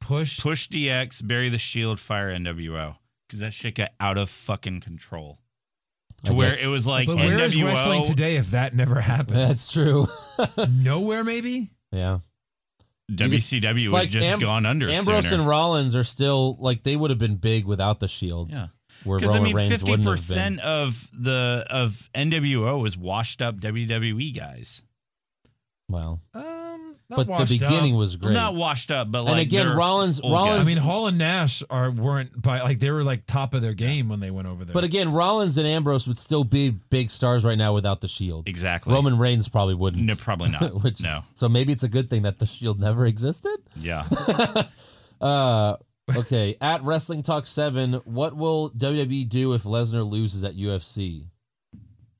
S8: push.
S7: Push DX, bury the Shield, fire NWO because that shit got out of fucking control. To
S5: I
S7: where
S5: guess-
S7: it was like
S8: but where is
S7: NWO.
S8: wrestling today if that never happened?
S5: That's true.
S8: Nowhere, maybe.
S5: yeah.
S7: WCW would
S5: Like,
S7: have just
S5: Am-
S7: gone under
S5: Ambrose
S7: sooner.
S5: and Rollins are still like they would have been big without the Shield.
S7: Yeah.
S5: Where
S7: Because I
S5: Roman
S7: mean,
S5: Reigns
S7: fifty
S5: wouldn't have been.
S7: percent of the of NWO was washed up WWE guys.
S5: Well,
S8: Um, not
S5: but the
S8: washed
S5: beginning
S8: up.
S5: was
S7: Well,
S5: great.
S7: Not washed up, but
S5: And
S7: like
S5: again,
S7: they're
S5: Rollins-
S7: old
S5: Rollins-
S8: I
S7: guys.
S8: mean, Hall and Nash are weren't by like they were like top of their game when they went over there.
S5: but again, Rollins and Ambrose would still be big stars right now without the Shield.
S7: exactly.
S5: Roman Reigns probably wouldn't.
S7: No, probably not.
S5: Which,
S7: no.
S5: So maybe it's a good thing that the Shield never existed.
S7: Yeah.
S5: Uh, okay. at Wrestling Talk Seven, what will WWE do if Lesnar loses at UFC?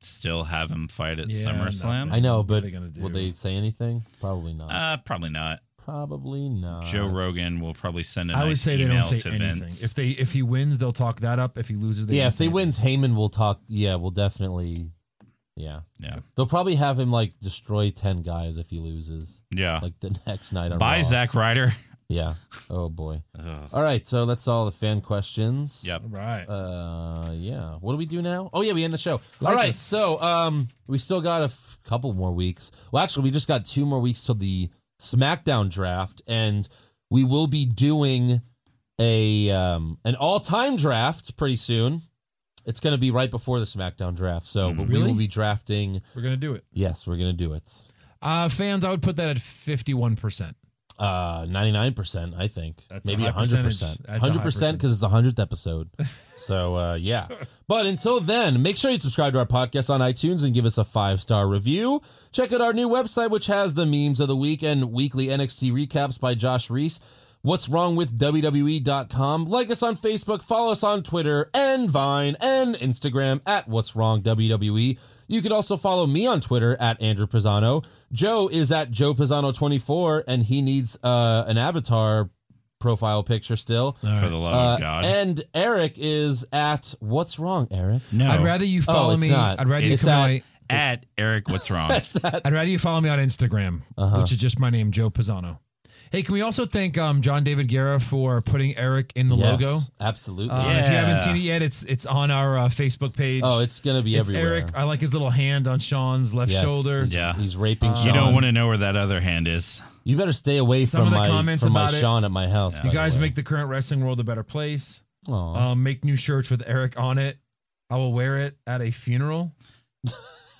S7: Still have him fight at
S8: Yeah,
S7: SummerSlam.
S5: I know,
S8: What are
S5: but
S8: they gonna do?
S5: will they say anything? Probably not.
S7: Uh, probably not.
S5: Probably not.
S7: Joe Rogan will probably send a
S8: I would
S7: nice
S8: say they
S7: email
S8: don't say
S7: to
S8: anything.
S7: Vince.
S8: If they if he wins, they'll talk that up. If he loses, they
S5: yeah,
S8: won't
S5: if they
S8: say anything.
S5: wins, Heyman will talk. Yeah, we'll definitely. Yeah,
S7: yeah.
S5: they'll probably have him like destroy ten guys if he loses,
S7: Yeah.
S5: like the next night on
S7: Bye,
S5: Raw.
S7: Zack Ryder.
S5: Yeah. Oh boy.
S7: Ugh.
S5: All right, so that's all the fan questions.
S7: Yep.
S8: All right.
S5: Uh, yeah. What do we do now? Oh yeah, we end the show. all
S8: Like
S5: right,
S8: us.
S5: so um, we still got a f- couple more weeks. Well, actually, we just got two more weeks till the SmackDown draft, and we will be doing a um an all time draft pretty soon. It's going to be right before the SmackDown draft, so but we
S8: Really?
S5: will be drafting.
S8: We're gonna do it.
S5: Yes, we're going to do it.
S8: Uh, fans, I would put that at fifty-one percent.
S5: Uh, ninety nine percent, I think.
S8: That's a
S5: Maybe
S8: high
S5: hundred percent.
S8: percentage. That's a high
S5: Hundred percent because it's the hundredth episode. so uh, yeah. But until then, make sure you subscribe to our podcast on iTunes and give us a five star review. Check out our new website, which has the memes of the week and weekly NXT recaps by Josh Reese. What's wrong with WWE.com? Like us on Facebook, follow us on Twitter and Vine and Instagram at What's Wrong WWE. You can also follow me on Twitter at Andrew Pisano. Joe is at Joe Pisano24, and he needs uh, an avatar profile picture still.
S7: For the love
S5: Uh,
S7: of God.
S5: and Eric is at What's Wrong, Eric?
S7: no.
S8: I'd rather you follow
S5: Oh, it's
S8: me.
S5: not.
S8: I'd rather you
S5: It's
S8: come
S5: at-
S8: on.
S7: at Eric, what's wrong?
S8: I'd rather you follow me on Instagram,
S5: Uh-huh.
S8: which is just my name, Joe Pisano. Hey, can we also thank um, John David Guerra for putting Eric in the
S5: Yes,
S8: logo?
S5: Absolutely.
S8: Uh, If you haven't
S7: Yeah.
S8: seen it yet, it's it's on our uh, Facebook page.
S5: oh, it's going to be
S8: It's
S5: everywhere.
S8: Eric. I like his little hand on Sean's left
S5: Yes,
S8: shoulder. Uh,
S5: He's,
S7: Yeah.
S5: He's raping Sean.
S7: you don't want to know where that other hand is.
S5: You better stay away
S8: Some
S5: from
S8: of the
S5: my
S8: comments
S5: from my
S8: about it.
S5: Sean at my house.
S8: You guys make the current wrestling world a better place.
S5: the
S8: Um, make new shirts with Eric on it. I will wear it at a funeral.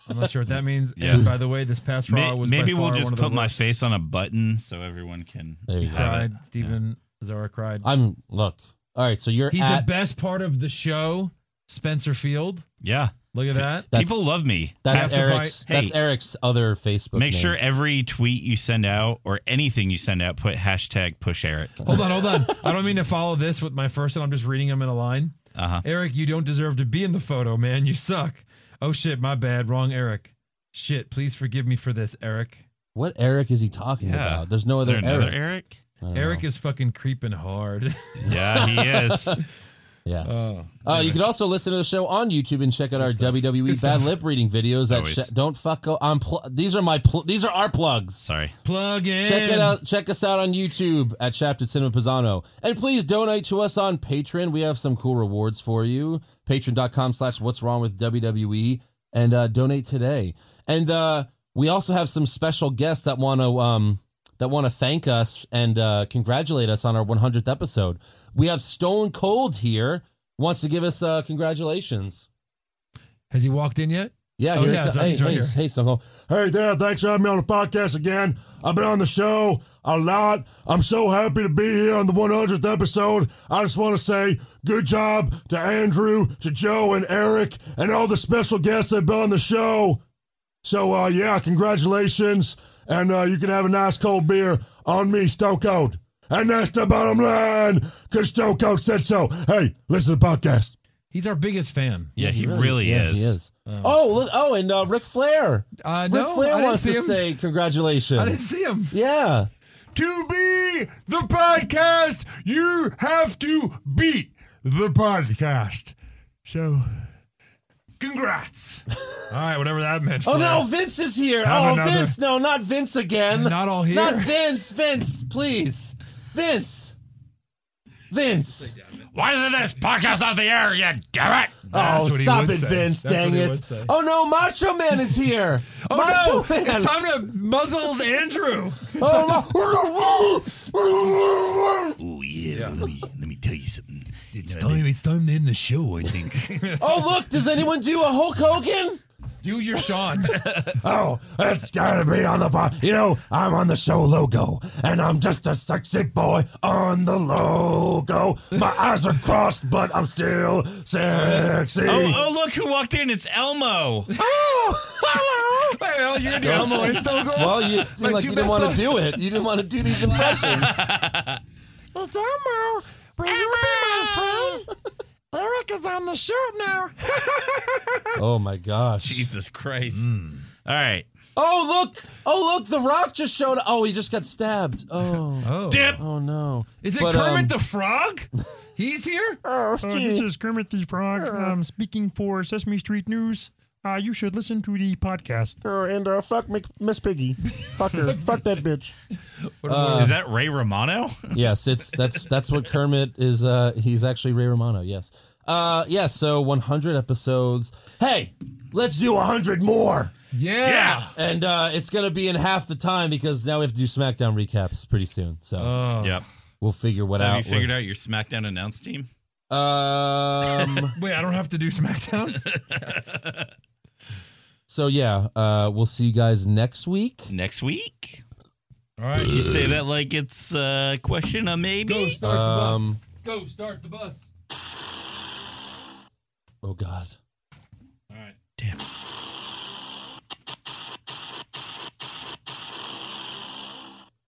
S8: I'm not sure what that means.
S7: Yeah.
S8: And by the way, this past Raw
S7: May-
S8: was by
S7: maybe we'll
S8: far
S7: just
S8: one of the
S7: put my
S8: worst.
S7: face on a button so everyone can
S5: There you go.
S7: have it.
S8: Cried. Steven Zara cried.
S5: I'm look. All right, so you're
S8: He's the
S5: at
S8: best part of the show. Spencer Field.
S7: Yeah.
S8: Look at that.
S7: People love me.
S5: That's
S7: After
S5: Eric's.
S7: Hey,
S5: that's Eric's other Facebook.
S7: Make
S5: name.
S7: sure every tweet you send out or anything you send out, put hashtag push Eric.
S5: Oh.
S8: Hold on, hold on. I don't mean to follow this with my first one. I'm just reading them in a line.
S7: Uh-huh.
S8: Eric, you don't deserve to be in the photo, man. You suck. Oh shit, my bad. Wrong Eric. Shit, please forgive me for this, Eric.
S5: What Eric is he talking
S8: Yeah.
S5: about? There's no
S8: Is
S5: other
S8: there another
S5: Eric.
S7: Eric?
S5: I don't
S8: Eric is fucking creeping hard.
S7: Yeah, he is.
S5: Yes.
S8: Oh,
S5: uh, you can also listen to the show on YouTube and check out our WWE bad
S8: stuff.
S5: lip reading videos at
S8: Always.
S5: sh- don't fuck go on pl- these are my pl- these are our plugs.
S7: Sorry.
S8: Plug in.
S5: Check it out. Check us out on YouTube at Shafted Cinema Pisano. And please donate to us on Patreon. We have some cool rewards for you. Patreon.com slash what's wrong with WWE. And uh, donate today. And uh, we also have some special guests that want to um, that want to thank us and uh, congratulate us on our 100th episode. We have Stone Cold here wants to give us uh, congratulations.
S8: Has he walked in yet?
S5: Yeah,
S8: Oh,
S5: here it
S8: yeah,
S5: co-
S8: so
S5: hey,
S8: he's right
S5: hey,
S8: here.
S5: hey, Stone Cold.
S13: Hey, Dad, thanks for having me on the podcast again. I've been on the show a lot. I'm so happy to be here on the 100th episode. I just want to say good job to Andrew, to Joe, and Eric, and all the special guests that have been on the show. So, uh, yeah, congratulations. And uh, you can have a nice cold beer on me, Stone Cold. And that's the bottom line, 'cause Stone Cold said so. Hey, listen to the podcast.
S8: He's our biggest fan.
S7: Yeah, he really,
S5: yeah,
S7: is.
S5: he is. Oh, look! Oh, and uh, Ric Flair.
S8: Uh,
S5: Ric
S8: no, I
S5: Flair
S8: didn't
S5: wants
S8: see
S5: to
S8: him.
S5: say congratulations.
S8: I didn't see him.
S5: Yeah.
S6: To be the podcast, you have to beat the podcast. So, congrats.
S8: All right, whatever that meant.
S5: Oh
S8: for
S5: no,
S8: us.
S5: Vince is here.
S8: Have
S5: oh,
S8: another-
S5: Vince! No, not Vince again.
S8: Not all here.
S5: Not Vince. Vince, please. Vince. Vince.
S7: Why isn't this podcast off the air, you damn it?
S5: Oh,
S8: what he
S5: stop
S8: would
S5: it,
S8: say.
S5: Vince!
S8: That's
S5: dang
S8: what he
S5: it!
S8: would say.
S5: Oh no, Macho Man is here.
S8: Oh
S5: Macho
S8: no!
S5: Man.
S8: It's time to muzzle Andrew.
S5: Oh, no.
S7: Oh yeah, Let, me, let me tell you something. It's
S6: time, it's time to end the show, I think.
S5: oh look! Does anyone do a Hulk Hogan?
S8: Do your Sean.
S13: Oh, it's gotta be on the pod. You know, I'm on the show logo, and I'm just a sexy boy on the logo. My eyes are crossed, but I'm still sexy.
S7: Oh, oh, look who walked in! It's Elmo.
S5: Oh, hello.
S8: Well, you're the Elmo and Stone Cold.
S5: Well, you seem
S8: My
S5: like
S8: two
S5: you didn't
S8: best
S5: want to
S8: of-
S5: do it. You didn't want to do these impressions.
S8: It's Elmo. Will you be my friend? Eric is on the show now.
S5: oh my gosh.
S7: Jesus Christ!
S8: Hmm.
S7: All right,
S5: Oh look! Oh look! The Rock just showed. Oh, he just got stabbed. Oh.
S8: Oh.
S7: dip.
S5: Oh no.
S8: Is it
S5: But,
S8: Kermit
S5: um,
S8: the Frog? He's here?
S6: Oh, this is Kermit the Frog. I'm speaking for Sesame Street News. Uh, you should listen to the podcast.
S13: and uh, fuck Miss Piggy. Fuck her. fuck that bitch.
S7: is that Ray Romano?
S5: yes, it's that's that's what Kermit is. Uh, he's actually Ray Romano. Yes. Uh, yeah. So 100 episodes. Hey, let's do 100 more.
S8: Yeah.
S5: And uh, it's gonna be in half the time because now we have to do SmackDown recaps pretty soon. So
S8: Oh.
S7: Yep.
S5: we'll figure what
S7: Uh, So
S5: out.
S7: have you figured out your SmackDown announce team?
S5: Um.
S8: Wait, I don't have to do SmackDown?
S5: so yeah. Uh, we'll see you guys next week.
S7: Next week?
S8: All right.
S7: You say that like it's a question of
S8: Go
S7: maybe?
S8: start
S5: Um,
S8: the bus. Go start the bus.
S5: Oh God.